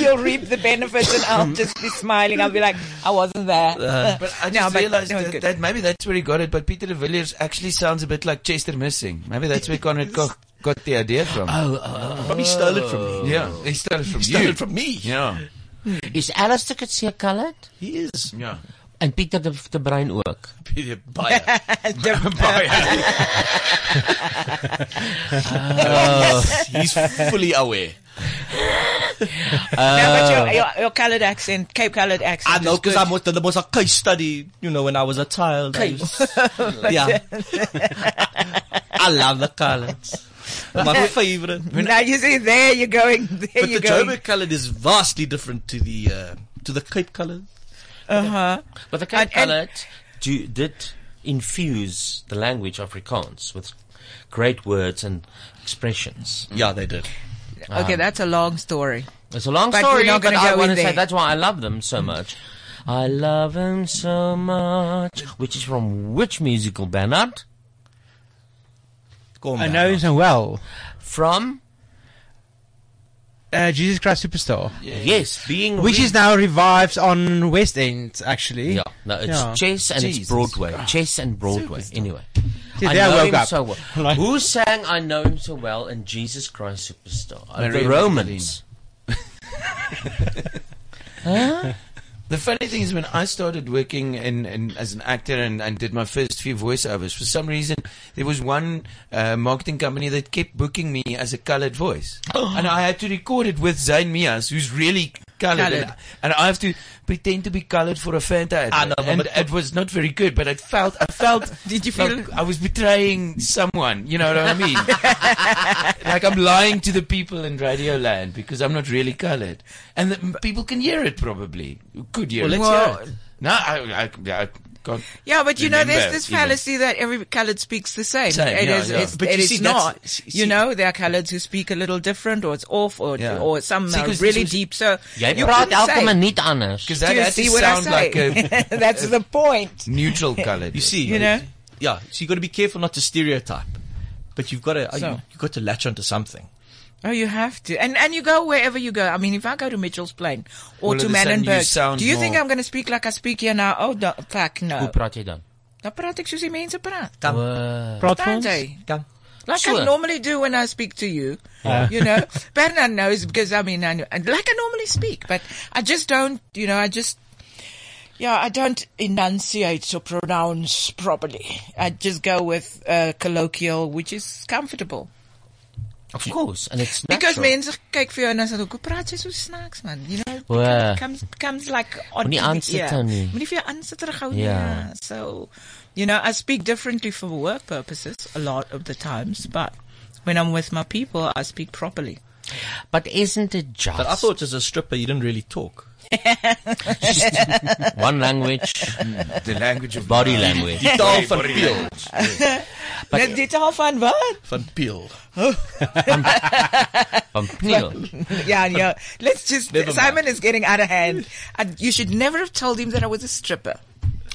you'll reap the benefits, and I'll just be smiling. I'll be like, I wasn't there. Uh, but I Um, No, just but realized no, it's that, good. that maybe that's where he got it. But Peter de Villiers actually sounds a bit like Chester Missing. Maybe that's where Conrad Koch got the idea from. Oh, oh, Probably stole it from me. Yeah, he stole it from He you. stole it from me. Yeah. Hmm. Is Alistair Kutsia colored? He is. Yeah. And Pieter de, de Bruin ook. Pieter Bayer. Oh, Oh. He's fully aware. Uh, no, uh, but your, your, your coloured accent, Cape coloured accent. I know is good. because I was there was a case study, you know, when I was a child. I used- yeah, I love the colors. My favorite. now you see, there you're going. There but you're the going. Joburg colored is vastly different to the uh, to the Cape colored. Uh huh. But the Cape Coloured do, did infuse the language Afrikaans with great words and expressions. Ah, Yeah, they did. Okay, that's a long story. It's a long but story, We're not but gonna I go want to in say there. that's why I love them so much. I love them so much. Which is from which musical, Bernard? Kom I know him well. From? Uh, Jesus Christ Superstar. Yes, being Which is now revived on West End, actually. Yeah, no, it's Yeah. Chess and it's Broadway. Chess and Broadway. Anyway, See, I there I know woke him up. so well. Who sang "I Know Him So Well" in Jesus Christ Superstar? Uh, the Maria Romans. Huh? The funny thing is, when I started working in, in as an actor and, and did my first few voiceovers, for some reason there was one uh, marketing company that kept booking me as a coloured voice, Oh. and I had to record it with Zayn Mias, who's really coloured, Coloured. And, and I have to pretend to be coloured for a Fanta advert. I know, but- and it was not very good, but it felt I felt. Did you like I was betraying someone? You know what I mean? like I'm lying to the people in Radio Land because I'm not really coloured, and the, people can hear it probably. Could hear Well, it? let's Well- hear No, I, I, I can't. Yeah, but you know, there's remember this even. fallacy that every colored speaks the same. Same, It yeah, is- yeah. it's, But it you is see, that's- not. you know, there are coloreds who speak a little different, or it's off, or Yeah. or some See, are 'cause really this was- deep. So Jy you praat couldn't elke say. minuut anders. 'Cause that Do you has to see what I sound say? like a- That's the point. neutral coloured. You see, You know? yeah. So you got to be careful not to stereotype, but you've got to So. you, you've got to latch onto something. Oh, you have to, and and you go wherever you go. I mean, if I go to Mitchell's Plain or All to of a sudden you Manenberg, sound do you think more- I'm going to speak like I speak here now? Oh, da, fuck no. Hoe praat jy dan? Dan praat ek soos die mense praat. Kam. Praat vir ons. Dante. Like I Sure. normally do when I speak to you, Yeah. you know. Bernard knows because I mean, I know, and like I normally speak, but I just don't, you know, I just, yeah, I don't enunciate or pronounce properly. I just go with uh, colloquial, which is comfortable. Of course, and it's natural. Because mense kyk vir jou en dan sê hulle, "Hoe praat jy so snaaks man?" You know, it Wow. comes comes like on Moenie aansit dan nie. Moenie vir jou aansit terug hou nie. Ja. ja. So, you know, I speak differently for work purposes a lot of the times, but when I'm with my people, I speak properly. But isn't it just? But I thought as a stripper, you didn't really talk. One language. The language of body language. Die taal van Peel. Net die taal van wat? Van Peel. Van yeah, yeah. Let's just Never mind. Simon is getting out of hand. And you should never have told him that I was a stripper.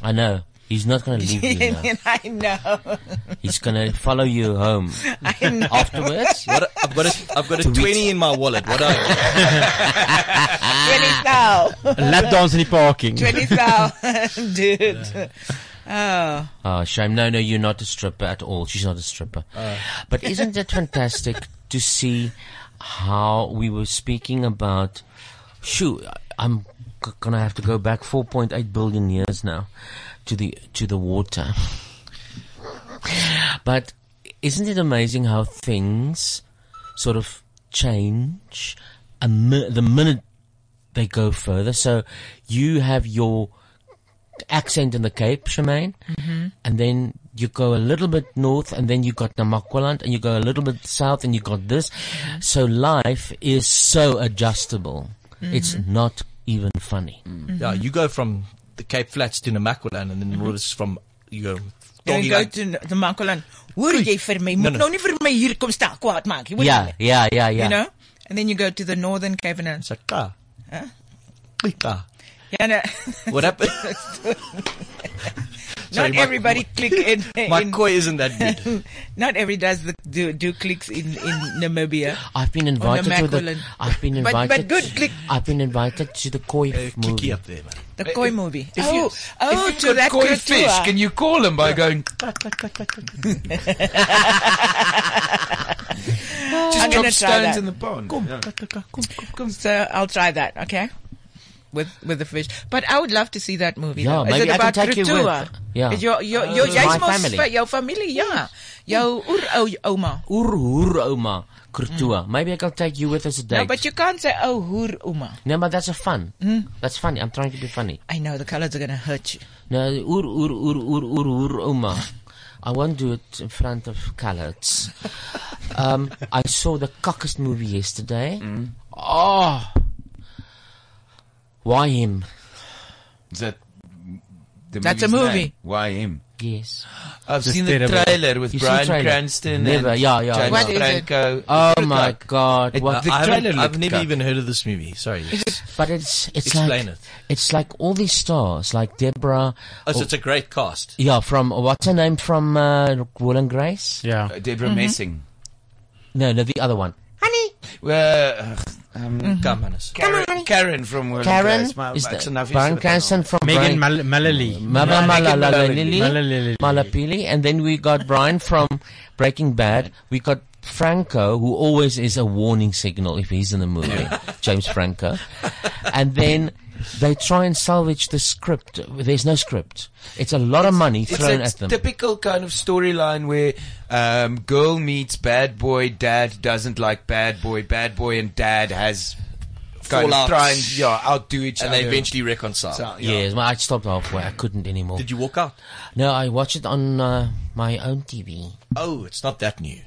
I know. He's not going to leave you now. and I know. He's going to follow you home. I know. Afterwards? What, a- I've got a, I've got a twenty in my wallet. What are you? Twenty thou. Lap dance in die parking. Twenty thou, dude. Oh. Oh, shame. No, no, you're not a stripper at all. She's not a stripper. Uh. But isn't it fantastic to see how we were speaking about, shoot, I'm g- gonna have to go back 4.8 billion years now to the, to the water. But isn't it amazing how things sort of change a mi- the minute they go further? So you have your accent in the Cape, Charmaine, Mhm. and then you go a little bit north, and then you got Namakwaland, and you go a little bit south, and you got this. So life is so adjustable. Mm-hmm. It's Mhm. not even funny. Yeah, you go from the Cape Flats to Namaqualand, and then what is from you go. En Doggy go Land. toe na- na Makolan. Hoor jy vir my? No, Moet no. nou nie vir my hier kom staan kwaad maak. nie, hoor Ja, jy? ja, ja, ja. You know? And then you go to the northern Cape and it's like, ah. Huh? Klika. Yeah, no. What happened? Sorry, Not my- everybody click in. my in- koi isn't that good. Not every does the, do do clicks in in Namibia. I've been invited to the. I've been But- invited. but good click. I've been invited to the Koi movie. up there, man. The koi movie. If oh, you- oh, if you've to got that koi koi fish, can you call him by going? I'm drop gonna Oh, try stones that. in the pond. Kom, Yeah. kak, kak, kom, kom, kom. So I'll try that. Okay. With with the fish, but I would love to see that movie. Yeah, though. Is maybe I can it about take you with- Krutua? yeah. Is your your your Oh. My jy's mos family. vir jou familie, ja. Jou oer ouma. Oer hoer ouma Kurtua. Maybe I can take you with us a No, date. Mm. but you can't say oh hoer ouma. No, but that's a fun. Mm. That's funny. I'm trying to be funny. I know the colors are gonna hurt you. No, oer oer oer oer oer oer ouma. I won't do it in front of coloreds. um, I saw the cockest movie yesterday. "Ah, Oh, why him? Is that the That's a movie's name? movie. Why him? Yes. I've seen the trailer with You see Bryan trailer? Cranston Never. and yeah, yeah. James What is it? Franco. Franco. Oh It's my cock. god. It- What? the I haven't- trailer I've never even heard of this movie. Sorry. But it's it's Explain like it's like all these stars like Deborah. Oh, so or- it's a great cast. Yeah, from what's her name from uh, Will and Grace? Yeah, Uh, Deborah Mhm. Messing. No, no, the other one. Well, uh, um, Come on, us. Karen, Karen from Will and Karen Grace, my- is ek's the enough is Brian with that Cranston one. from Brian, Megan Mal- Mullally. Ma- ma- Megan Malala- Mullally. Lili- Malapili, and then we got Brian from Breaking Bad. We got Franco, who always is a warning signal if he's in the movie, James Franco. And then they try and salvage the script. There's no script. It's a lot of money It's thrown a at them. typical kind of storyline where um, girl meets bad boy, dad doesn't like bad boy, bad boy and dad has kind Fallout. of try and yeah, outdo each And other. they eventually reconcile. So, yeah. Yes, well, I stopped halfway. I couldn't anymore. Did you walk out? No, I watched it on uh, my own TV. Oh, it's not that new.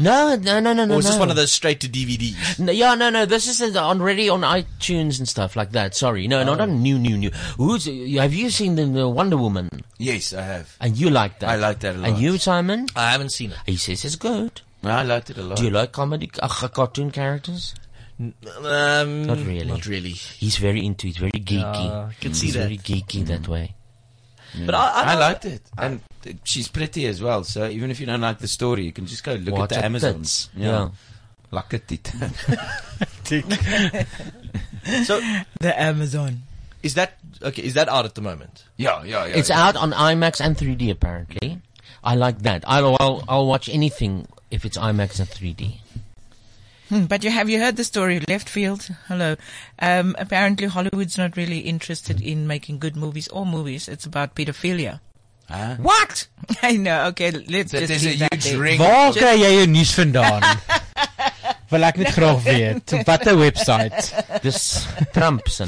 No, no, no, no, no. or is this no. one of those straight to DVDs? No, yeah, no, no. This is already on iTunes and stuff like that. Sorry, no, Oh. not on new, new, new. Who's? uh, Have you seen the, the Wonder Woman? Yes, I have. And you like that? I like that a lot. And you, Simon? I haven't seen it. He says it's good. I liked it a lot. Do you like comedy, uh, cartoon characters? Um, not really. not really. He's very into. He's very geeky. Yeah, I can see He's that. Mm. very geeky that way. But I- I- liked it, and uh, she's pretty as well. So even if you don't like the story, you can just go look Watch at her the Amazons. tits. Yeah. like a tit. so the Amazon. Is that okay? Is that out at the moment? Yeah, yeah, it's out on IMAX and 3D apparently. I like that. I'll, I'll I'll watch anything if it's IMAX and 3D. Hmm, but you have you heard the story of left field? Hello. Um, apparently Hollywood's not really interested in making good movies or movies. It's about pedophilia. What? I know. Okay, let's That just is a leave that huge there. Waar Just- kry jy jou nuus vandaan? Wil ek net graag weet. Watter website? Dis Trump se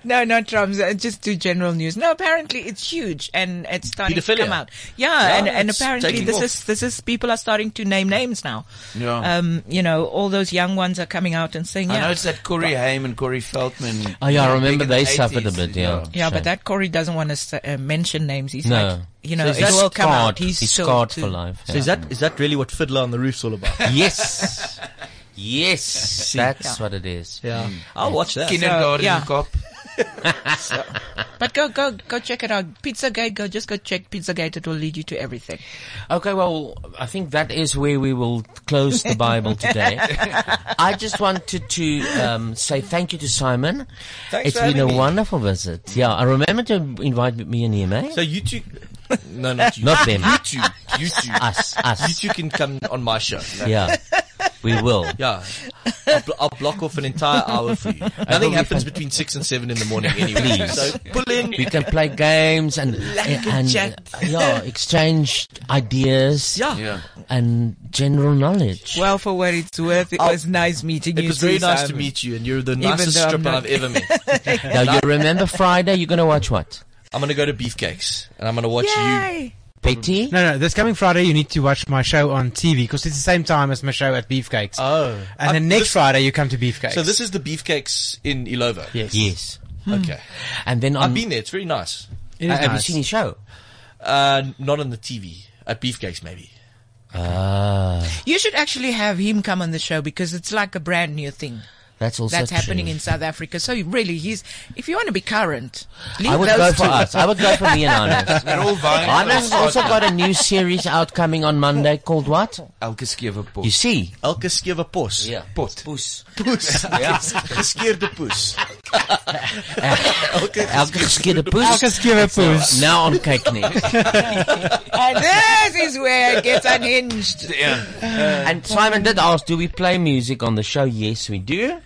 No, not Trump's. uh, Just do general news. No, apparently it's huge and it's starting to Pedophilia. come out. Yeah, Yeah, and, and it's apparently taking this off. is this is people are starting to name names now. Yeah. Um, you know, all those young ones are coming out and saying, I yeah, noticed that Corey Haim and Corey Feldman. Oh yeah, I remember big in they the suffered a 80s, bit. Yeah, yeah, Shame. but that Corey doesn't want to uh, mention names. He's No. like, you know, So is it that will come scarred? out. He's, He's still scarred too- for life. So is that is that really what Fiddler on the Roof's all about? Yes. Yes, that's Yeah. what it is. Yeah. Hmm. I'll Yeah. watch that. Kindergarten So, yeah. cop. But go, go, go check it out. Pizzagate, go, just go check Pizzagate. It will lead you to everything. Okay, well, I think that is where we will close the Bible today. I just wanted to um, say thank you to Simon. Thanks It's for been a having me. wonderful visit. Yeah, I remember to invite me and him, eh? So you two, no, not you, Not them. You two, you two, Us, us. You two can come on my show. Yeah. We will. Yeah, I'll, bl- I'll block off an entire hour for you. Nothing happens between six and seven in the morning anyway. Please. So pull in. We can play games and and uh, yeah, exchange ideas. Yeah. Yeah. and general knowledge. Well, for what it's worth, Oh. it was nice meeting you. It was very too, nice to Simon. meet you, and you're the Even nicest though I'm stripper not- I've ever met. Now you remember Friday. You're gonna watch what? I'm gonna go to Beefcakes, and I'm gonna watch you. Betty? No, no, this coming Friday you need to watch my show on TV because it's the same time as my show at Beefcakes. Oh. And then Uh, next this- Friday you come to Beefcakes. So this is the Beefcakes in Ilova. Yes. Yes. Okay. And then on I've been there. It's very nice. It is Have you nice. seen his show? Uh, not on the TV. At Beefcakes, maybe. Ah, You should actually have him come on the show because it's like a brand new thing. that's also That's happening true. in South Africa. So you really, he's if you want to be current, leave I would go those for two. us. I would go for me and Arnold. Arnold has also got a new series out coming on Monday called what? Elke skewe pos. You see? Elke skewe pos. Yeah. Pot. Poes. Poes. Ja. Geskeerde poes. Elke, elke geskeerde poes. Elke skewe poes. So, Nou aan kyk nie. and this is where it gets unhinged. Uh, And Simon did ask, do we play music on the show? Yes, we do.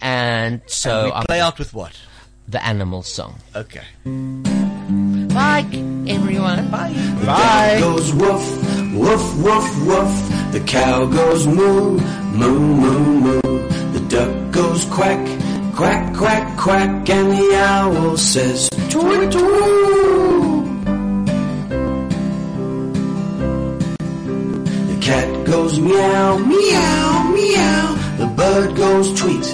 And so And we play out with what? The animal song. Okay. Bye, everyone. Bye. The cow goes woof, woof, woof, woof. The cow goes moo, moo, moo, moo. The duck goes quack, quack, quack, quack. And the owl says, tweet, tweet. The cat goes meow, meow, meow. The bird goes tweet,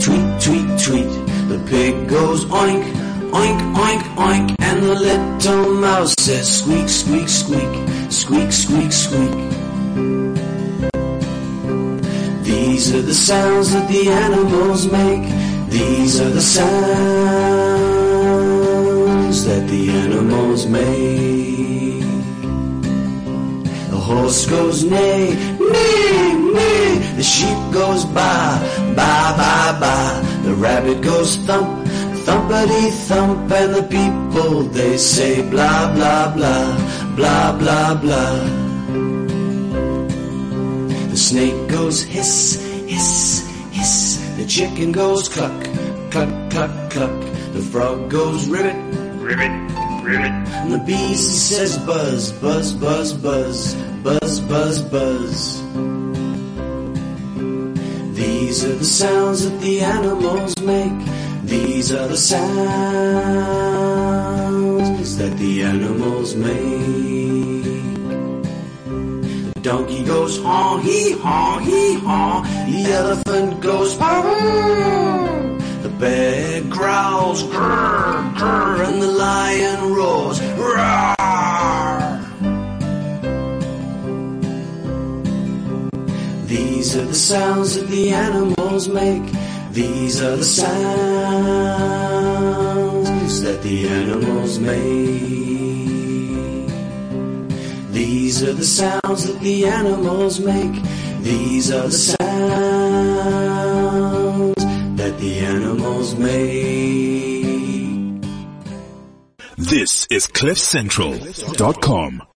tweet, tweet, tweet. The pig goes oink, Oink, oink, oink, and the little mouse says squeak, squeak, squeak, squeak, squeak, squeak. These are the sounds that the animals make. These are the sounds that the animals make. The horse goes neigh, neigh, neigh. The sheep goes ba, ba, ba, ba. The rabbit goes thump, thumpity thump. And the people they say blah, blah, blah, blah, blah, blah. The snake goes hiss, hiss, hiss. The chicken goes cluck, cluck, cluck, cluck. The frog goes ribbit, ribbit, ribbit. And the bee says buzz, buzz, buzz, buzz, buzz, buzz, buzz. These are the sounds that the animals make. These are the sounds that the animals make. The donkey goes haw hee haw hee haw. The elephant goes pow. The bear growls grr grr, and the lion roars roar. These are the sounds that the animals make. These are the sounds that the animals make. These are the sounds that the animals make. These are the sounds that the animals make. This is CliffCentral.com.